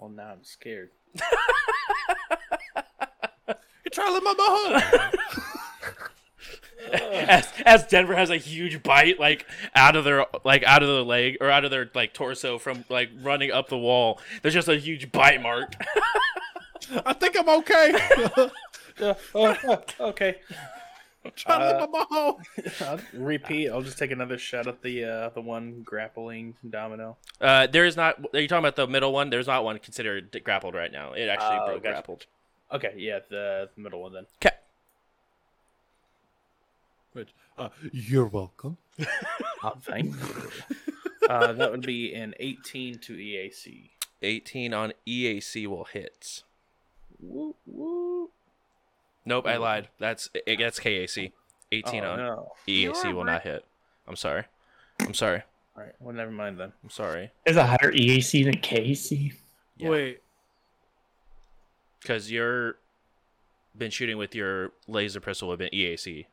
Speaker 6: Oh, now I'm scared.
Speaker 5: You're trying to lick my butthole.
Speaker 3: as, as Denver has a huge bite like out of their like out of their leg or out of their like torso from like running up the wall. There's just a huge bite mark.
Speaker 5: I think I'm okay.
Speaker 6: Uh, uh, okay.
Speaker 5: I'm trying to
Speaker 6: Uh,
Speaker 5: live my mom.
Speaker 6: I'll repeat. I'll just take another shot at the uh, the one grappling domino.
Speaker 3: Uh, there is not. Are you talking about the middle one? There's not one considered grappled right now. It actually
Speaker 6: Oh,
Speaker 3: broke
Speaker 6: gotcha.
Speaker 3: grappled.
Speaker 6: Okay, yeah, the, the middle one then.
Speaker 5: Which, uh, you're welcome.
Speaker 6: I'm fine. uh, that would be an 18 to E EAC.
Speaker 3: 18 on EAC will hit.
Speaker 6: Woo, woo.
Speaker 3: Nope, I lied. That's it. That's KAC. 18
Speaker 6: Oh,
Speaker 3: on
Speaker 6: no.
Speaker 3: EAC
Speaker 7: You're
Speaker 3: will
Speaker 7: right.
Speaker 3: not hit. I'm sorry. I'm sorry.
Speaker 6: All right. Well, never mind then.
Speaker 3: I'm sorry.
Speaker 2: There's a higher EAC than E KAC.
Speaker 3: Yeah.
Speaker 5: Wait,
Speaker 3: Because you're been shooting with your laser pistol E with an EAC.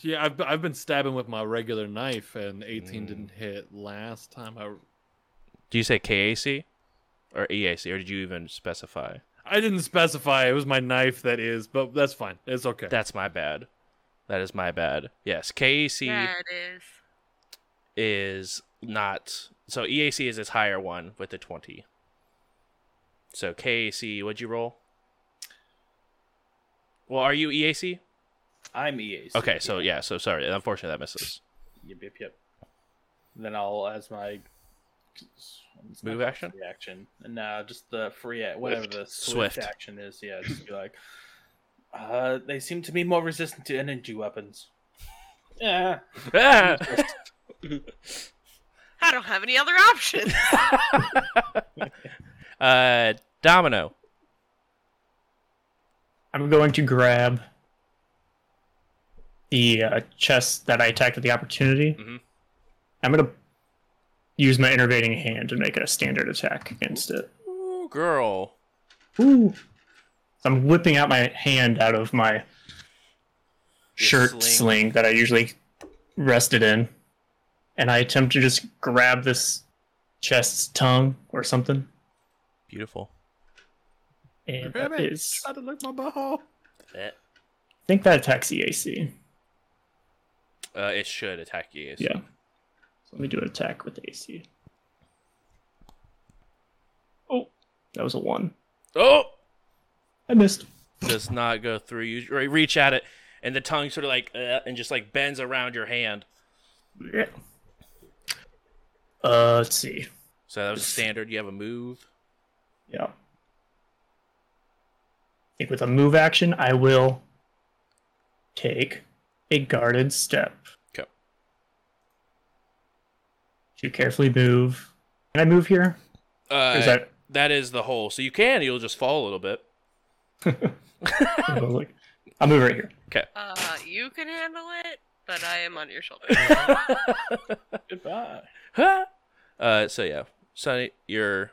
Speaker 5: yeah, I've, I've been stabbing with my regular knife, and 18
Speaker 3: Mm.
Speaker 5: didn't hit last time. I
Speaker 3: Do you say KAC or EAC or did you even specify?
Speaker 5: I didn't specify. It was my knife that is, but that's fine. It's okay.
Speaker 3: That's my bad. That is my bad. Yes, KAC
Speaker 7: Yeah, it is.
Speaker 3: is not. So EAC is its higher one with the 20. So KAC, what'd you roll? Well, are you EAC?
Speaker 6: I'm EAC.
Speaker 3: Okay, so yeah, so sorry. Unfortunately, that misses.
Speaker 6: Yep, yep, yep. Then I'll as my it's not
Speaker 3: Move
Speaker 6: called
Speaker 3: action?
Speaker 6: free action, and now just the free a- whatever the swift,
Speaker 3: Swift.
Speaker 6: action is. Yeah, just be like, uh, they seem to be more resistant to energy weapons. Yeah,
Speaker 3: Ah!
Speaker 7: I don't have any other option.
Speaker 3: uh, Domino.
Speaker 2: I'm going to grab the uh, chest that I attacked with the opportunity.
Speaker 5: Mm-hmm.
Speaker 3: Mhm.
Speaker 2: I'm going to use my innervating hand and make it a standard attack against it.
Speaker 3: Ooh, girl.
Speaker 2: Ooh. So I'm whipping out my hand out of my shirt
Speaker 6: sling.
Speaker 2: sling. that I usually rest it in, and I attempt to just grab this chest's tongue or something.
Speaker 3: Beautiful.
Speaker 2: And
Speaker 5: Grab
Speaker 2: that
Speaker 5: it.
Speaker 2: is-
Speaker 5: Try to lick my butthole.
Speaker 2: I think that attacks E EAC.
Speaker 3: Uh, it should attack you.
Speaker 2: Yeah. So let me do an attack with AC. Oh, that was a one.
Speaker 3: Oh!
Speaker 2: I missed.
Speaker 3: Does not go through. You re- reach at it, and the tongue sort of like, uh, and just like bends around your hand.
Speaker 2: Yeah. Uh, let's see.
Speaker 3: So that was standard. You have a move.
Speaker 2: Yeah. I think with a move action, I will take a guarded step.
Speaker 3: Okay.
Speaker 2: To carefully move. Can I move here? Or
Speaker 3: Uh,
Speaker 2: is that
Speaker 3: that is the hole. So you can. You'll just fall a little bit.
Speaker 2: I'll move right here.
Speaker 7: Uh, you can handle it, but I am on your shoulder.
Speaker 6: goodbye.
Speaker 3: Huh? uh, so yeah, Sonny, you're.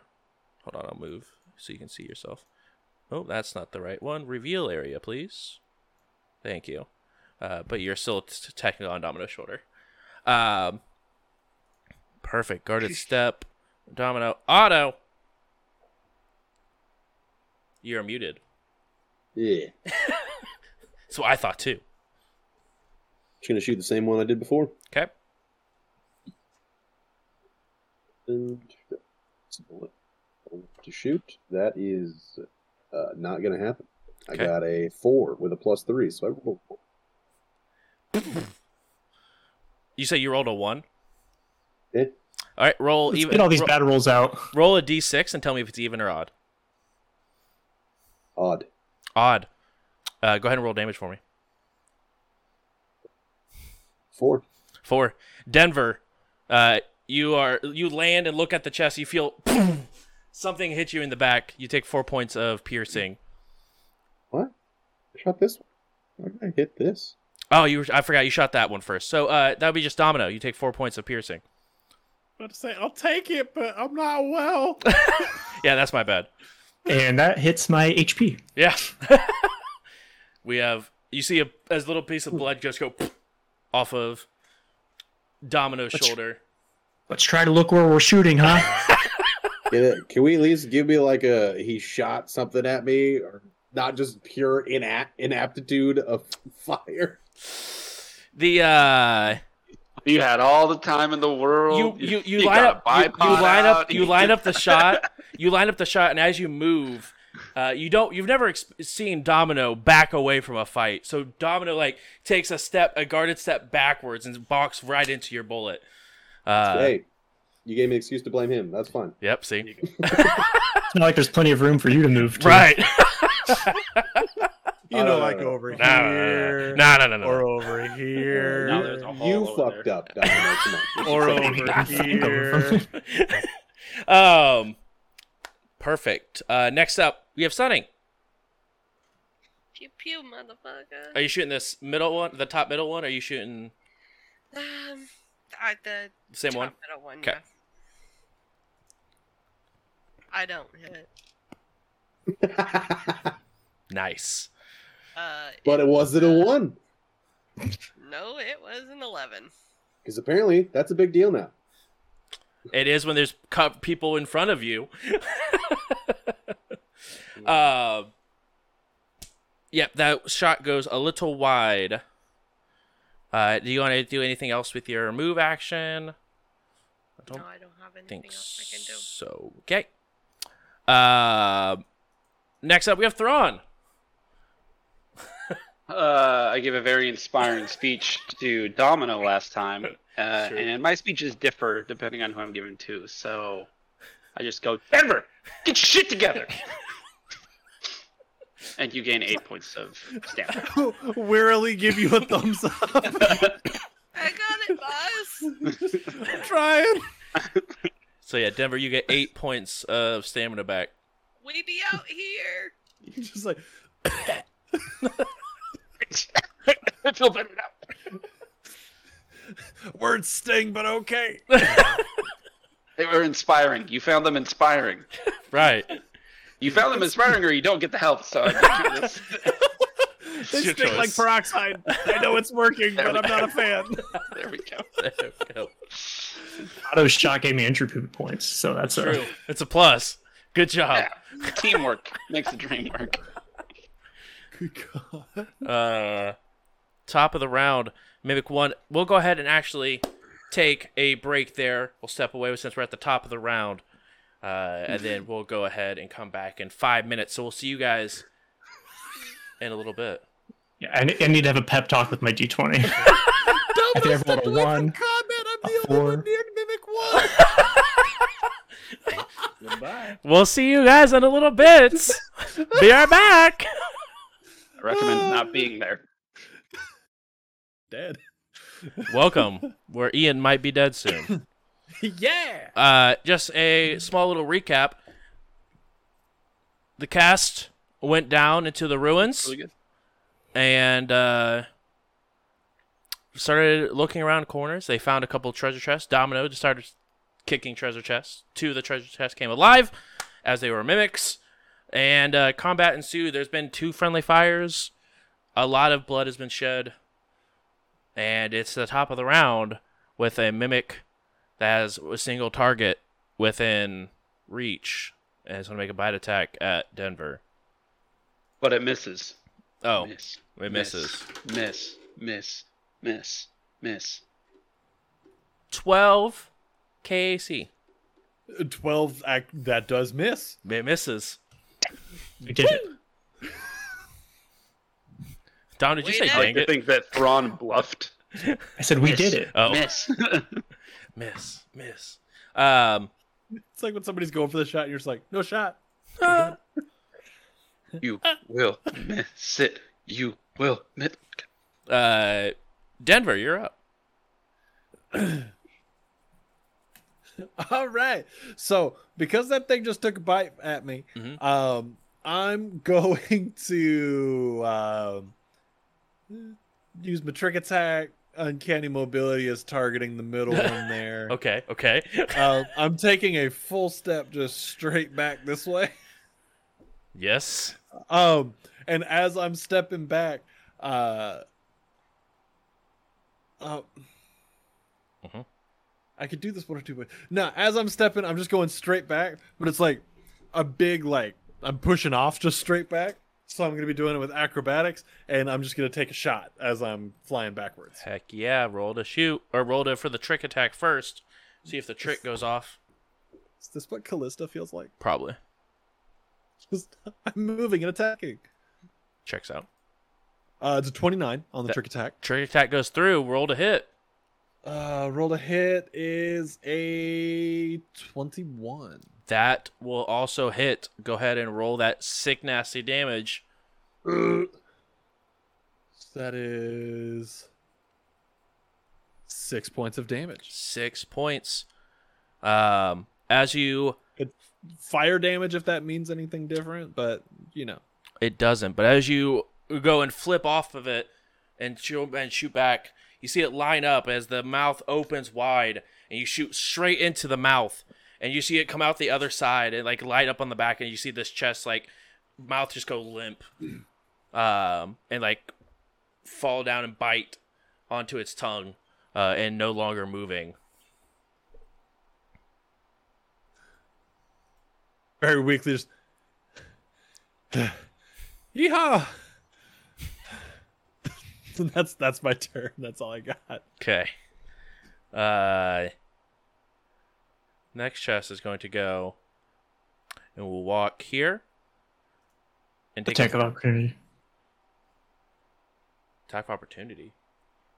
Speaker 3: Hold on, I'll move so you can see yourself. Oh, that's not the right one. Reveal area, please. Thank you. Uh, but you're still t- technically on Domino's shoulder. Um, perfect. Guarded step. Domino. Auto. You're muted.
Speaker 4: Yeah.
Speaker 3: That's what I thought too.
Speaker 4: Just gonna shoot the same one I did before.
Speaker 3: Okay.
Speaker 4: And it's a bullet to shoot. That is uh, not gonna happen.
Speaker 3: Okay.
Speaker 4: I got a four with a plus three, so I rolled. a four.
Speaker 3: You say you rolled a one.
Speaker 4: Yeah.
Speaker 3: All right. Roll
Speaker 2: Let's
Speaker 3: even.
Speaker 2: get all these
Speaker 3: ro-
Speaker 2: bad rolls out.
Speaker 3: roll a d6 and tell me if it's even or odd.
Speaker 4: Odd.
Speaker 3: Odd. Uh, go ahead and roll damage for me.
Speaker 4: Four.
Speaker 3: Four. Denver. Uh, you are you land and look at the chest. You feel something hit you in the back. You take four points of piercing.
Speaker 4: What? I shot this one. Why did I hit this?
Speaker 3: Oh, you I forgot you shot that one first. So uh, that would be just domino. You take four points of piercing.
Speaker 5: I was about to say, I'll take it, but I'm not well.
Speaker 3: Yeah, that's my bad.
Speaker 2: And that hits my HP.
Speaker 3: Yeah. we have you see a as little piece of blood just go off of Domino's shoulder.
Speaker 2: Let's try to look where we're shooting, huh?
Speaker 4: Yeah, Can we at least give me like a he shot something at me or not just pure ina- inaptitude of fire?
Speaker 3: The uh,
Speaker 1: You had all the time in the world.
Speaker 3: you you, you line up
Speaker 1: got a
Speaker 3: you, you
Speaker 1: bipod
Speaker 3: line up
Speaker 1: out.
Speaker 3: you line up the shot you line up the shot and as you move uh, you don't you've never ex- seen domino back away from a fight so domino like takes a step a guarded step backwards and bonks right into your bullet uh,
Speaker 4: hey, you gave me an excuse to blame him. That's fine.
Speaker 3: yep see
Speaker 2: It's not like there's plenty of room for you to move. To.
Speaker 3: right
Speaker 5: You
Speaker 4: Uh,
Speaker 5: know, like over
Speaker 3: no
Speaker 5: here
Speaker 3: no no no, no.
Speaker 5: or over here
Speaker 6: No, there's a hole
Speaker 4: you
Speaker 6: over
Speaker 4: fucked
Speaker 6: there.
Speaker 4: up, Domino. Come on.
Speaker 5: or
Speaker 2: It's like,
Speaker 5: over here.
Speaker 3: um perfect uh, next up we have sunning
Speaker 7: Pew pew, motherfucker.
Speaker 3: are you shooting this middle one the top middle one or are you shooting
Speaker 7: Um, I, the
Speaker 3: the same
Speaker 7: top
Speaker 3: one
Speaker 7: middle one.
Speaker 3: 'Kay.
Speaker 7: Yeah. I don't hit.
Speaker 3: nice
Speaker 7: Uh,
Speaker 4: but it wasn't a one
Speaker 7: no, it was an eleven.
Speaker 4: because apparently that's a big deal now.
Speaker 3: It is when there's co- people in front of you. uh, yep, that shot goes a little wide. Uh, do you want to do anything else with your move action? I don't
Speaker 7: no, I don't have anything
Speaker 3: think
Speaker 7: else I can do.
Speaker 3: so. Okay. Uh, next up, we have Thrawn.
Speaker 1: Uh, I gave a very inspiring speech to Domino last time, uh,
Speaker 6: Sure.
Speaker 1: and my speeches differ depending on who I'm giving to. So I just go, Denver, get your shit together, and you gain eight points of stamina.
Speaker 5: Wearily give you a thumbs up.
Speaker 7: I got it, boss.
Speaker 5: I'm trying.
Speaker 3: So yeah, Denver, you get eight points of stamina back.
Speaker 7: we be out here.
Speaker 5: You're just like
Speaker 1: I feel better now.
Speaker 5: words sting, but okay.
Speaker 1: They were inspiring. You found them inspiring.
Speaker 3: Right.
Speaker 1: You found them inspiring, or you don't get the help. So I think this-
Speaker 5: They
Speaker 3: your
Speaker 5: stink like
Speaker 3: choice.
Speaker 5: peroxide. I know it's working, but I'm not a fan.
Speaker 1: there we go.
Speaker 3: There we go.
Speaker 2: Otto's shot gave me entropy points, so that's a
Speaker 3: True. It's a plus. Good job.
Speaker 1: Yeah. Teamwork makes the dream work.
Speaker 5: Good God.
Speaker 3: uh top of the round mimic one we'll go ahead and actually take a break there we'll step away since we're at the top of the round uh and then we'll go ahead and come back in five minutes so we'll see you guys in a little bit
Speaker 2: Yeah, I, ne- I need to have a pep talk with my D20. I think I've rolled a one,
Speaker 5: I'm
Speaker 2: a four.
Speaker 6: Goodbye.
Speaker 3: we'll see you guys in a little bit be right back
Speaker 1: I recommend not being there.
Speaker 5: Dead.
Speaker 3: welcome where ian might be dead soon
Speaker 5: yeah.
Speaker 3: Uh, just a small little recap. The cast went down into the ruins
Speaker 1: Really good.
Speaker 3: and uh, started looking around corners. They found a couple treasure chests. Domino just started kicking treasure chests. Two of the treasure chests came alive as they were mimics. And uh, combat ensued. There's been two friendly fires. A lot of blood has been shed. And it's the top of the round with a mimic that has a single target within reach. And it's going to make a bite attack at Denver.
Speaker 1: But it misses.
Speaker 3: Oh,
Speaker 1: Miss.
Speaker 3: it misses.
Speaker 1: Miss. Miss. Miss. Miss.
Speaker 3: 12 KAC.
Speaker 5: Twelve. Act, that does miss.
Speaker 3: It misses.
Speaker 2: We did it.
Speaker 3: Dom, did you
Speaker 7: Way
Speaker 3: say
Speaker 7: to-
Speaker 1: I like
Speaker 3: dang
Speaker 1: to
Speaker 3: it?
Speaker 1: think that Thrawn bluffed.
Speaker 2: I said we did it.
Speaker 3: Oh,
Speaker 1: Miss.
Speaker 3: miss, miss. Um,
Speaker 5: It's like when somebody's going for the shot, and you're just like, no shot.
Speaker 3: ah,
Speaker 1: you will miss it. You will miss.
Speaker 3: uh, Denver, you're up.
Speaker 5: All right. So because that thing just took a bite at me,
Speaker 3: Mhm.
Speaker 5: um, I'm going to um, use my trick attack, uncanny mobility as targeting the middle one there.
Speaker 3: Okay, okay.
Speaker 5: Um, I'm taking a full step just straight back this way.
Speaker 3: yes.
Speaker 5: Um, and as I'm stepping back, uh, uh,
Speaker 3: Mhm.
Speaker 5: I could do this one or two ways. No, as I'm stepping, I'm just going straight back, but it's like a big like I'm pushing off just straight back. So I'm going to be doing it with acrobatics, and I'm just going to take a shot as I'm flying backwards.
Speaker 3: Heck yeah, roll to shoot or roll to for the trick attack first. See if the trick goes off.
Speaker 5: Is this what Callista feels like?
Speaker 3: Probably.
Speaker 5: Just I'm moving and attacking.
Speaker 3: Checks out.
Speaker 5: Uh, it's a 29 on the
Speaker 3: That-
Speaker 5: trick attack.
Speaker 3: Trick attack goes through. Roll to hit.
Speaker 5: Uh, roll to hit is a 21.
Speaker 3: That will also hit. Go ahead and roll that sick nasty damage.
Speaker 5: So that is six points of damage.
Speaker 3: Six points. Um, as you
Speaker 5: Fire damage, if that means anything different, but you know.
Speaker 3: It doesn't. But as you go and flip off of it and shoot, and shoot back, you see it line up as the mouth opens wide and you shoot straight into the mouth. And you see it come out the other side and like light up on the back. And you see this chest, like, mouth just go limp um, and like fall down and bite onto its tongue uh, and no longer moving.
Speaker 5: very weakly just yeehaw and that's that's my turn that's all i got
Speaker 3: Okay. Uh, next chest is going to go, and we'll walk here, and take
Speaker 2: Attack of opportunity.
Speaker 3: attack of opportunity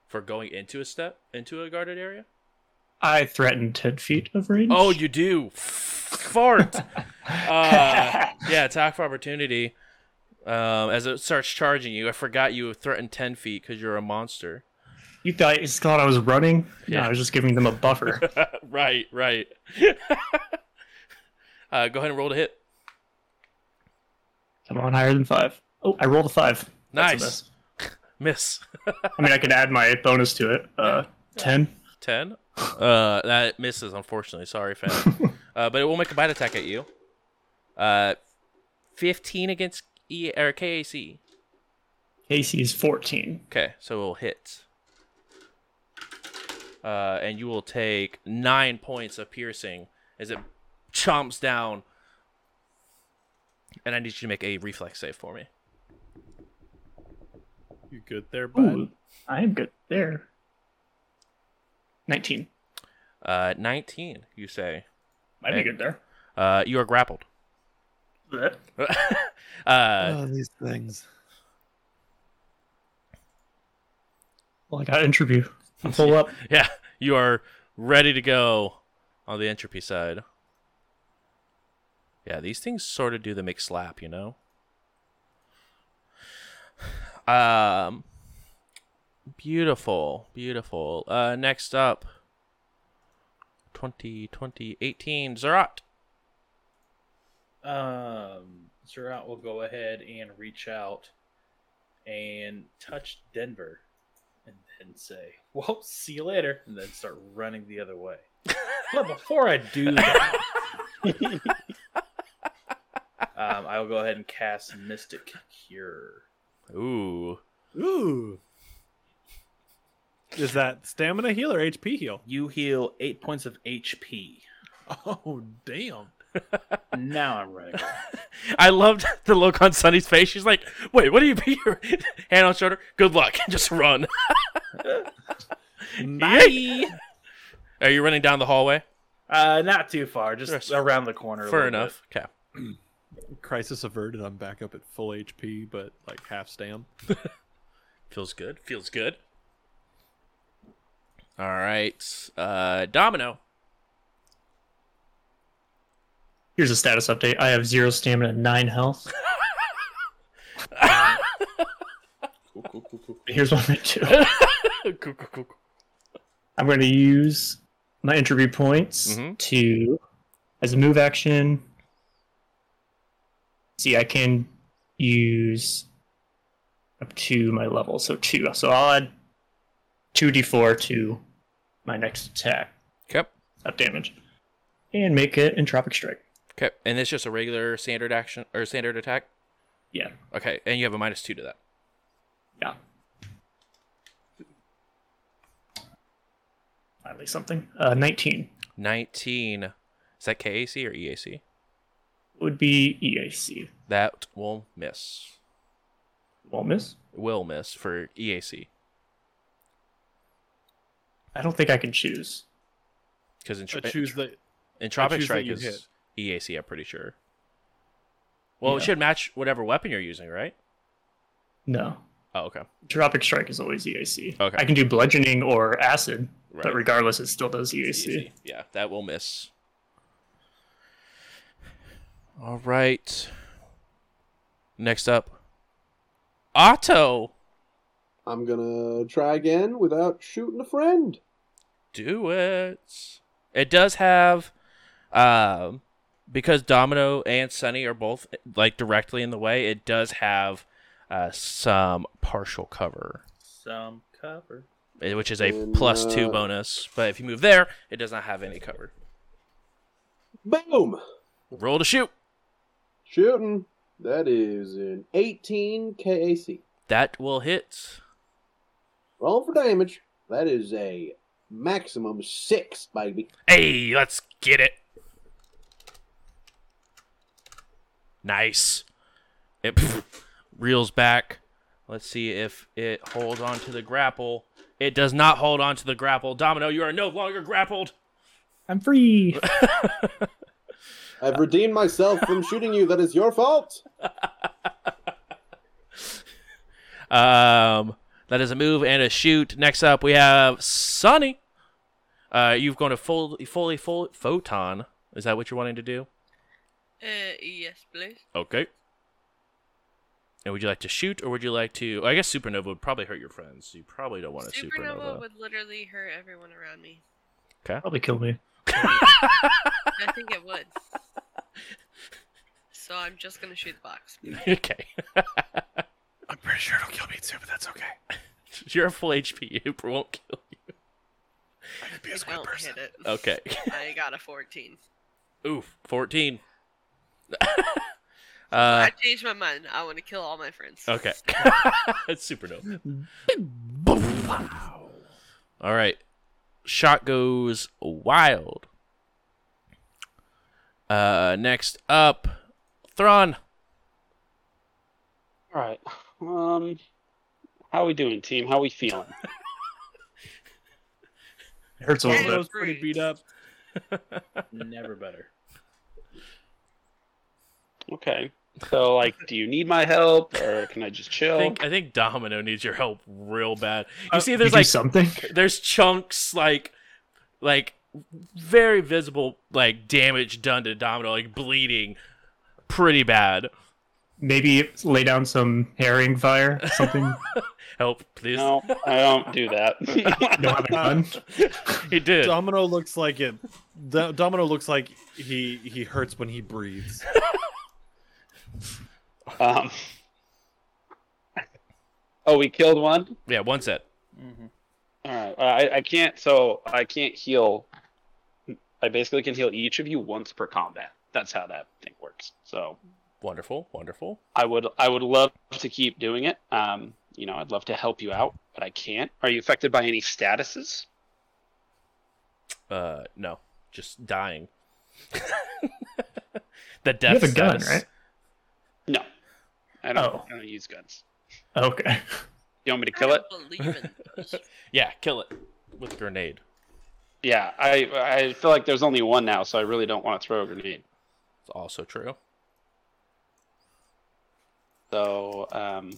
Speaker 3: for going into a step into a guarded area.
Speaker 2: I threatened 10 feet of range.
Speaker 3: Oh, you do fart. uh, yeah, attack of opportunity. Um, as it starts charging you, I forgot you threatened ten feet because you're a monster.
Speaker 2: You thought you just thought I was running? No,
Speaker 3: Yeah.
Speaker 2: I was just giving them a buffer.
Speaker 3: right, right. uh, go ahead and roll to hit.
Speaker 2: Come on, higher than five. Oh, I rolled a five. That's a
Speaker 3: Nice.
Speaker 2: miss.
Speaker 3: Miss.
Speaker 2: I mean, I could add my bonus to it. Uh, ten.
Speaker 3: 10 uh that misses unfortunately sorry fan uh but it will make a bite attack at you uh 15 against e or kac
Speaker 2: AC is fourteen.
Speaker 3: okay so it'll hit uh and you will take nine points of piercing as it chomps down and i need you to make a reflex save for me
Speaker 5: you good there bud
Speaker 2: Ooh, I am good there. Nineteen.
Speaker 3: uh 19 you say
Speaker 2: Might
Speaker 3: Hey.
Speaker 2: be good there.
Speaker 3: uh you are grappled
Speaker 2: Blech.
Speaker 3: uh
Speaker 5: oh these things
Speaker 2: Well, I got interview. Pull up.
Speaker 3: yeah you are ready to go on the entropy side yeah these things sort of do the mix slap you know um beautiful beautiful uh next up 20 20 18 zerat
Speaker 6: Um, Zerat will go ahead and reach out and touch Denver, and then say, "Well, see you later," and then start running the other way. but before I do that, um, I will go ahead and cast Mystic Cure.
Speaker 3: ooh
Speaker 5: ooh is that stamina heal or hp heal
Speaker 6: You heal eight points of HP.
Speaker 5: oh damn
Speaker 6: Now I'm running. away.
Speaker 3: I loved the look on Sunny's face. She's like, "Wait, what do you mean?" Your hand on shoulder. Good luck. Just run. Bye. Are you running down the hallway?
Speaker 6: Uh, not too far, just
Speaker 3: Yes.
Speaker 6: around the corner. a
Speaker 3: Fair
Speaker 6: little
Speaker 3: enough. Okay.
Speaker 5: crisis averted i'm back up at full hp but like half stam
Speaker 3: Feels good. Feels good. All right. Uh, Domino.
Speaker 2: Here's a status update. I have zero stamina, and nine health.
Speaker 6: bit. Cool, cool, cool, cool.
Speaker 2: Here's what I'm gonna do. I'm gonna use my interview points
Speaker 3: Mhm.
Speaker 2: to, as a move action. See, I can use up to my level, so two. So I'll add two d4 to my next attack
Speaker 3: Yep.
Speaker 2: of damage, and make it entropic strike.
Speaker 3: Okay. And it's just a regular standard action or standard attack.
Speaker 2: Yeah,
Speaker 3: Okay. And you have a minus two to that.
Speaker 2: yeah. Finally, something. Uh, 19
Speaker 3: Nineteen. Is that E KAC or EAC?
Speaker 2: would be E EAC.
Speaker 3: That will miss.
Speaker 2: Well, miss.
Speaker 3: Will miss for E EAC
Speaker 2: I don't think I can choose.
Speaker 3: because in,
Speaker 5: I
Speaker 3: tro-
Speaker 5: choose the I
Speaker 3: Entropic
Speaker 5: choose that
Speaker 3: Strike
Speaker 5: you
Speaker 3: is
Speaker 5: hit.
Speaker 3: EAC. I'm pretty sure. Well, it
Speaker 2: Yeah.
Speaker 3: should match whatever weapon you're using, right?
Speaker 2: No.
Speaker 3: Oh, okay.
Speaker 2: Tropic Strike is always EAC.
Speaker 3: Okay.
Speaker 2: I can do bludgeoning or acid,
Speaker 3: Right.
Speaker 2: but regardless, it still does E
Speaker 3: It's E
Speaker 2: EAC.
Speaker 3: easy. Yeah, that will miss. All right. Next up, Otto.
Speaker 4: I'm gonna try again without shooting a friend.
Speaker 3: Do it. It does have, um, because Domino and Sunny are both like directly in the way. It does have uh, some partial cover,
Speaker 6: Some cover.
Speaker 3: eh, which is a
Speaker 4: And,
Speaker 3: plus two
Speaker 4: uh,
Speaker 3: bonus. But if you move there, it does not have any cover.
Speaker 4: Boom!
Speaker 3: Roll to shoot.
Speaker 4: Shooting. That is an 18 KAC.
Speaker 3: That will hit.
Speaker 4: Roll for damage. That is a maximum six, baby.
Speaker 3: Hey, let's get it. Nice. It reels back. Let's see if it holds on to the grapple. It does not hold on to the grapple. Domino, you are no longer grappled.
Speaker 2: I'm free.
Speaker 5: Uh,
Speaker 4: I've redeemed myself from shooting you. That is your fault.
Speaker 3: Um, that is a move and a shoot. Next up, we have Sunny. Uh, you've gone to fully, fully, full photon. Is that what you're wanting to do?
Speaker 7: Uh, yes, please.
Speaker 3: Okay. And would you like to shoot, or would you like to? I guess supernova would probably hurt your friends. You probably don't want a
Speaker 7: supernova,
Speaker 3: supernova.
Speaker 7: would literally hurt everyone around me.
Speaker 2: Probably kill me.
Speaker 7: I think it would. So I'm just gonna shoot the box.
Speaker 3: okay,
Speaker 5: I'm pretty sure it'll kill me too, but that's okay.
Speaker 3: you're full HP. It won't kill.
Speaker 5: I can be
Speaker 7: It won't hit it.
Speaker 3: You. Okay.
Speaker 7: I got a 14.
Speaker 3: Oof. Fourteen. uh.
Speaker 7: I changed my mind. I want to kill all my friends.
Speaker 3: Okay. it's supernova. All right. Shot goes wild. Uh. Next up, Thron.
Speaker 1: All right. Um, how we doing, team? How we feeling?
Speaker 2: It hurts a
Speaker 7: Yeah.
Speaker 2: little bit.
Speaker 6: Domino's pretty beat up. Never better.
Speaker 1: Okay. So, like, do you need my help, or can I just
Speaker 3: I
Speaker 1: chill?
Speaker 3: think I think Domino needs your help real bad. You
Speaker 2: Uh,
Speaker 3: see, there's
Speaker 2: you do
Speaker 3: like
Speaker 2: something.
Speaker 3: there's chunks like like very visible like damage done to Domino, like bleeding pretty bad.
Speaker 2: Maybe lay down some herring fire. Something.
Speaker 3: Help, please.
Speaker 1: No, I don't do
Speaker 2: you don't
Speaker 1: that.
Speaker 2: have a gun.
Speaker 3: he did.
Speaker 5: Domino looks like it. Do- Domino looks like he he hurts when he breathes.
Speaker 1: um. Oh, we killed one.
Speaker 3: Yeah, one set.
Speaker 6: Mm-hmm.
Speaker 1: All right. I I can't. So I can't heal. I basically can heal each of you once per combat. That's how that thing works. So
Speaker 3: Wonderful, wonderful.
Speaker 1: I would I would love to keep doing it. Um, you know, I'd love to help you out, but I can't. Are you affected by any statuses?
Speaker 3: Uh no. Just dying. the
Speaker 2: You
Speaker 3: death
Speaker 2: have a gun,
Speaker 3: status.
Speaker 2: right?
Speaker 1: No. I don't,
Speaker 2: Oh.
Speaker 1: I don't use guns.
Speaker 2: Okay.
Speaker 1: You want me to
Speaker 7: I
Speaker 1: kill it?
Speaker 7: don't believe in those.
Speaker 3: Yeah, kill it. With a grenade.
Speaker 1: Yeah, I I feel like there's only one now, so I really don't want to throw a grenade.
Speaker 3: It's also true.
Speaker 1: So, um,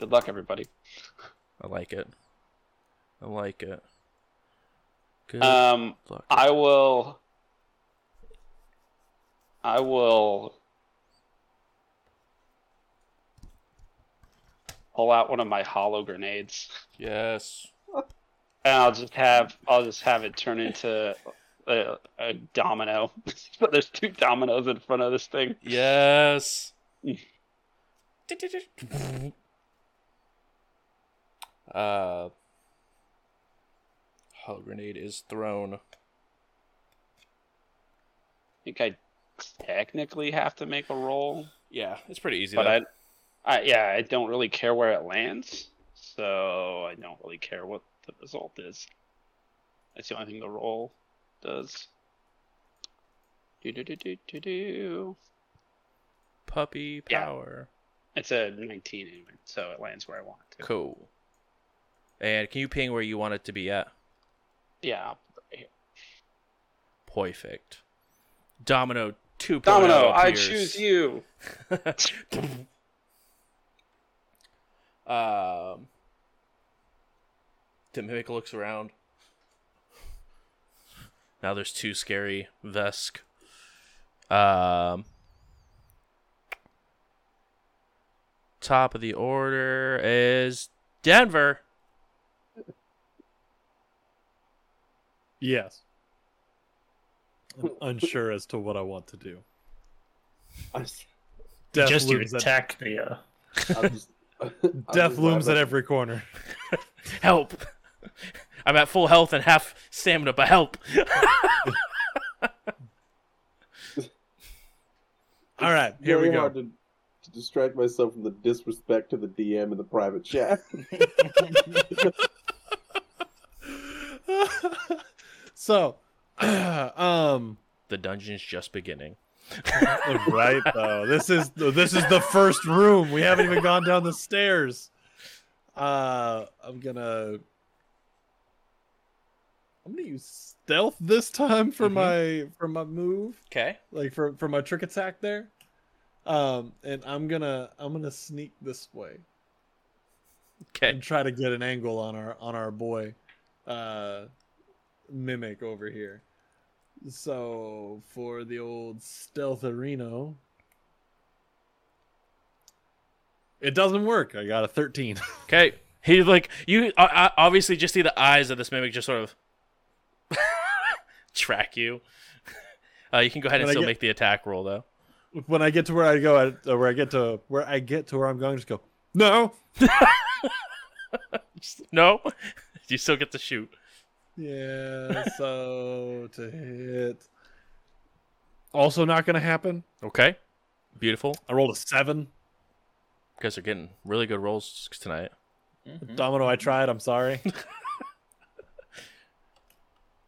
Speaker 1: good luck, everybody.
Speaker 3: I like it. I like it. Good
Speaker 2: Uh,
Speaker 1: Um,
Speaker 3: luck.
Speaker 1: I will. I will pull out one of my hollow grenades.
Speaker 3: yes.
Speaker 1: And I'll just have I'll just have it turn into a, a domino. but there's two dominoes in front of this thing.
Speaker 3: Yes. uh, hull grenade is thrown.
Speaker 1: I think I technically have to make a roll,
Speaker 3: Yeah, it's pretty easy.
Speaker 1: but
Speaker 3: though.
Speaker 1: I, I yeah, I don't really care where it lands, so I don't really care what the result is. That's the only thing the roll does. Do do do do do do.
Speaker 3: puppy
Speaker 1: Yeah.
Speaker 3: power.
Speaker 1: It's a 19 anyway, so it lands where I want it to.
Speaker 3: Cool. And can you ping where you want it to be at?
Speaker 1: Yeah.
Speaker 3: Perfect. Domino 2.0.
Speaker 1: Domino, I
Speaker 3: appears.
Speaker 1: choose you.
Speaker 3: um, the mimic looks around. Now there's two scary Vesk. Um, top of the order is Denver.
Speaker 5: Yes. I'm unsure as to what I want to do.
Speaker 4: I'm just,
Speaker 5: Death
Speaker 2: just you
Speaker 5: looms, at,
Speaker 2: attack the. Uh,
Speaker 4: I'm just, I'm
Speaker 5: death
Speaker 4: just
Speaker 5: looms at
Speaker 4: laughing.
Speaker 5: every corner.
Speaker 3: Help! I'm at full health and half stamina, but help!
Speaker 5: All right,
Speaker 4: It's
Speaker 5: here we
Speaker 4: very
Speaker 5: go.
Speaker 4: hard to, to distract myself from the disrespect to the DM in the private chat.
Speaker 5: so, um,
Speaker 3: the dungeon's just beginning.
Speaker 5: right though, this is this is the first room. We haven't even gone down the stairs. Uh, I'm gonna, I'm gonna use stealth this time for
Speaker 3: Mhm.
Speaker 5: my for my move,
Speaker 3: Okay.
Speaker 5: like for for my trick attack there. Um, and I'm gonna I'm gonna sneak this way.
Speaker 3: Okay.
Speaker 5: and try to get an angle on our on our boy uh mimic over here so for the old stealth arena it doesn't work i got a 13
Speaker 3: Okay. He like you o- o- obviously just see the eyes of this mimic just sort of track you. Uh, you can go ahead and
Speaker 5: When I
Speaker 3: still
Speaker 5: get-
Speaker 3: make the attack roll though.
Speaker 5: when i get to where i go I, uh, where i get to where i get to where i'm going just go no
Speaker 3: Just- no, you still get to shoot.
Speaker 5: yeah so to hit also not gonna happen
Speaker 3: Okay. Beautiful.
Speaker 5: i rolled a seven
Speaker 3: You guys are getting really good rolls tonight. Hmm?
Speaker 6: Mhm.
Speaker 5: domino i tried i'm sorry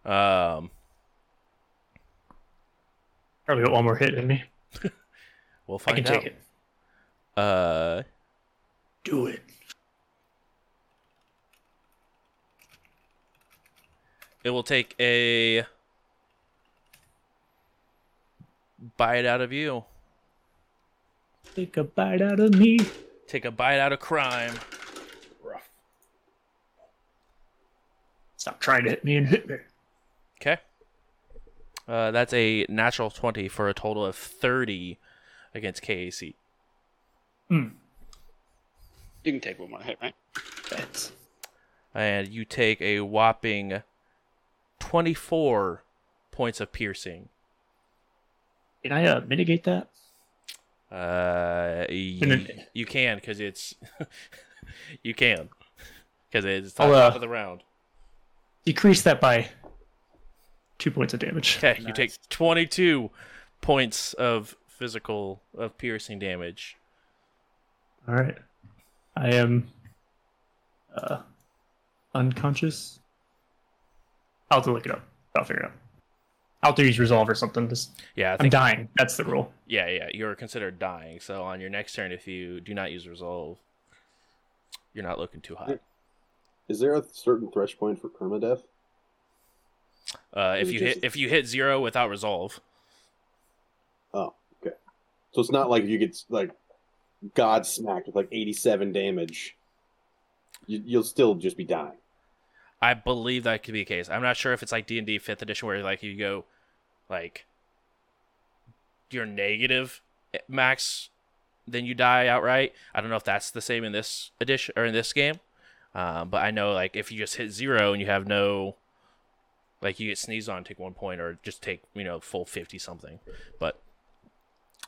Speaker 3: Um.
Speaker 2: probably got one more hit in me.
Speaker 3: We'll
Speaker 2: I
Speaker 3: find
Speaker 2: can
Speaker 3: out.
Speaker 2: take it.
Speaker 3: Uh.
Speaker 2: Do it.
Speaker 3: It will take a bite out of you.
Speaker 2: Take a bite out of me.
Speaker 3: Take a bite out of crime.
Speaker 6: Rough.
Speaker 2: Stop trying to hit me and hit me.
Speaker 3: Okay. Uh, that's a natural 20 for a total of 30 against KAC.
Speaker 1: You can take one more hit, right?
Speaker 2: That's
Speaker 3: And you take a whopping 24 points of piercing.
Speaker 2: Can I uh, mitigate that?
Speaker 3: Uh, you,
Speaker 2: then-
Speaker 3: you can, because it's. you can. Because it's the
Speaker 2: I'll,
Speaker 3: top
Speaker 2: uh,
Speaker 3: of the round.
Speaker 2: Decrease that by two points of damage.
Speaker 3: Okay, you take 22 points of physical, of piercing damage.
Speaker 2: All right. I am uh, unconscious. I'll have to look it up. I'll figure it out. I'll have to use resolve or something. Just,
Speaker 3: Yeah, I
Speaker 2: I'm
Speaker 3: think.
Speaker 2: dying. That's the rule.
Speaker 3: yeah, yeah, you're considered dying. So on your next turn, if you do not use resolve, you're not looking too hot.
Speaker 4: Is there a certain thresh point for permadeath?
Speaker 3: Uh, if
Speaker 4: It
Speaker 3: you
Speaker 4: just-
Speaker 3: hit if you hit zero without resolve,
Speaker 4: So it's not like you get like god smacked with like 87 damage. You, you'll still just be dying.
Speaker 3: I believe that could be the case. I'm not sure if it's like D and D fifth edition where like you go, like you're negative at max, then you die outright. I don't know if that's the same in this edition or in this game, um, but I know like if you just hit zero and you have no, like you get sneezed on, take one point, or just take you know full fifty something, but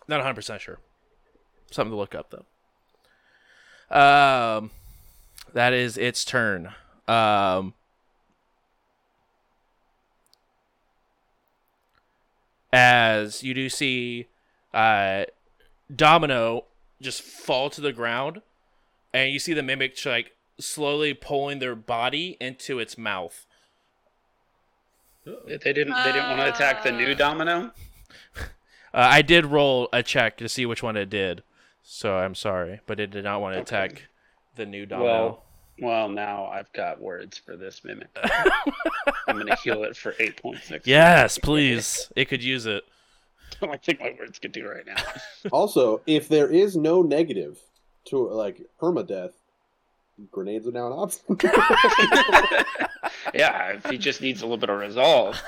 Speaker 3: not 100 percent sure. Something to look up though. Um, that is its turn. Um, as you do see uh, Domino just fall to the ground, and you see the mimic tr- like slowly pulling their body into its mouth.
Speaker 1: They didn't. They didn't want to attack the new
Speaker 7: Uh.
Speaker 1: Domino.
Speaker 3: Uh, I did roll a check to see which one it did. So I'm sorry, but it did not want to
Speaker 1: Okay.
Speaker 3: attack the new domino.
Speaker 1: Well- Well, now I've got words for this mimic. I'm gonna heal it for eight point six.
Speaker 3: yes, please. It could use it.
Speaker 1: I think my words could do right now.
Speaker 4: also, if there is no negative to like permadeath, grenades are now an option.
Speaker 1: yeah, if he just needs a little bit of resolve.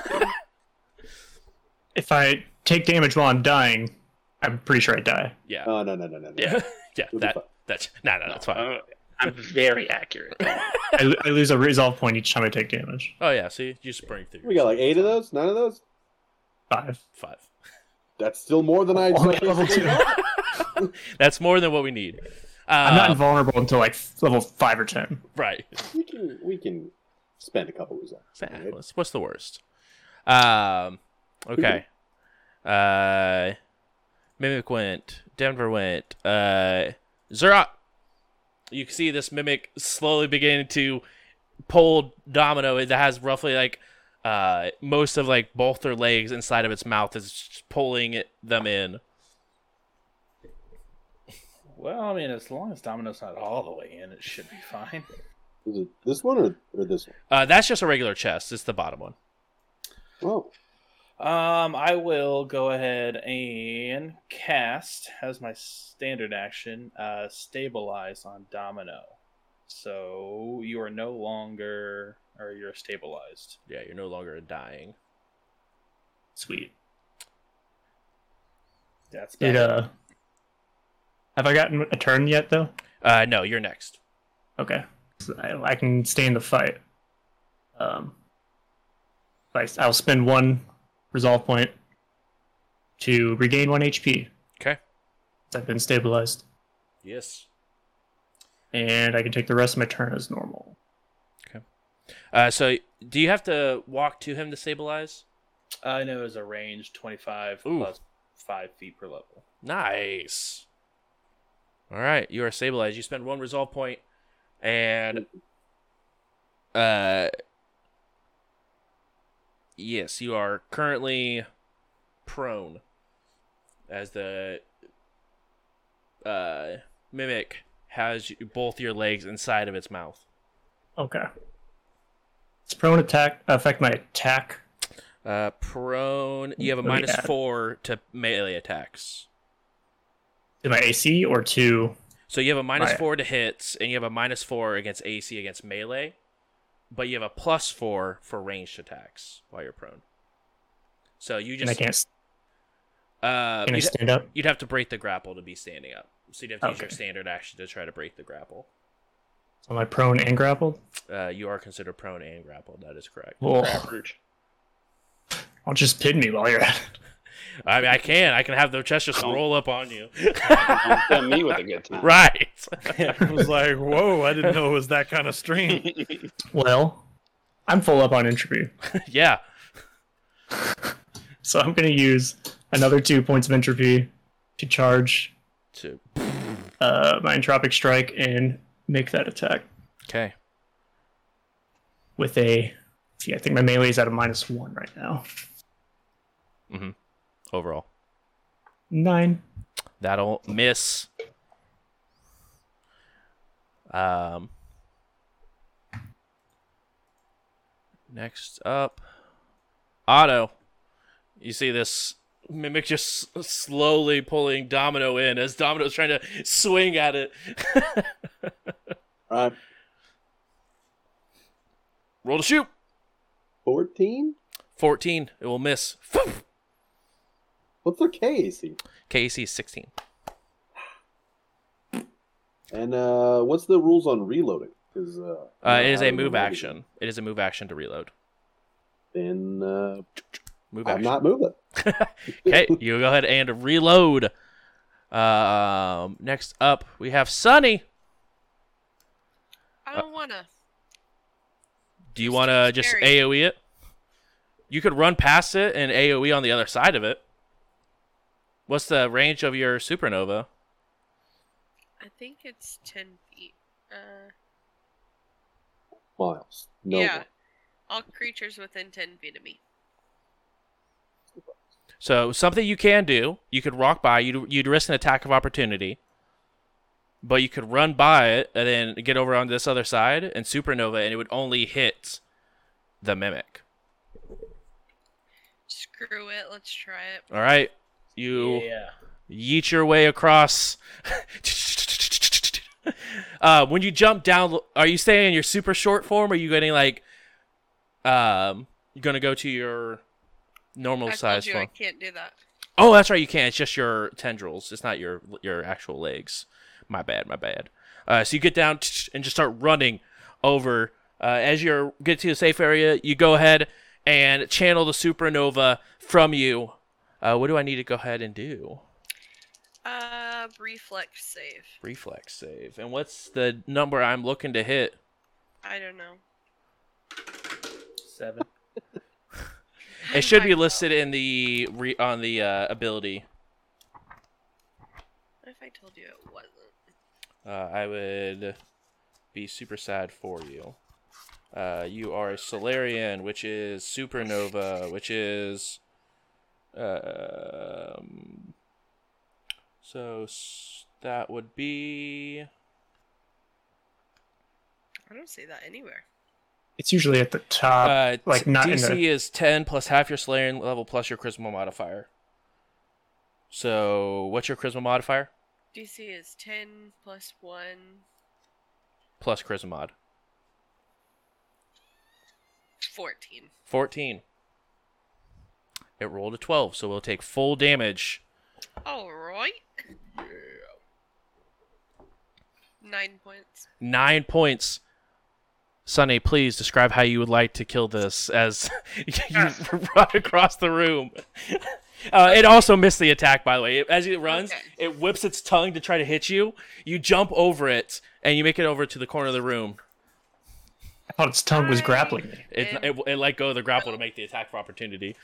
Speaker 2: If I take damage while I'm dying, I'm pretty sure I die.
Speaker 3: Yeah.
Speaker 4: oh no no no no no.
Speaker 3: yeah. Yeah.
Speaker 4: You'll be
Speaker 3: That
Speaker 4: fine.
Speaker 3: that's no no, that's fine.
Speaker 1: Uh, I'm very accurate.
Speaker 2: I, I lose a resolve point each time I take damage.
Speaker 3: Oh yeah, see you spring through.
Speaker 4: We got like eight of those, nine of those.
Speaker 2: Five.
Speaker 3: five.
Speaker 4: That's still more than I.
Speaker 2: Only level two.
Speaker 3: That's more than what we need. Uh,
Speaker 2: I'm not invulnerable until like level five or ten.
Speaker 3: right.
Speaker 4: We can we can spend a couple of those.
Speaker 3: So, yeah, What's, what's the worst? Um, okay. Uh, mimic went. Denver went. Uh, Zerot. You can see this mimic slowly beginning to pull Domino that has roughly like uh most of like both their legs inside of its mouth is just pulling it, them in.
Speaker 6: Well, I mean, as long as Domino's not all the way in, it should be fine.
Speaker 4: Is it this one or, or this one?
Speaker 3: Uh, that's just a regular chest. It's the bottom one.
Speaker 4: Oh,
Speaker 6: Um, I will go ahead and cast as my standard action, uh, stabilize on Domino. So you are no longer, or you're stabilized.
Speaker 3: Yeah, you're no longer dying.
Speaker 2: Sweet.
Speaker 6: That's
Speaker 2: It
Speaker 6: better.
Speaker 2: uh. Have I gotten a turn yet though?
Speaker 3: Uh, no, you're next.
Speaker 2: Okay. So I, I can stay in the fight. Um. I, I'll spend one resolve point to regain one HP.
Speaker 3: Okay.
Speaker 2: I've been stabilized,
Speaker 3: Yes.
Speaker 2: and I can take the rest of my turn as normal.
Speaker 3: Uh, so do you have to walk to him to stabilize?
Speaker 6: I know it's a range 25
Speaker 3: Ooh.
Speaker 6: plus 5 feet per level.
Speaker 3: Nice. All right, you are stabilized. You spend one resolve point, and uh, yes, you are currently prone as the uh mimic has you- both your legs inside of its mouth.
Speaker 2: Okay. Does prone attack affect my attack?
Speaker 3: Uh, prone. You have a
Speaker 2: Let me
Speaker 3: minus
Speaker 2: add.
Speaker 3: four to melee attacks.
Speaker 2: To my AC or to
Speaker 3: So you have a minus
Speaker 2: Right.
Speaker 3: four to hits, and you have a minus four against AC against melee, but you have a plus four for ranged attacks while you're prone. So you
Speaker 2: and I
Speaker 3: just
Speaker 2: can't s-
Speaker 3: uh,
Speaker 2: can I
Speaker 3: you'd,
Speaker 2: stand up?
Speaker 3: you'd have to break the grapple to be standing up. So you'd have to use your
Speaker 2: Okay.
Speaker 3: standard action to try to break the grapple.
Speaker 2: Am I prone and grappled?
Speaker 3: Uh, you are considered prone and grappled. That is correct.
Speaker 2: Well,
Speaker 1: Average.
Speaker 2: I'll just pin me while you're at it.
Speaker 3: I mean, I can. I can have the chest just
Speaker 1: Don't-
Speaker 3: roll up on you.
Speaker 1: Don't send me with a good time.
Speaker 3: right.
Speaker 5: I was like, whoa, I didn't know it was that kind of stream.
Speaker 2: Well, I'm full up on entropy,
Speaker 3: yeah.
Speaker 2: so I'm gonna use another two points of entropy to charge
Speaker 3: Two.
Speaker 2: uh, my entropic strike and make that attack
Speaker 3: Okay.
Speaker 2: with a. See, I think my melee is at a minus one right now.
Speaker 3: Overall,
Speaker 2: Nine.
Speaker 3: that'll miss. Um, next up, Otto. You see this mimic just s- slowly pulling Domino in as Domino's trying to swing at it.
Speaker 4: I'm
Speaker 3: Roll to shoot.
Speaker 4: fourteen.
Speaker 3: 14. It will miss.
Speaker 4: What's their KAC?
Speaker 3: KC 16.
Speaker 4: And uh, what's the rules on reloading? Because uh,
Speaker 3: Uh, it is
Speaker 4: I
Speaker 3: a
Speaker 4: don't
Speaker 3: move
Speaker 4: know.
Speaker 3: action. It is a move action to reload.
Speaker 4: Then uh,
Speaker 3: Move
Speaker 4: I'm
Speaker 3: action.
Speaker 4: not moving.
Speaker 3: Okay, you go ahead and reload. Um, next up, we have Sunny.
Speaker 7: I don't wanna.
Speaker 3: Do you want to
Speaker 7: It's
Speaker 3: just
Speaker 7: scary.
Speaker 3: AoE it? You could run past it and AoE on the other side of it. What's the range of your supernova?
Speaker 7: I think it's ten feet. Uh,
Speaker 4: Miles. No.
Speaker 7: yeah. All creatures within ten feet of me.
Speaker 3: So something you can do, you could walk by. You'd you'd risk an attack of opportunity, but you could run by it and then get over on this other side and supernova, and it would only hit the mimic.
Speaker 7: Screw it. Let's try it.
Speaker 3: All right, you
Speaker 6: Yeah.
Speaker 3: yeet your way across. uh, when you jump down, are you staying in your super short form? Or are you getting like, um, you're gonna go to your normal
Speaker 7: I told
Speaker 3: size
Speaker 7: you I
Speaker 3: form?
Speaker 7: can't do that.
Speaker 3: Oh, that's right. You can. not It's just your tendrils. It's not your your actual legs. My bad. My bad. Uh, so you get down and just start running over. Uh, as you get to the safe area, you go ahead and channel the supernova from you. Uh, what do I need to go ahead and do?
Speaker 7: Uh, reflex save.
Speaker 3: Reflex save. And what's the number I'm looking to hit?
Speaker 7: I don't know.
Speaker 6: Seven.
Speaker 3: It should be
Speaker 7: Might-
Speaker 3: listed in the re- on the uh, ability.
Speaker 7: What if I told you it wasn't?
Speaker 3: Uh, I would be super sad for you. Uh, you are a Solarian, which is supernova, which is. Um, so s- that would be.
Speaker 7: I don't see that anywhere.
Speaker 2: It's usually at the top.
Speaker 3: Uh,
Speaker 2: like,
Speaker 3: t-
Speaker 2: not in
Speaker 3: DC
Speaker 2: the-
Speaker 3: is 10 plus half your Solarian level plus your Charisma modifier. So what's your Charisma modifier?
Speaker 7: DC is 10 plus 1,
Speaker 3: Plus Charisma mod.
Speaker 7: 14.
Speaker 3: 14. It rolled a 12, so we'll take full damage.
Speaker 7: Alright. Nine points.
Speaker 3: nine points. Sonny, please describe how you would like to kill this as you run across the room. Uh, it also missed the attack, by the way. It- As it runs,
Speaker 7: Okay.
Speaker 3: it whips its tongue to try to hit you. You jump over it, and you make it over to the corner of the room.
Speaker 2: I thought its tongue was grappling me.
Speaker 3: It,
Speaker 7: And-
Speaker 3: it, it let go of the grapple to make the attack for opportunity.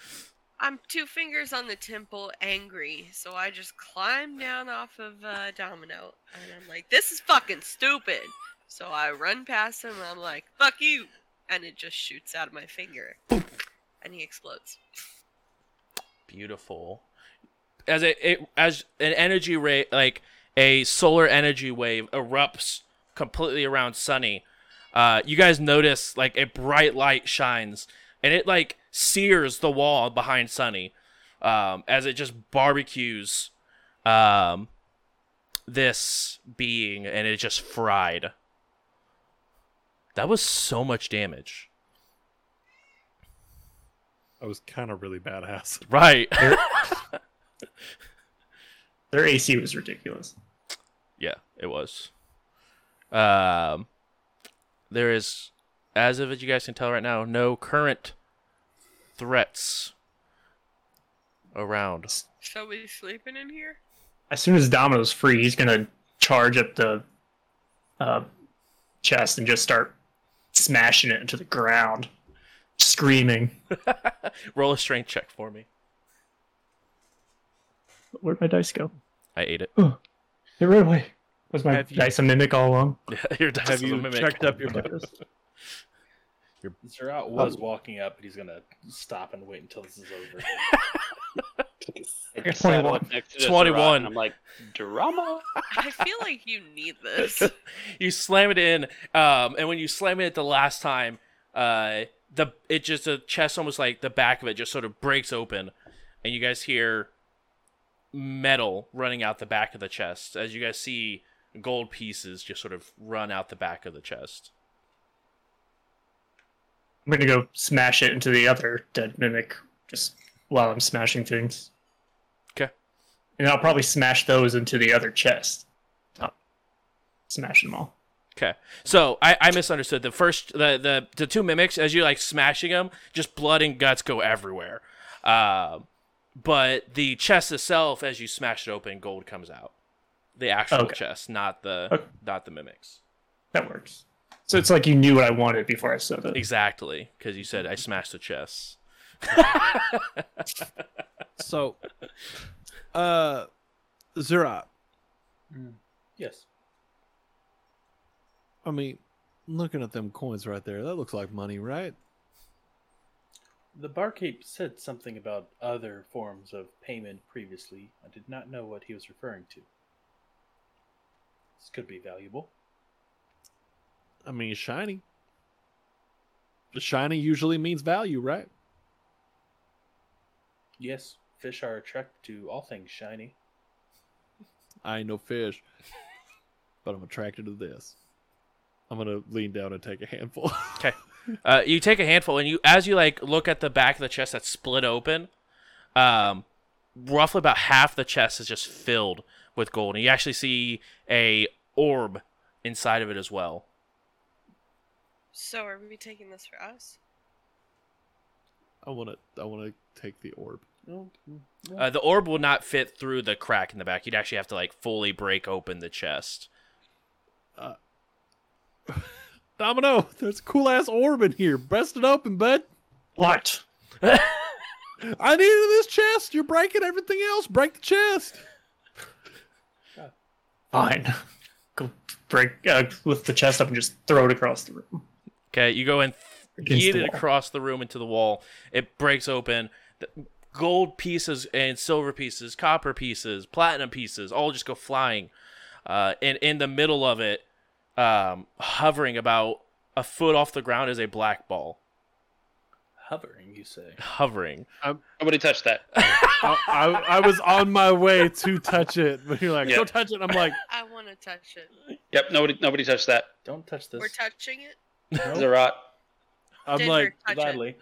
Speaker 7: I'm two fingers on the temple, angry. So I just climb down off of uh, Domino, and I'm like, "This is fucking stupid." So I run past him, and I'm like, "Fuck you!" And it just shoots out of my finger, and he explodes.
Speaker 3: Beautiful. As it, it as an energy ray, like a solar energy wave erupts completely around Sunny. Uh, you guys notice like a bright light shines, and it like sears the wall behind Sunny, um, as it just barbecues um, this being, and it just fried. That was so much damage.
Speaker 5: I was kind of really badass.
Speaker 3: Right.
Speaker 2: Their AC was ridiculous.
Speaker 3: Yeah, it was. Um, there is, as of as you guys can tell right now, no current threats around.
Speaker 7: So we sleeping in here?
Speaker 2: As soon as Domino's free, he's gonna charge at the uh, chest and just start smashing it into the ground, screaming.
Speaker 3: Roll a strength check for me.
Speaker 2: Where'd my dice go?
Speaker 3: I ate it.
Speaker 2: It ran away. Was my
Speaker 5: Have you-
Speaker 2: dice a mimic all along?
Speaker 3: Your dice
Speaker 5: Have
Speaker 3: is a
Speaker 5: you
Speaker 3: mimic.
Speaker 5: checked up your bonus?
Speaker 6: Zerat was walking up, but he's gonna stop and wait until this is over.
Speaker 2: I got
Speaker 1: Sat up
Speaker 2: 21.
Speaker 1: next to this
Speaker 3: 21.
Speaker 1: rock, and I'm like, drama.
Speaker 7: I feel like you need this.
Speaker 3: you slam it in, um, and when you slam it the last time, uh, the it just the chest almost like the back of it just sort of breaks open, and you guys hear metal running out the back of the chest as you guys see gold pieces just sort of run out the back of the chest.
Speaker 2: I'm gonna go smash it into the other dead mimic, just while I'm smashing things.
Speaker 3: 'Kay.
Speaker 2: And I'll probably smash those into the other chest. Top. Smash them all.
Speaker 3: Okay, so I, I misunderstood. The first the, the the two mimics as you like smashing them, just blood and guts go everywhere. Um, but the chest itself, as you smash it open, gold comes out. The actual
Speaker 2: Okay.
Speaker 3: chest, not the
Speaker 2: Okay.
Speaker 3: not the mimics.
Speaker 2: That works. So it's like you knew what I wanted before I said it.
Speaker 3: Exactly, because you said I smashed the chest.
Speaker 5: So, uh, Zerat,
Speaker 6: yes.
Speaker 5: I mean, looking at them coins right there, that looks like money, right?
Speaker 6: The barkeep said something about other forms of payment previously. I did not know what he was referring to. This could be valuable.
Speaker 5: I mean, shiny. Shiny usually means value, right?
Speaker 6: Yes, fish are attracted to all things shiny.
Speaker 5: I ain't no fish, but I'm attracted to this. I'm gonna lean down and take a handful.
Speaker 3: Okay. Uh, you take a handful, and you as you like look at the back of the chest that's split open. Um, roughly about half the chest is just filled with gold, and you actually see a orb inside of it as well.
Speaker 7: So are we taking this for us?
Speaker 5: I wanna, I wanna take the orb.
Speaker 3: Uh, the orb will not fit through the crack in the back. You'd actually have to like fully break open the chest.
Speaker 5: Domino, there's a cool ass orb in here. Bust it open, bud.
Speaker 2: What?
Speaker 5: I needed this chest. You're breaking everything else. Break the chest.
Speaker 2: Fine. Go break, uh, lift the chest up and just throw it across the room.
Speaker 3: Okay, you go and
Speaker 2: Against
Speaker 3: yeet
Speaker 2: the
Speaker 3: it
Speaker 2: wall.
Speaker 3: across the room into the wall. It breaks open. The gold pieces and silver pieces, copper pieces, platinum pieces, all just go flying. Uh, and in the middle of it, um, hovering about a foot off the ground, is a black ball.
Speaker 6: Hovering, you say?
Speaker 3: Hovering.
Speaker 1: Nobody touched that.
Speaker 5: I, I, I was on my way to touch it, but you're like,
Speaker 1: Yeah.
Speaker 5: don't touch it. I'm like,
Speaker 7: I want to touch it.
Speaker 1: Yep, nobody nobody touched that.
Speaker 6: Don't touch this.
Speaker 7: We're touching it.
Speaker 1: It's a rot.
Speaker 5: I'm
Speaker 7: Denver,
Speaker 5: like,
Speaker 7: touch it.
Speaker 6: gladly.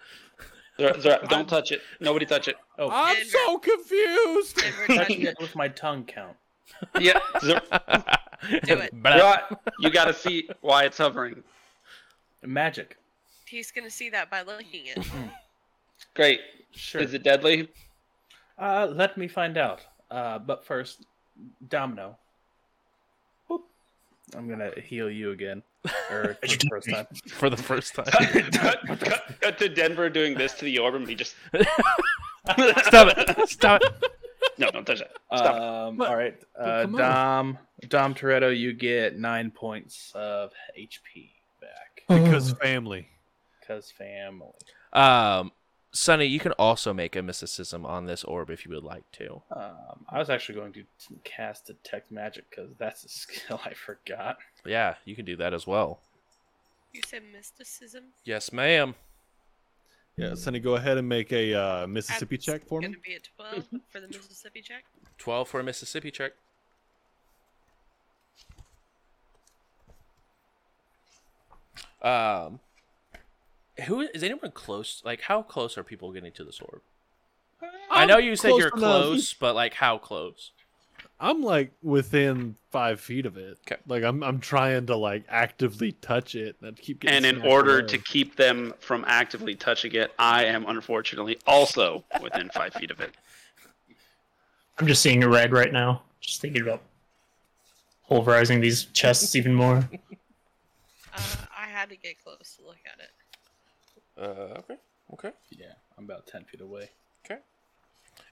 Speaker 1: It's a rot. Don't touch it. Nobody touch it.
Speaker 6: Oh,
Speaker 5: I'm so confused.
Speaker 7: Denver, touch
Speaker 6: touching
Speaker 7: it.
Speaker 6: it with my tongue count.
Speaker 1: Yeah, Zer-
Speaker 3: Do
Speaker 7: it.
Speaker 1: rot. You gotta see why it's hovering.
Speaker 6: Magic.
Speaker 7: He's gonna see that by looking it.
Speaker 1: Great.
Speaker 6: Sure.
Speaker 1: Is it deadly?
Speaker 6: Uh, let me find out. Uh, but first, Domino. Boop. I'm gonna heal you again, or for the first time.
Speaker 3: For the first time.
Speaker 1: cut, cut, cut, cut to Denver doing this to the orb, and he just
Speaker 3: Stop it. Stop it.
Speaker 1: no, don't touch that. Stop.
Speaker 6: Um,
Speaker 5: But-
Speaker 6: all right,
Speaker 5: but
Speaker 6: uh,
Speaker 5: come on.
Speaker 6: Dom, Dom Toretto, you get nine points of HP back
Speaker 5: because family.
Speaker 6: because family.
Speaker 3: Um, Sonny, you can also make a mysticism on this orb if you would like to.
Speaker 6: Um, I was actually going to t- cast Detect Magic because that's a skill I forgot.
Speaker 3: Yeah, you can do that as well.
Speaker 7: You said mysticism.
Speaker 3: Yes, ma'am.
Speaker 5: Yeah, Sonny, go ahead and make a uh, Mississippi
Speaker 7: That's
Speaker 5: check for me.
Speaker 7: Gonna be a twelve for the Mississippi check.
Speaker 3: 12 for a Mississippi check. Um, who is anyone close? Like, how close are people getting to this orb? i know you said
Speaker 5: close
Speaker 3: you're
Speaker 5: enough.
Speaker 3: close, but like, how close?
Speaker 5: I'm like within five feet of it.
Speaker 3: 'Kay.
Speaker 5: Like I'm, I'm trying to like actively touch it, and I keep getting.
Speaker 1: And in
Speaker 5: smashed
Speaker 1: order
Speaker 5: away.
Speaker 1: to keep them from actively touching it, I am unfortunately also within five feet of it.
Speaker 2: I'm just seeing red right now. Just thinking about pulverizing these chests even more.
Speaker 7: Uh, I had to get close to look at it.
Speaker 3: Uh, okay, okay.
Speaker 6: Yeah, I'm about ten feet away.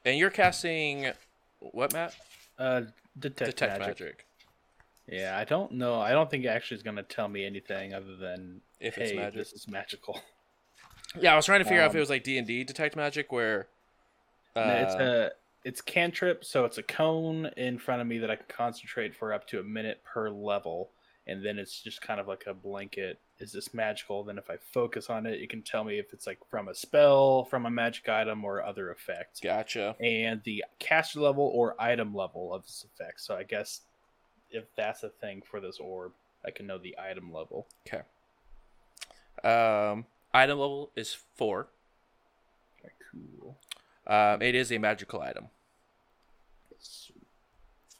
Speaker 3: And you're casting what, Matt?
Speaker 6: Uh, Detect,
Speaker 3: Detect
Speaker 6: magic.
Speaker 3: magic.
Speaker 6: Yeah, I don't know. I don't think it actually is going to tell me anything other than
Speaker 3: If it's
Speaker 6: hey,
Speaker 3: magic.
Speaker 6: this is magical.
Speaker 3: Yeah, I was trying to figure out if
Speaker 6: Um,
Speaker 3: it was like D and D detect magic, where uh,
Speaker 6: No, it's a it's cantrip, so it's a cone in front of me that I can concentrate for up to a minute per level, and then it's just kind of like a blanket. Is this magical? Then if I focus on it, it can tell me if it's like from a spell, from a magic item, or other effect,
Speaker 3: gotcha.
Speaker 6: and the caster level or item level of this effect. So I guess if that's a thing for this orb, I can know the item level.
Speaker 3: Um, item level is four.
Speaker 6: Very cool.
Speaker 3: Um, it is a magical item.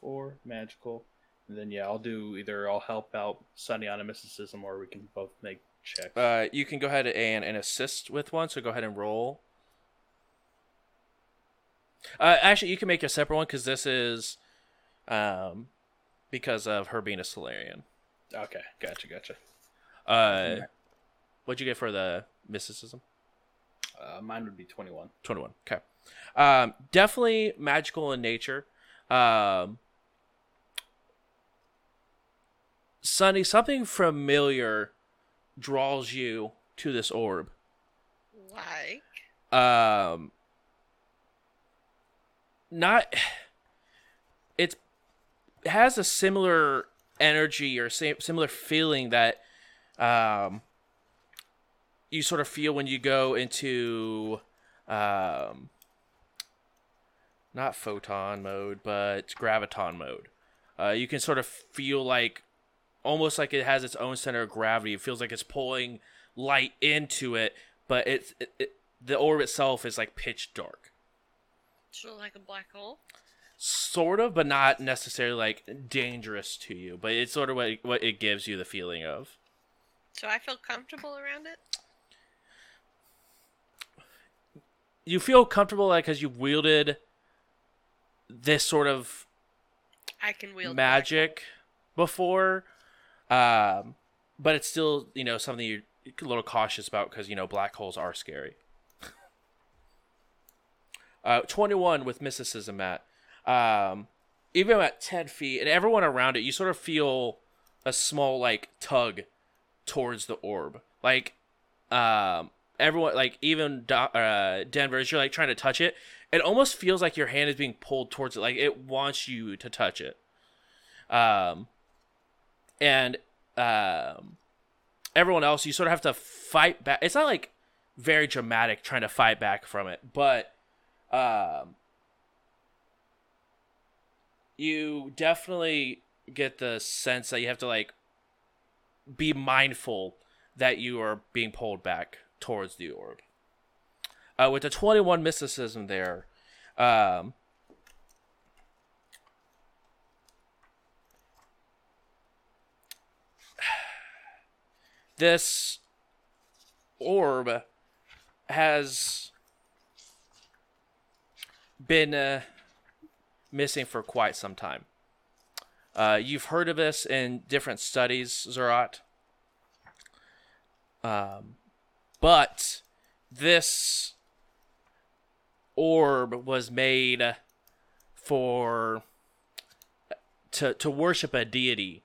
Speaker 6: four magical and then yeah i'll do either i'll help out sunny on a mysticism or we can both make checks
Speaker 3: Uh, you can go ahead and, and assist with one, so go ahead and roll. Uh, actually, you can make a separate one because this is, um, because of her being a Solarian.
Speaker 6: okay gotcha gotcha
Speaker 3: Uh, what'd you get for the mysticism?
Speaker 6: uh, mine would be 21
Speaker 3: 21 okay um definitely magical in nature um sonny something familiar draws you to this orb
Speaker 7: Like
Speaker 3: um not it's it has a similar energy or same, similar feeling that um, you sort of feel when you go into um, not photon mode, but graviton mode. Uh, you can sort of feel like almost like it has its own center of gravity. It feels like it's pulling light into it, but it's it, it, the orb itself is like pitch dark,
Speaker 7: Sort of like a black hole.
Speaker 3: sort of, but not necessarily like dangerous to you. But it's sort of what what it gives you the feeling of.
Speaker 7: So I feel comfortable around it.
Speaker 3: you feel comfortable like as you wielded this sort of
Speaker 7: I can wield black
Speaker 3: magic before um but it's still you know something you're a little cautious about because you know black holes are scary uh 21 with mysticism matt um even at 10 feet and everyone around it you sort of feel a small like tug towards the orb like um everyone like even Do- uh, denver as you're like trying to touch it it almost feels like your hand is being pulled towards it like it wants you to touch it um and um everyone else you sort of have to fight back it's not like very dramatic trying to fight back from it but um you definitely get the sense that you have to like be mindful that you are being pulled back towards the orb. Uh, with the 21 mysticism there, um, this orb has been uh, missing for quite some time. Uh, you've heard of this in different studies, Zerat. Um, but this orb was made for to to worship a deity,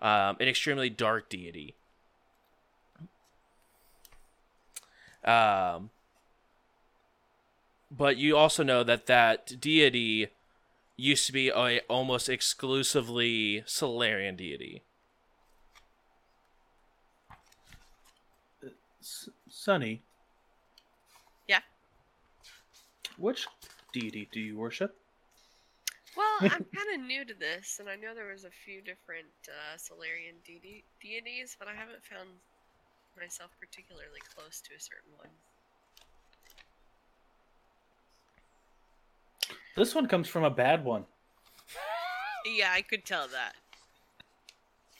Speaker 3: um, an extremely dark deity. Um, but you also know that that deity used to be a almost exclusively Solarian deity.
Speaker 6: S- Sonny.
Speaker 7: Yeah?
Speaker 6: Which deity do you worship?
Speaker 7: Well, I'm kind of new to this, and I know there was a few different uh, Solarian deity- deities, but I haven't found myself particularly close to a certain one.
Speaker 6: This one comes from a bad one.
Speaker 7: Yeah, I could tell that.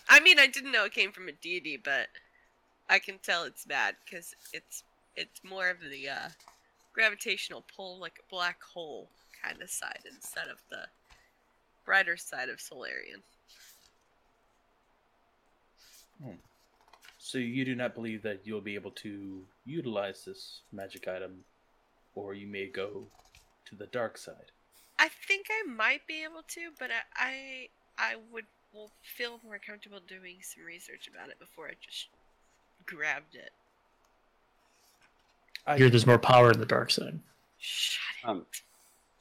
Speaker 7: I mean, I didn't know it came from a deity, but I can tell it's bad because it's it's more of the uh, gravitational pull, like a black hole kind of side, instead of the brighter side of Solarian.
Speaker 6: So you do not believe that you'll be able to utilize this magic item, or you may go to the dark side.
Speaker 7: I think I might be able to, but I I, I would will feel more comfortable doing some research about it before I just grabbed it.
Speaker 6: I
Speaker 2: I hear there's more power in the dark side.
Speaker 7: Shut
Speaker 1: Um,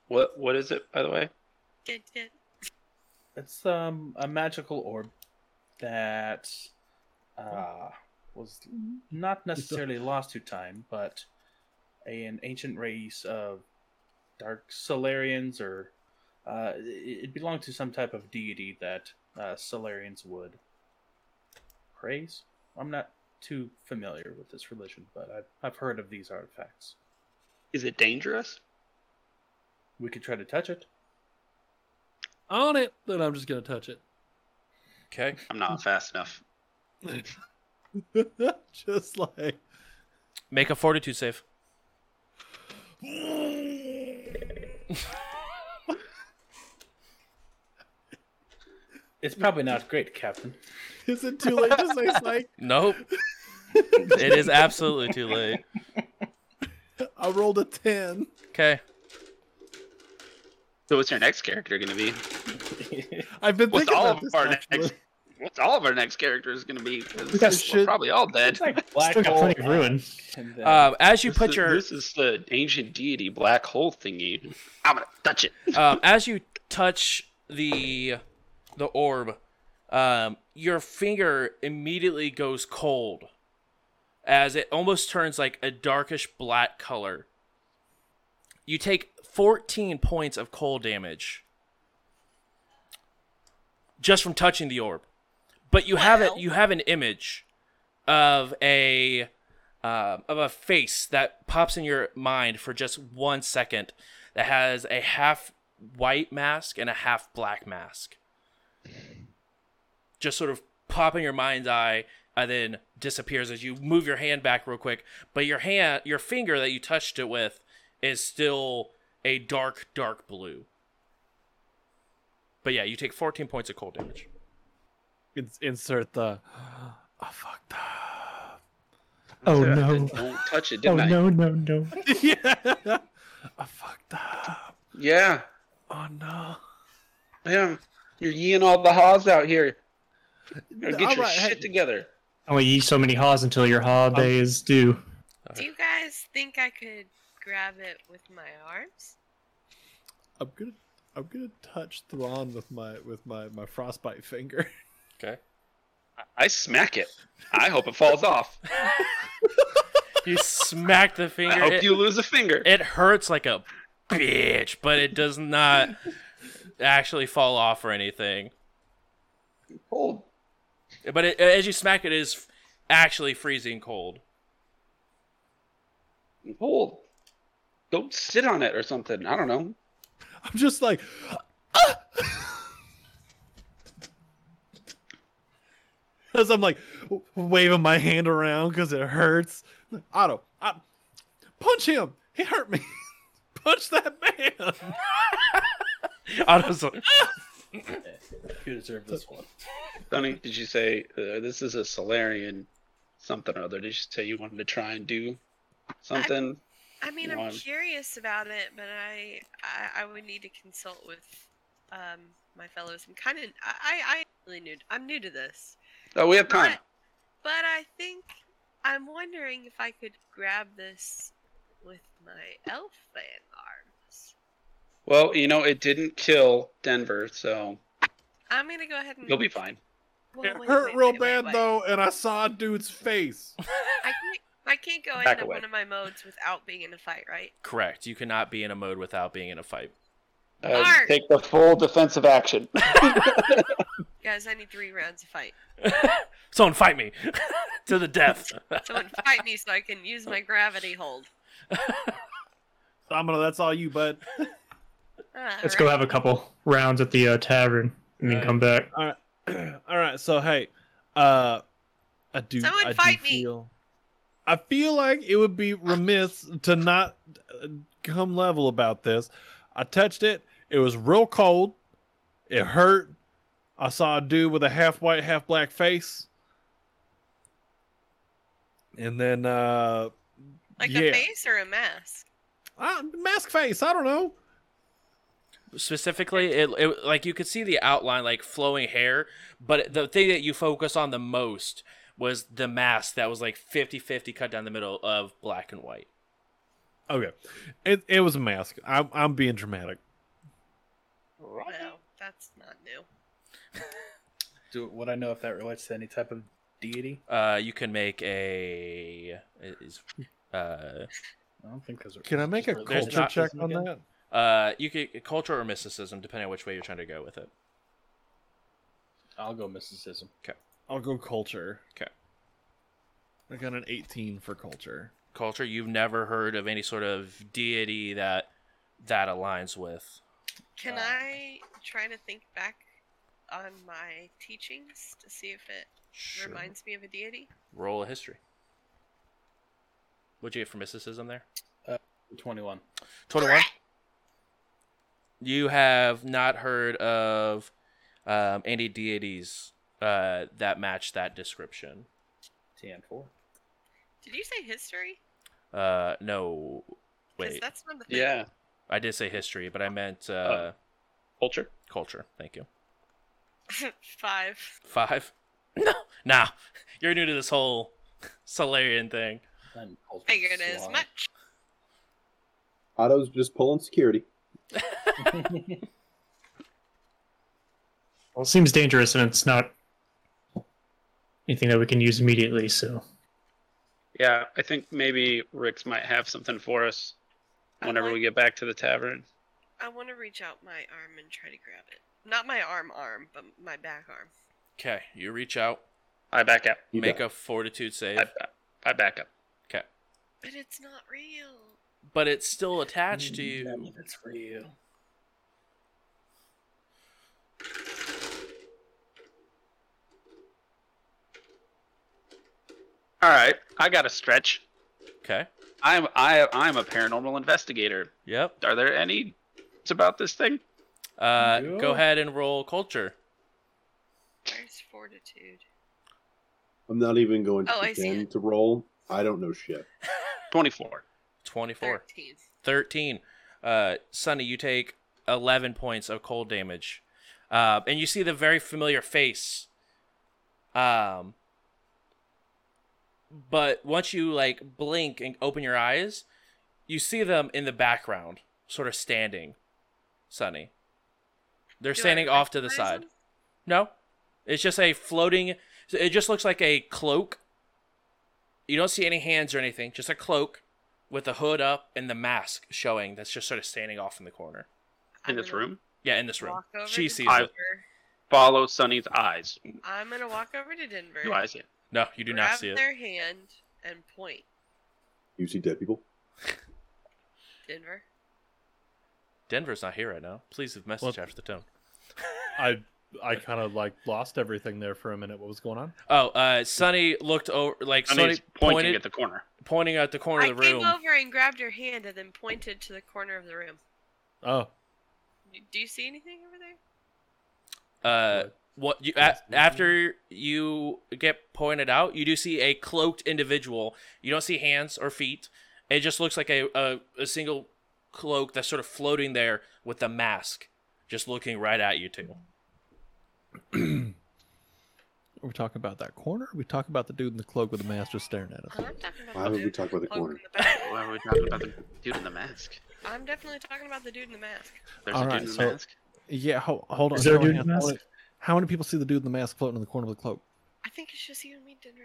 Speaker 1: what what is it by the way?
Speaker 7: it. did it.
Speaker 6: It's um a magical orb that uh, was not necessarily lost to time, but an ancient race of dark Solarians, or uh, it it belonged to some type of deity that uh, Solarians would praise. I'm not too familiar with this religion, but I've, I've heard of these artifacts.
Speaker 1: Is it dangerous?
Speaker 6: We could try to touch it.
Speaker 5: On it, then I'm just gonna touch it.
Speaker 3: Okay.
Speaker 1: I'm not fast enough.
Speaker 5: just like
Speaker 3: Make a fortitude save.
Speaker 6: It's probably not great, Captain.
Speaker 5: Is it too late to say like
Speaker 3: Nope. it is absolutely too late.
Speaker 5: I rolled a ten?
Speaker 3: Okay.
Speaker 1: So what's your next character gonna be?
Speaker 5: I've been
Speaker 1: What's
Speaker 5: thinking
Speaker 1: all
Speaker 5: about
Speaker 1: of
Speaker 5: this.
Speaker 1: our
Speaker 5: actually.
Speaker 1: next? What's all of our next characters gonna be? 'Cause
Speaker 5: We got
Speaker 1: we're
Speaker 5: shit-
Speaker 1: probably all dead.
Speaker 6: It's like black
Speaker 2: Still got
Speaker 6: hole
Speaker 2: plenty of ruin.
Speaker 6: and uh, then-
Speaker 3: Um, as you
Speaker 1: This
Speaker 3: put
Speaker 1: is-
Speaker 3: your
Speaker 1: this is the ancient deity black hole thingy. I'm gonna touch it.
Speaker 3: um, as you touch the the orb, um, your finger immediately goes cold as it almost turns like a darkish black color. You take 14 points of cold damage just from touching the orb. But you have it
Speaker 7: Wow.
Speaker 3: you have an image of a um of a face that pops in your mind for just 1 second that has a half white mask and a half black mask just sort of pop in your mind's eye and then disappears as you move your hand back real quick but your hand your finger that you touched it with is still a dark dark blue but yeah you take 14 points of cold damage
Speaker 5: Ins- insert the. I fucked up.
Speaker 2: Oh
Speaker 1: I
Speaker 2: no.
Speaker 1: said, Don't touch it,
Speaker 2: Oh
Speaker 1: didn't I?
Speaker 2: no no no.
Speaker 5: yeah. I fucked up.
Speaker 1: Yeah,
Speaker 5: Oh no.
Speaker 1: yeah. You're yeeing all the haws out here. Now get
Speaker 5: All
Speaker 1: your
Speaker 5: right, hey.
Speaker 1: shit together.
Speaker 2: Only eat so many haws until your haw day is due.
Speaker 7: Do you guys think I could grab it with my arms?
Speaker 5: I'm gonna I'm gonna touch Thrawn with my with my my frostbite finger.
Speaker 3: okay
Speaker 1: I smack it. I hope it falls off.
Speaker 3: you smack the finger
Speaker 1: I hope
Speaker 3: it,
Speaker 1: you lose a finger.
Speaker 3: it hurts like a bitch but it does not actually fall off or anything
Speaker 1: Hold.
Speaker 3: but it, as you smack it, it is actually freezing cold
Speaker 1: Hold. Don't sit on it or something. I don't know.
Speaker 5: I'm just like, ah! as I'm like w- waving my hand around because it hurts. Otto, I, punch him. He hurt me. punch that man.
Speaker 3: Otto's like,
Speaker 6: You deserve this one.
Speaker 1: Sonny, did you say uh, this is a Solarian something or other? Did you say you wanted to try and do something?
Speaker 7: I mean,
Speaker 1: One.
Speaker 7: I'm curious about it, but I I, I would need to consult with um my fellows. I'm kind of I I I'm really new. I'm new to this,
Speaker 1: Oh, we have time.
Speaker 7: but but I think I'm wondering if I could grab this with my elf fan arms.
Speaker 1: Well, you know, it didn't kill Denver, so
Speaker 7: I'm gonna go ahead and.
Speaker 1: you'll be fine.
Speaker 7: Well,
Speaker 5: It
Speaker 7: wait,
Speaker 5: hurt
Speaker 7: wait,
Speaker 5: real
Speaker 7: wait, wait,
Speaker 5: bad
Speaker 7: wait.
Speaker 5: though, and I saw a dude's face.
Speaker 7: I can't, I can't go
Speaker 1: Back
Speaker 7: into
Speaker 1: away.
Speaker 7: one of my modes without being in a fight, right?
Speaker 3: correct. You cannot be in a mode without being in a fight.
Speaker 1: Uh,
Speaker 7: Mark!
Speaker 1: take the full defensive action.
Speaker 7: Guys, I need three rounds of fight.
Speaker 3: Someone fight me to the death.
Speaker 7: Someone fight me so I can use my gravity hold.
Speaker 5: Domino, that's all you, bud.
Speaker 7: Ah,
Speaker 2: Let's go
Speaker 7: right.
Speaker 2: have a couple rounds at the uh, tavern and then
Speaker 5: Right.
Speaker 2: come back.
Speaker 5: All right, so hey, uh, I do.
Speaker 7: Someone
Speaker 5: I do
Speaker 7: fight me.
Speaker 5: feel, I feel like it would be remiss to not uh, come level about this. I touched it. It was real cold. It hurt. I saw a dude with a half white, half black face. And then, uh,
Speaker 7: Like
Speaker 5: yeah,
Speaker 7: a face or a mask?
Speaker 5: Ah, mask face. I don't know.
Speaker 3: Specifically, it, it like you could see the outline, like flowing hair, but the thing that you focus on the most was the mask that was like 50-50 cut down the middle of black and white.
Speaker 5: Okay, it it was a mask. I'm I'm being dramatic.
Speaker 7: Well, that's not new.
Speaker 6: Do would I know if that relates to any type of deity?
Speaker 3: Uh, you can make a is uh
Speaker 6: I don't think those are.
Speaker 5: Can I make a
Speaker 6: There's
Speaker 5: culture
Speaker 3: not-
Speaker 5: check on that?
Speaker 3: uh you could culture or mysticism depending on which way you're trying to go with it.
Speaker 6: I'll go mysticism.
Speaker 5: I'll go culture.
Speaker 3: 'Kay.
Speaker 5: I got an 18 for culture.
Speaker 3: Culture, you've never heard of any sort of deity that that aligns with.
Speaker 7: Can
Speaker 6: Uh,
Speaker 7: I try to think back on my teachings to see if it
Speaker 3: Sure.
Speaker 7: reminds me of a deity?
Speaker 3: Roll a history. What'd you get for mysticism there?
Speaker 6: Twenty-one.
Speaker 3: 21. You have not heard of um, any deities uh, that match that description.
Speaker 6: TN four.
Speaker 7: Did you say history?
Speaker 3: Uh, no.
Speaker 7: Because
Speaker 3: Wait.
Speaker 7: that's not the thing.
Speaker 1: Yeah.
Speaker 3: I did say history, but I meant uh,
Speaker 1: Oh. Culture.
Speaker 3: culture. Thank you.
Speaker 7: Five.
Speaker 3: Five. No. Nah. You're new to this whole Solarian thing.
Speaker 6: I'm culture
Speaker 7: Figured as
Speaker 6: slime.
Speaker 7: much.
Speaker 4: Otto's just pulling security.
Speaker 2: Well, it seems dangerous and it's not anything that we can use immediately. So
Speaker 1: Yeah, I think maybe Rix might have something for us
Speaker 7: I
Speaker 1: whenever
Speaker 7: like-
Speaker 1: we get back to the tavern.
Speaker 7: I want to reach out my arm and try to grab it. Not my arm, arm, but my back arm.
Speaker 3: Okay, you reach out,
Speaker 1: I back out.
Speaker 4: You
Speaker 3: make
Speaker 4: die.
Speaker 3: a fortitude save,
Speaker 1: I, I back up.
Speaker 7: But it's not real.
Speaker 3: but it's still attached
Speaker 6: Mm,
Speaker 3: to you.
Speaker 6: That's real.
Speaker 1: All right, I got to stretch.
Speaker 3: Okay.
Speaker 1: I'm I I'm a paranormal investigator.
Speaker 3: Yep.
Speaker 1: Are there any it's about this thing?
Speaker 3: Uh,
Speaker 6: Yeah.
Speaker 3: Go ahead and roll culture.
Speaker 7: Where's fortitude?
Speaker 4: I'm not even going to
Speaker 7: Oh, I see
Speaker 4: pretend to roll. I don't know shit.
Speaker 1: 24.
Speaker 3: 24.
Speaker 7: Thirteen.
Speaker 3: 13. Uh, Sonny, you take 11 points of cold damage. Uh, and you see the very familiar face. Um, but once you like blink and open your eyes, you see them in the background, sort of standing. Sonny. They're
Speaker 7: Do I
Speaker 3: standing off to the
Speaker 7: recognize
Speaker 3: side.
Speaker 7: him?
Speaker 3: No. It's just a floating. It just looks like a cloak. You don't see any hands or anything, just a cloak with the hood up and the mask showing that's just sort of standing off in the corner.
Speaker 7: I'm
Speaker 1: In this
Speaker 7: gonna
Speaker 1: room?
Speaker 3: Yeah, in this room.
Speaker 7: walk over
Speaker 3: She
Speaker 7: to
Speaker 3: sees
Speaker 1: I-
Speaker 3: it.
Speaker 7: Denver.
Speaker 1: Follow Sunny's eyes.
Speaker 7: I'm gonna walk over to Denver.
Speaker 1: You eyes it.
Speaker 3: No, you do not
Speaker 7: grab
Speaker 3: see it.
Speaker 7: their hand and point.
Speaker 4: You see dead people?
Speaker 7: Denver.
Speaker 3: Denver's not here right now. Please leave a message after the tone.
Speaker 5: I I kind of like lost everything there for a minute. What was going on?
Speaker 3: Oh, uh, Sonny looked over, like, Sonny
Speaker 1: Sunny's pointing
Speaker 3: pointed,
Speaker 1: at the corner.
Speaker 3: pointing at the corner
Speaker 7: I
Speaker 3: of the
Speaker 7: came
Speaker 3: room.
Speaker 7: over and grabbed her hand and then pointed to the corner of the room.
Speaker 5: Oh,
Speaker 7: Y- Do you see anything over there?
Speaker 3: Uh, what you a- after you get pointed out, you do see a cloaked individual. You don't see hands or feet. It just looks like a a, a single cloak that's sort of floating there with a mask, just looking right at you two.
Speaker 5: are we talking about that corner? Are we talking about the dude in the cloak with the mask just staring at us?
Speaker 7: I'm talking about
Speaker 4: Why
Speaker 7: the
Speaker 4: would we
Speaker 7: dude
Speaker 4: talk about the
Speaker 7: cloak
Speaker 4: corner?
Speaker 7: in the back.
Speaker 1: Why are we talking about the dude in the mask?
Speaker 7: I'm definitely talking about the dude in the mask.
Speaker 1: There's
Speaker 5: All
Speaker 1: a dude
Speaker 5: right,
Speaker 1: in the
Speaker 5: so-
Speaker 1: mask.
Speaker 5: Yeah, ho- hold on.
Speaker 2: Is there a
Speaker 5: hold on,
Speaker 2: dude in the
Speaker 5: hold on.
Speaker 2: mask?
Speaker 5: How many people see the dude in the mask floating in the corner of the cloak?
Speaker 7: I think it's just you and me, Denver.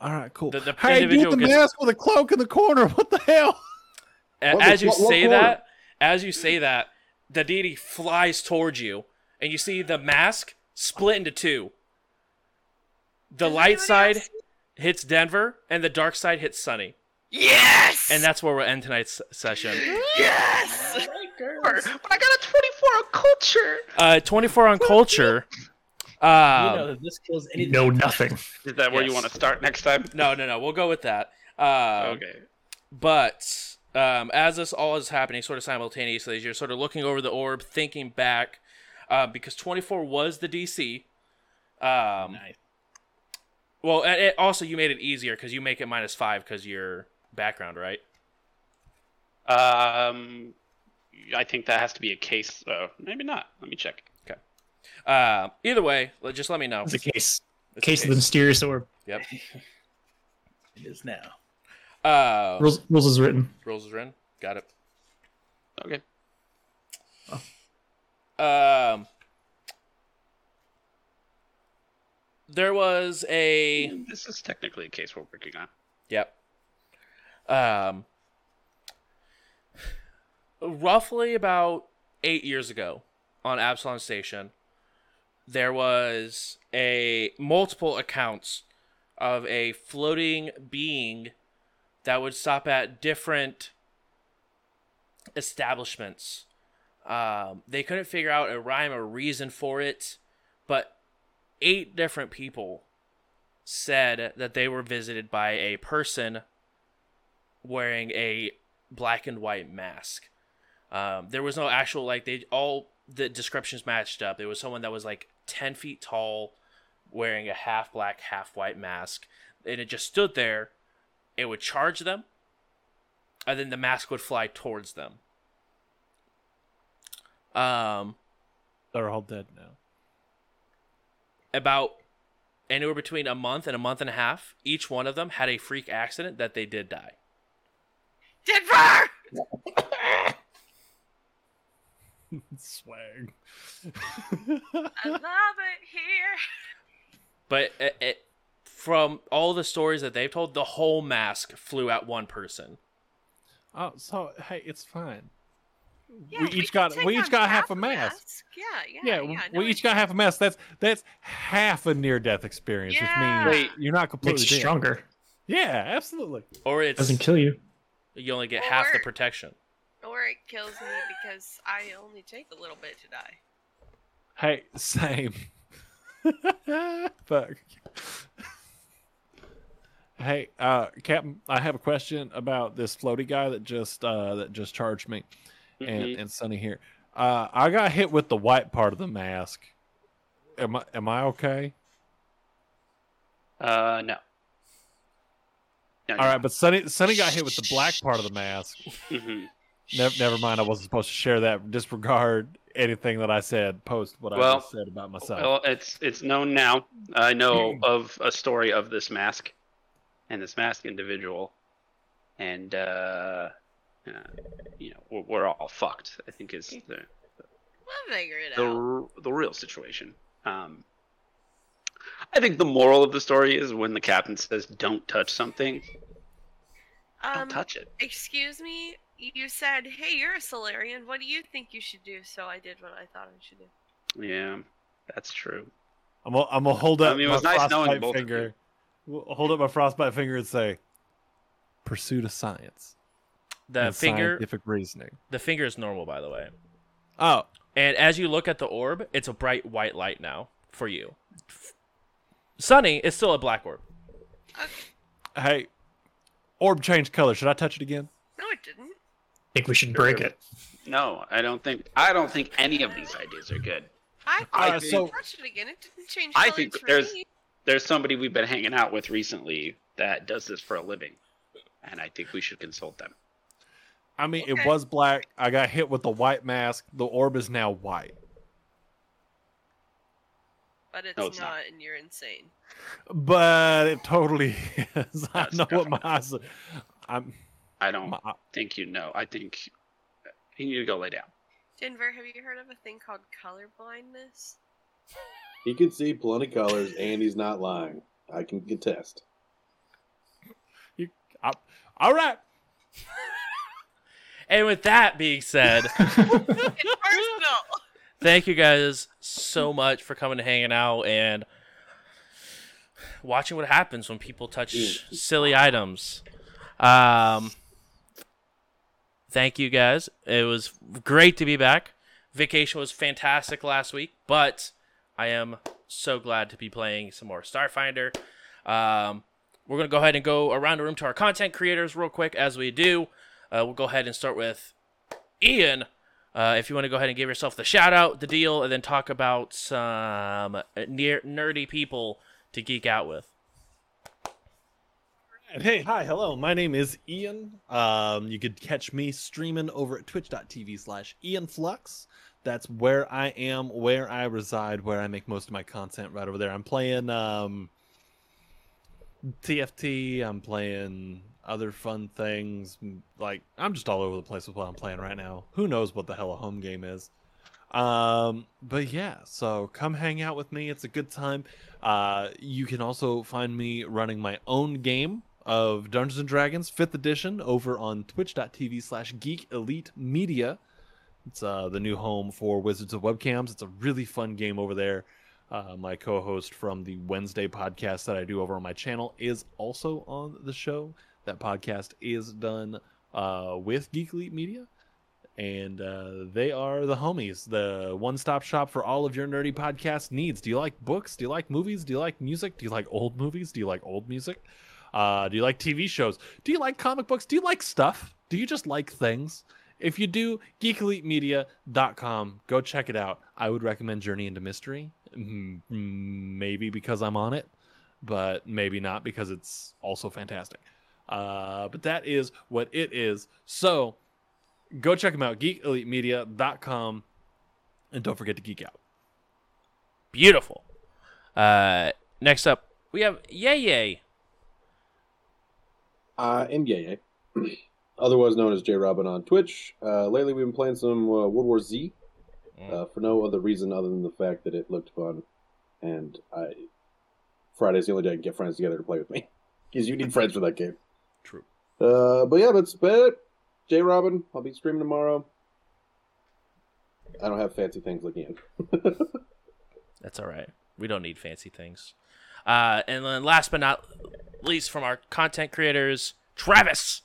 Speaker 5: All right, cool.
Speaker 3: The- the
Speaker 5: hey, dude,
Speaker 3: individual
Speaker 5: with the
Speaker 3: gets-
Speaker 5: mask with a cloak in the corner. What the hell?
Speaker 3: A-
Speaker 4: What-
Speaker 3: as you
Speaker 4: what- what
Speaker 3: say
Speaker 4: corner?
Speaker 3: that, as you say that, the deity flies towards you, and you see the mask split into two. The
Speaker 7: Does
Speaker 3: light
Speaker 7: anybody
Speaker 3: side
Speaker 7: else-
Speaker 3: hits Denver, and the dark side hits Sunny,
Speaker 7: Yes.
Speaker 3: and that's where we'll end tonight's session.
Speaker 7: yes.
Speaker 1: But I got a 24 on culture.
Speaker 3: uh, 24 on culture.
Speaker 6: you know
Speaker 3: Um,
Speaker 6: that this kills
Speaker 2: you
Speaker 6: anything.
Speaker 2: know nothing.
Speaker 1: Is that where you
Speaker 3: Yes.
Speaker 1: want to start next time?
Speaker 3: no, no, no. We'll go with that. Um,
Speaker 1: okay.
Speaker 3: But um, as this all is happening, sort of simultaneously, as you're sort of looking over the orb, thinking back, uh, because 24 was the DC. Um,
Speaker 6: Nice.
Speaker 3: Well, and it, also you made it easier because you make it minus five because your background, right?
Speaker 1: Um, I think that has to be a case, though. Maybe not. Let me check.
Speaker 3: Um either way, let- just let me know.
Speaker 2: It's a case.
Speaker 3: It's a
Speaker 2: Case of the mysterious orb.
Speaker 6: It is now.
Speaker 3: Uh,
Speaker 2: Rules, rules is written.
Speaker 3: Rules is in. Got it.
Speaker 1: Okay.
Speaker 3: Um, there was a
Speaker 1: This is technically a case we're working on.
Speaker 3: yep. Um, roughly about eight years ago, on Absalom Station, there was a multiple accounts of a floating being that would stop at different establishments. Um, they couldn't figure out a rhyme or reason for it, but eight different people said that they were visited by a person wearing a black and white mask. Um, there was no actual like they all the descriptions matched up. It was someone that was like ten feet tall, wearing a half black, half white mask, and it just stood there. It would charge them, and then the mask would fly towards them. Um,
Speaker 5: They're all dead now.
Speaker 3: about anywhere between a month and a month and a half, each one of them had a freak accident that they did die.
Speaker 7: Denver.
Speaker 5: Swag.
Speaker 7: I love it here.
Speaker 3: But it, it, from all the stories that they've told, the whole mask flew at one person.
Speaker 5: Oh, so hey, it's fine.
Speaker 7: Yeah,
Speaker 5: we each
Speaker 7: can
Speaker 5: got
Speaker 7: take
Speaker 5: we each
Speaker 7: on
Speaker 5: got half a mask.
Speaker 7: mask. Yeah, yeah,
Speaker 5: Yeah,
Speaker 7: yeah.
Speaker 5: w-
Speaker 7: no,
Speaker 5: we each got half a mask. That's that's half a near death experience, which means
Speaker 7: Yeah.
Speaker 5: you're not
Speaker 2: Makes
Speaker 5: completely
Speaker 2: you
Speaker 5: dead.
Speaker 2: stronger.
Speaker 5: Yeah, absolutely.
Speaker 3: Or it's
Speaker 2: Doesn't kill you.
Speaker 3: you only get
Speaker 7: Or-
Speaker 3: half the protection.
Speaker 7: Or it kills me because I only take a little bit to die.
Speaker 5: Hey, same. Fuck. Hey, uh, Captain, I have a question about this floaty guy that just uh that just charged me,
Speaker 1: Mm-hmm.
Speaker 7: Mm-hmm.
Speaker 5: and and Sunny here. Uh, I got hit with the white part of the mask. Am I am I okay?
Speaker 1: Uh, no. no
Speaker 5: All right, but Sunny Sunny got hit with the black part of the mask.
Speaker 1: hmm
Speaker 5: Never, never mind. I wasn't supposed to share that. Disregard anything that I said. Post what I
Speaker 1: Well-
Speaker 5: just said about myself. Hmm.
Speaker 1: Well, it's it's known now. I know of a story of this mask, and this mask individual, and uh, uh you know we're, we're all fucked. I think is the
Speaker 7: We'll figure it
Speaker 1: the
Speaker 7: out.
Speaker 1: r- the real situation. Um, I think the moral of the story is when the captain says "Don't touch something,
Speaker 7: Um,
Speaker 1: don't touch it."
Speaker 7: excuse me. You said, "Hey, you're a Solarian. What do you think you should do?" So I did what I thought I should do.
Speaker 1: Yeah, that's true.
Speaker 5: I'm gonna, I'm gonna hold up
Speaker 1: I mean, it
Speaker 5: my
Speaker 1: was nice knowing
Speaker 5: frostbite
Speaker 1: both of
Speaker 5: finger. Wh- Hold up my frostbite finger and say, "Pursuit of science."
Speaker 3: The
Speaker 5: and
Speaker 3: finger
Speaker 5: Scientific reasoning.
Speaker 3: the finger is normal by the way.
Speaker 5: Oh,
Speaker 3: And as you look at the orb, it's a bright white light now for you. Sunny is still a black orb.
Speaker 5: hey, orb changed color. Should I touch it again?
Speaker 7: No, it didn't.
Speaker 2: think we should break it.
Speaker 1: No, I don't think I don't think any of these ideas are good.
Speaker 7: I thought
Speaker 1: I
Speaker 7: I
Speaker 1: think-
Speaker 5: Uh, so-
Speaker 7: touched it again. It didn't change.
Speaker 1: I
Speaker 7: colors
Speaker 1: think
Speaker 7: for
Speaker 1: there's-
Speaker 7: me.
Speaker 1: there's somebody we've been hanging out with recently that does this for a living, and I think we should consult them.
Speaker 5: I mean, it
Speaker 7: Okay.
Speaker 5: was black. I got hit with the white mask. The orb is now white.
Speaker 7: but it's,
Speaker 1: No, it's
Speaker 7: not,
Speaker 1: not.
Speaker 7: and you're insane.
Speaker 5: But it totally is. I
Speaker 1: That's
Speaker 5: know what my
Speaker 1: definitely-
Speaker 5: eyes. I'm.
Speaker 1: I don't
Speaker 5: My,
Speaker 1: think you know. I think you need to go lay down.
Speaker 7: Denver, have you heard of a thing called color blindness?
Speaker 4: He can see plenty colors, and he's not lying. I can contest.
Speaker 5: all right.
Speaker 3: And with that being said,
Speaker 7: It's personal.
Speaker 3: thank you guys so much for coming and hanging out and watching what happens when people touch silly items. Um, thank you guys. It was great to be back. Vacation was fantastic last week, but I am so glad to be playing some more Starfinder. Um, we're going to go ahead and go around the room to our content creators real quick as we do. Uh, we'll go ahead and start with Ian. Uh, if you want to go ahead and give yourself the shout out, the deal, and then talk about some near nerdy people to geek out with.
Speaker 5: And hey, hi, hello. My name is Ian. Um, you could catch me streaming over at twitch.tv slash IanFlux. That's where I am, where I reside, where I make most of my content right over there. I'm playing um, TFT, I'm playing other fun things. Like, I'm just all over the place with what I'm playing right now. Who knows what the hell a home game is. Um, but yeah, so come hang out with me. It's a good time. Uh, you can also find me running my own game of Dungeons and Dragons 5th edition over on twitch.tv slash geek elite media. It's uh, the new home for Wizards of Webcams. It's a really fun game over there. Uh, my co host from the Wednesday podcast that I do over on my channel is also on the show. That podcast is done uh, with Geek Elite Media. And uh, they are the homies, the one stop shop for all of your nerdy podcast needs. Do you like books? Do you like movies? Do you like music? Do you like old movies? Do you like old music? Uh, do you like TV shows? Do you like comic books? Do you like stuff? Do you just like things? If you do, geekelitemedia.com. Go check it out. I would recommend Journey into Mystery. Mm, Maybe because I'm on it, but maybe not because it's also fantastic. Uh, but that is what it is. So go check them out, geekelitemedia.com. And don't forget to geek out.
Speaker 3: Beautiful. Uh, next up, we have Yay Yay.
Speaker 4: I am Yeye, eh? otherwise known as J Robin on Twitch. Uh, lately, we've been playing some uh, World War Z uh, for no other reason other than the fact that it looked fun, and I Friday's the only day I can get friends together to play with me. Because you need friends for that game.
Speaker 3: True.
Speaker 4: Uh, but yeah, that's about it. J Robin, I'll be streaming tomorrow. I don't have fancy things like you.
Speaker 3: That's all right. We don't need fancy things. Uh, and then last but not least from our content creators, Travis.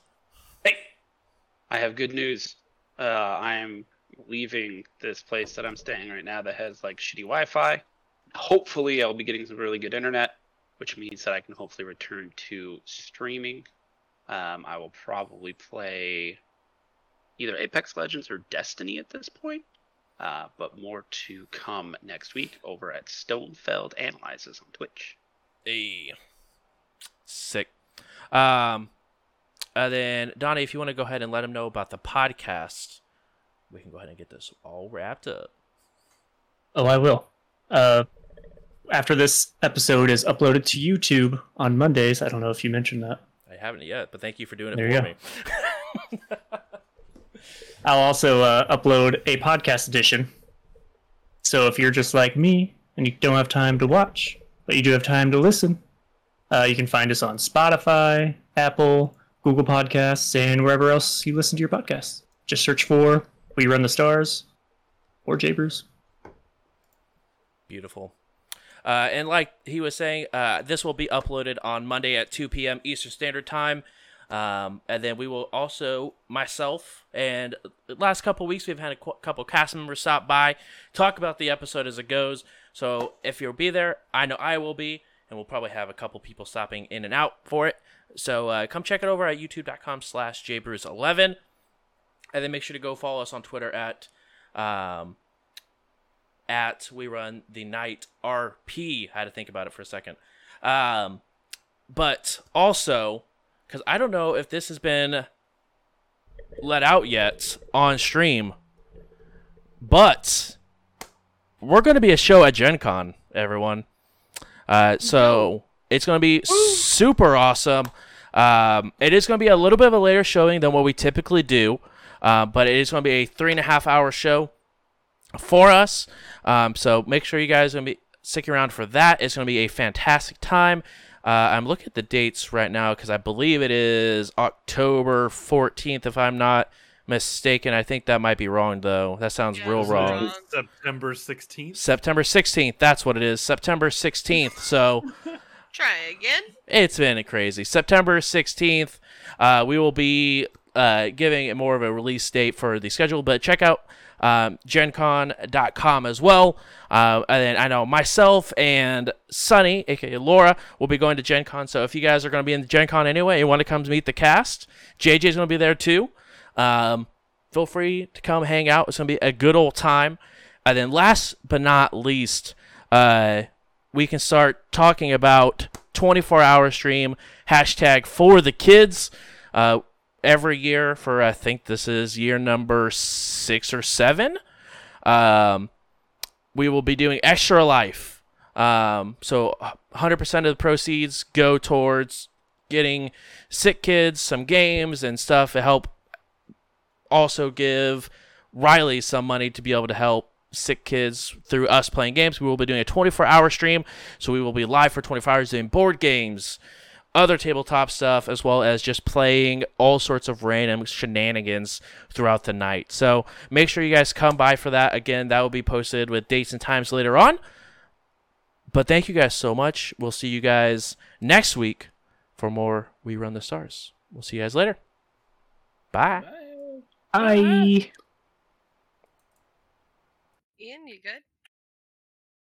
Speaker 1: I have good news. Uh, I am leaving this place that I'm staying right now that has like shitty Wi-Fi. Hopefully, I'll be getting some really good internet, which means that I can hopefully return to streaming. Um, I will probably play either Apex Legends or Destiny at this point, uh, but more to come next week over at Stonefeld Analyzes on Twitch.
Speaker 3: Hey. Sick. Um, and then Donnie, if you want to go ahead and let him know about the podcast, we can go ahead and get this all wrapped up.
Speaker 2: Oh, I will. Uh, after this episode is uploaded to YouTube on Mondays, I don't know if you mentioned that.
Speaker 3: I haven't yet, but thank you for doing it
Speaker 2: There
Speaker 3: for
Speaker 2: you
Speaker 3: me.
Speaker 2: I'll also uh, upload a podcast edition. So if you're just like me and you don't have time to watch, but you do have time to listen, uh, you can find us on Spotify, Apple, Google Podcasts, and wherever else you listen to your podcasts. Just search for We Run the Stars or Jabers.
Speaker 3: Beautiful. Uh, and like he was saying, uh, this will be uploaded on Monday at 2 p.m. Eastern Standard Time. Um, and then we will also, myself, and the last couple weeks, we've had a qu- couple cast members stop by, talk about the episode as it goes. So if you'll be there, I know I will be, and we'll probably have a couple people stopping in and out for it. So uh, come check it over at youtube.com slash jbrews11. And then make sure to go follow us on Twitter at um, at we run the night rp I had to think about it for a second um but also because i don't know if this has been let out yet on stream but we're going to be a show at gen con everyone uh so it's going to be super awesome um it is going to be a little bit of a later showing than what we typically do uh, but it is going to be a three and a half hour show for us. Um, so make sure you guys are gonna be stick around for that. It's gonna be a fantastic time. Uh, I'm looking at the dates right now because I believe it is October 14th, if I'm not mistaken. I think that might be wrong though. That sounds
Speaker 7: Yeah,
Speaker 3: real
Speaker 7: that's
Speaker 3: wrong.
Speaker 7: wrong.
Speaker 5: September 16th.
Speaker 3: September 16th. That's what it is. September 16th. So.
Speaker 7: Try again.
Speaker 3: It's been crazy. September 16th, uh, we will be uh, giving it more of a release date for the schedule, but check out um, gencon.com as well. Uh, and then I know myself and Sunny, aka Laura, will be going to Gen Con. So if you guys are going to be in Gen Con anyway and want to come meet the cast, JJ's going to be there too. Um, feel free to come hang out. It's going to be a good old time. And then last but not least, uh, we can start talking about 24 hour stream hashtag for the kids uh, every year for i think this is year number six or seven um, we will be doing extra life um, so 100% of the proceeds go towards getting sick kids some games and stuff to help also give Riley some money to be able to help sick kids through us playing games. We will be doing a 24 hour stream, so we will be live for 24 hours doing board games, other tabletop stuff, as well as just playing all sorts of random shenanigans throughout the night. So make sure you guys come by for that. Again, that will be posted with dates and times later on. But thank you guys so much. We'll see you guys next week for more We Run the Stars. We'll see you guys later. Bye.
Speaker 6: Bye.
Speaker 2: I.
Speaker 7: Ian, you good?